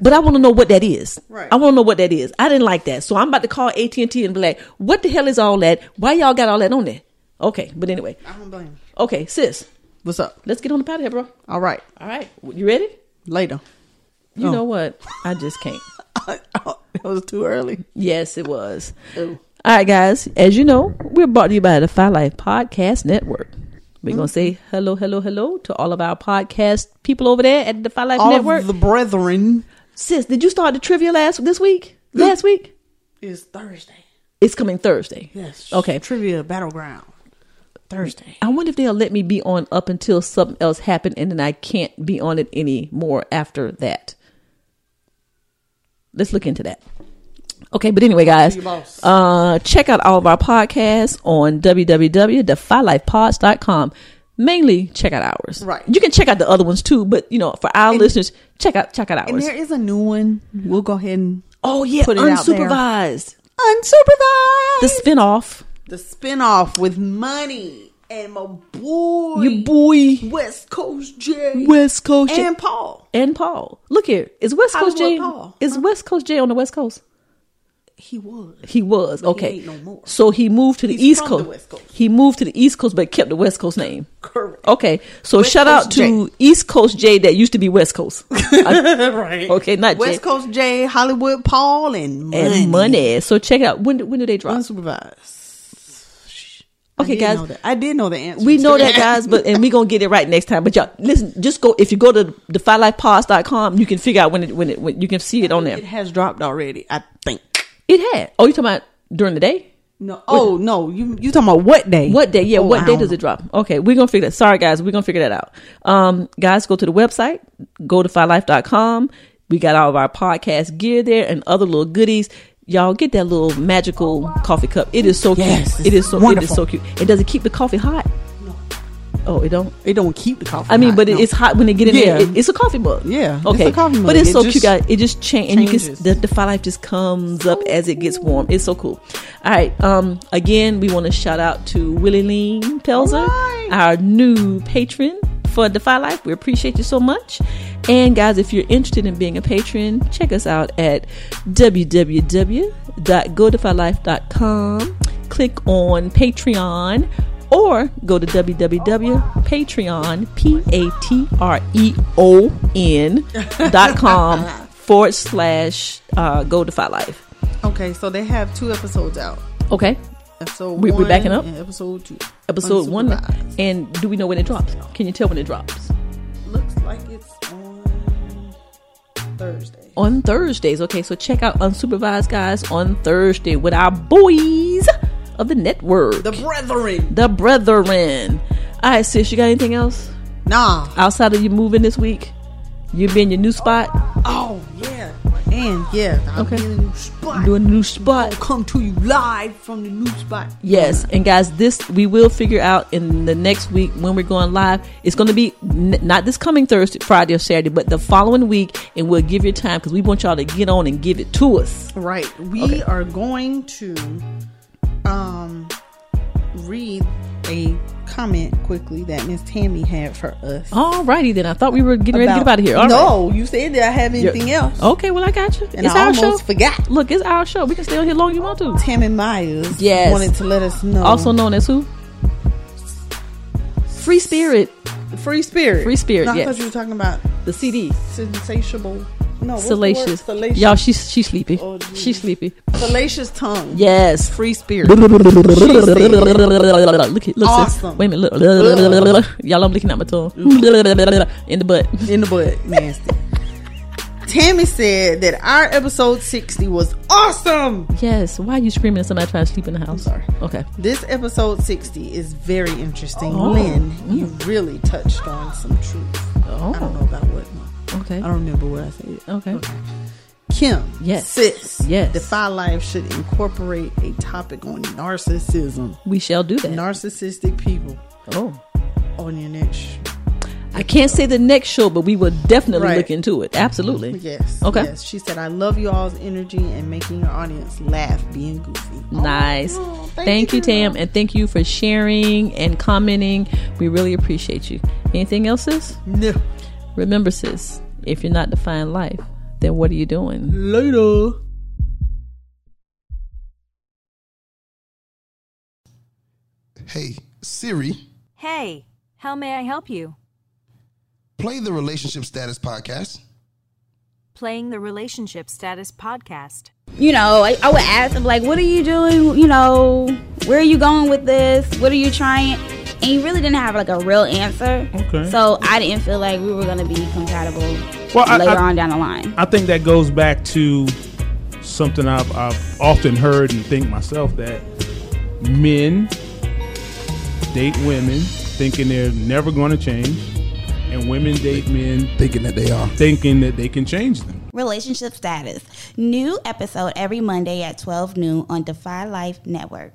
But I want to know what that is. Right. I want to know what that is. I didn't like that, so I'm about to call AT and T and be like, "What the hell is all that? Why y'all got all that on there?" Okay, but anyway, I don't blame. you. okay, sis, What's up? let's get on the out of here, bro. All right, All right, you ready? later. You Oh. know what? I just can't. it Oh, was too early. Yes, it was. All right, guys. As you know, we're brought to you by the Five Life Podcast Network. We're Mm-hmm. gonna say hello, hello, hello to all of our podcast people over there at the Five Life All Network. of the brethren Sis, did you start the trivia last this week? Last week? is Thursday. It's coming Thursday. Yes. Okay. Trivia battleground Thursday. I wonder if they'll let me be on up until something else happened, and then I can't be on it anymore after that. Let's look into that. Okay, but anyway, guys, uh, check out all of our podcasts on www.defylifepods.com. Mainly check out ours. Right. You can check out the other ones too, but you know, for our listeners, check out check out And ours. there is a new one. We'll go ahead and Oh yeah, Put it out there. unsupervised. unsupervised The spinoff. the spinoff with money and my boy, Your boy. West Coast J, West Coast J- and Paul. and Paul. Look here. Is West Coast J Hollywood Paul. is West Coast J on the West Coast? He was. He was But he okay. ain't no more. So he moved to the He's East from Coast. the West Coast. He moved to the East Coast, but kept the West Coast name. Correct. Okay, so West shout out Coast to East Coast J that used to be West Coast. I- right. okay, not West J. Coast J, Hollywood Paul, and money. and money. So check out when do- when do they drop? Unsupervised. Shh. Okay, I did guys. know that. I did know the answer. We know that, guys, but and we gonna get it right next time. But y'all, listen, just go if you go to defylifepause.com, you can figure out when it when it when you can see it on there. it has dropped already. I think. It had. Oh, you talking about during the day? No. Oh no. You you talking about what day? What day? Yeah, Oh, what I day don't does know. it drop? Okay, we're gonna figure that. Sorry guys, we're gonna figure that out. Um, guys, go to the website, go to findlife.com. We got all of our podcast gear there and other little goodies. Y'all get that little magical coffee cup. It is so Yes, cute. It is so it wonderful. is so cute. It doesn't keep the coffee hot. No. Oh, it don't. It don't keep the coffee. I mean, hot, but it no. it's hot when they get in Yeah. there. It- it's a coffee mug. Yeah, it's Okay. a coffee mug. But it's It so just cute, guys. It just change, and you can s- changes. the, the fire life just comes up as it gets warm. It's so cool. All right. Um. Again, we want to shout out to Willie Lean Pelzer, All right. our new patron for Defy Life. We appreciate you so much. And guys, if you're interested in being a patron, check us out at www.godefylife.com. Click on Patreon or go to www.patreon, P-A-T-R-E-O-N E dot com forward slash uh, Go Defy Life. okay. So they have two episodes out. Okay. Episode We- we one backing up? and episode two. Episode one. Unsupervised. And do we know when it drops? Can you tell when it drops? Looks like it's on Thursday. on Thursdays. Okay, so check out Unsupervised Guys on Thursday with our boys of the network, The the, Brethren. brethren. All right, sis, you got anything else Nah. outside of you moving this week? You be in your new spot, Oh yeah. And yeah. I'll Okay. be in a new spot. doing a new spot. Come to you live from the new spot. Yes, and guys, this we will figure out in the next week when we're going live. It's going to be n- not this coming Thursday, Friday, or Saturday, but the following week, and we'll give you time because we want y'all to get on and give it to us. Right. We Okay. are going to um read a comment quickly that Miss Tammy had for us. Alrighty then. I thought we were getting Oh, ready to get up out of here. All right. no, you said that I have anything else. Okay, well I got you. And it's I our almost show. forgot. Look, it's our show. We can stay on here long as you want to. Tammy Myers Yes. wanted to let us know. Also known as who? Free Spirit, Free Spirit. Free Spirit, No, I yes. thought you were talking about the CD, insatiable. No, what's the word? Salacious. Salacious. Y'all, she's she's sleepy. Oh, geez. she's sleepy. Salacious tongue. Yes. Free Spirit. look at look Awesome. sis. Wait a minute. Look. Y'all, I'm looking at my tongue in the butt. in the butt. Nasty. Tammy said that our episode 60 was awesome. Yes. Why are you screaming at somebody trying to sleep in the house? sorry. Okay. This episode 60 is very interesting. Oh. Lynn, Mm. you really touched on some truth. I don't know Oh. about what. no. Okay. I don't remember what I said. Okay. Kim, Oh. Yes. sis, Yes. Defy Life should incorporate a topic on narcissism, We shall do that. narcissistic people Oh. on your next. sh- I can't say the next show, but we will definitely Right. look into it. Absolutely. Yes. Okay. Yes. She said, "I love you all's energy and making your audience laugh, being goofy." Nice. Oh, thank, you, Tam, and thank you for sharing and commenting. We really appreciate you. Anything else, sis? No. Remember, sis, if you're not defining life, then what are you doing? Later. Hey, Siri, Hey, how may I help you? play the Relationship Status Podcast. Playing the Relationship Status Podcast. you know, I, I would ask him like, "What are you doing? You know, where are you going with this? What are you trying?" And he really didn't have like a real answer. Okay. So I didn't feel like we were gonna be compatible Well, I- later I- on down the line. I think that goes back to something I've, I've often heard and think myself that men date women thinking they're never going to change, and women date men Thinking that they are. thinking that they can change them. Relationship status. New episode every Monday at 12 noon on Defy Life Network.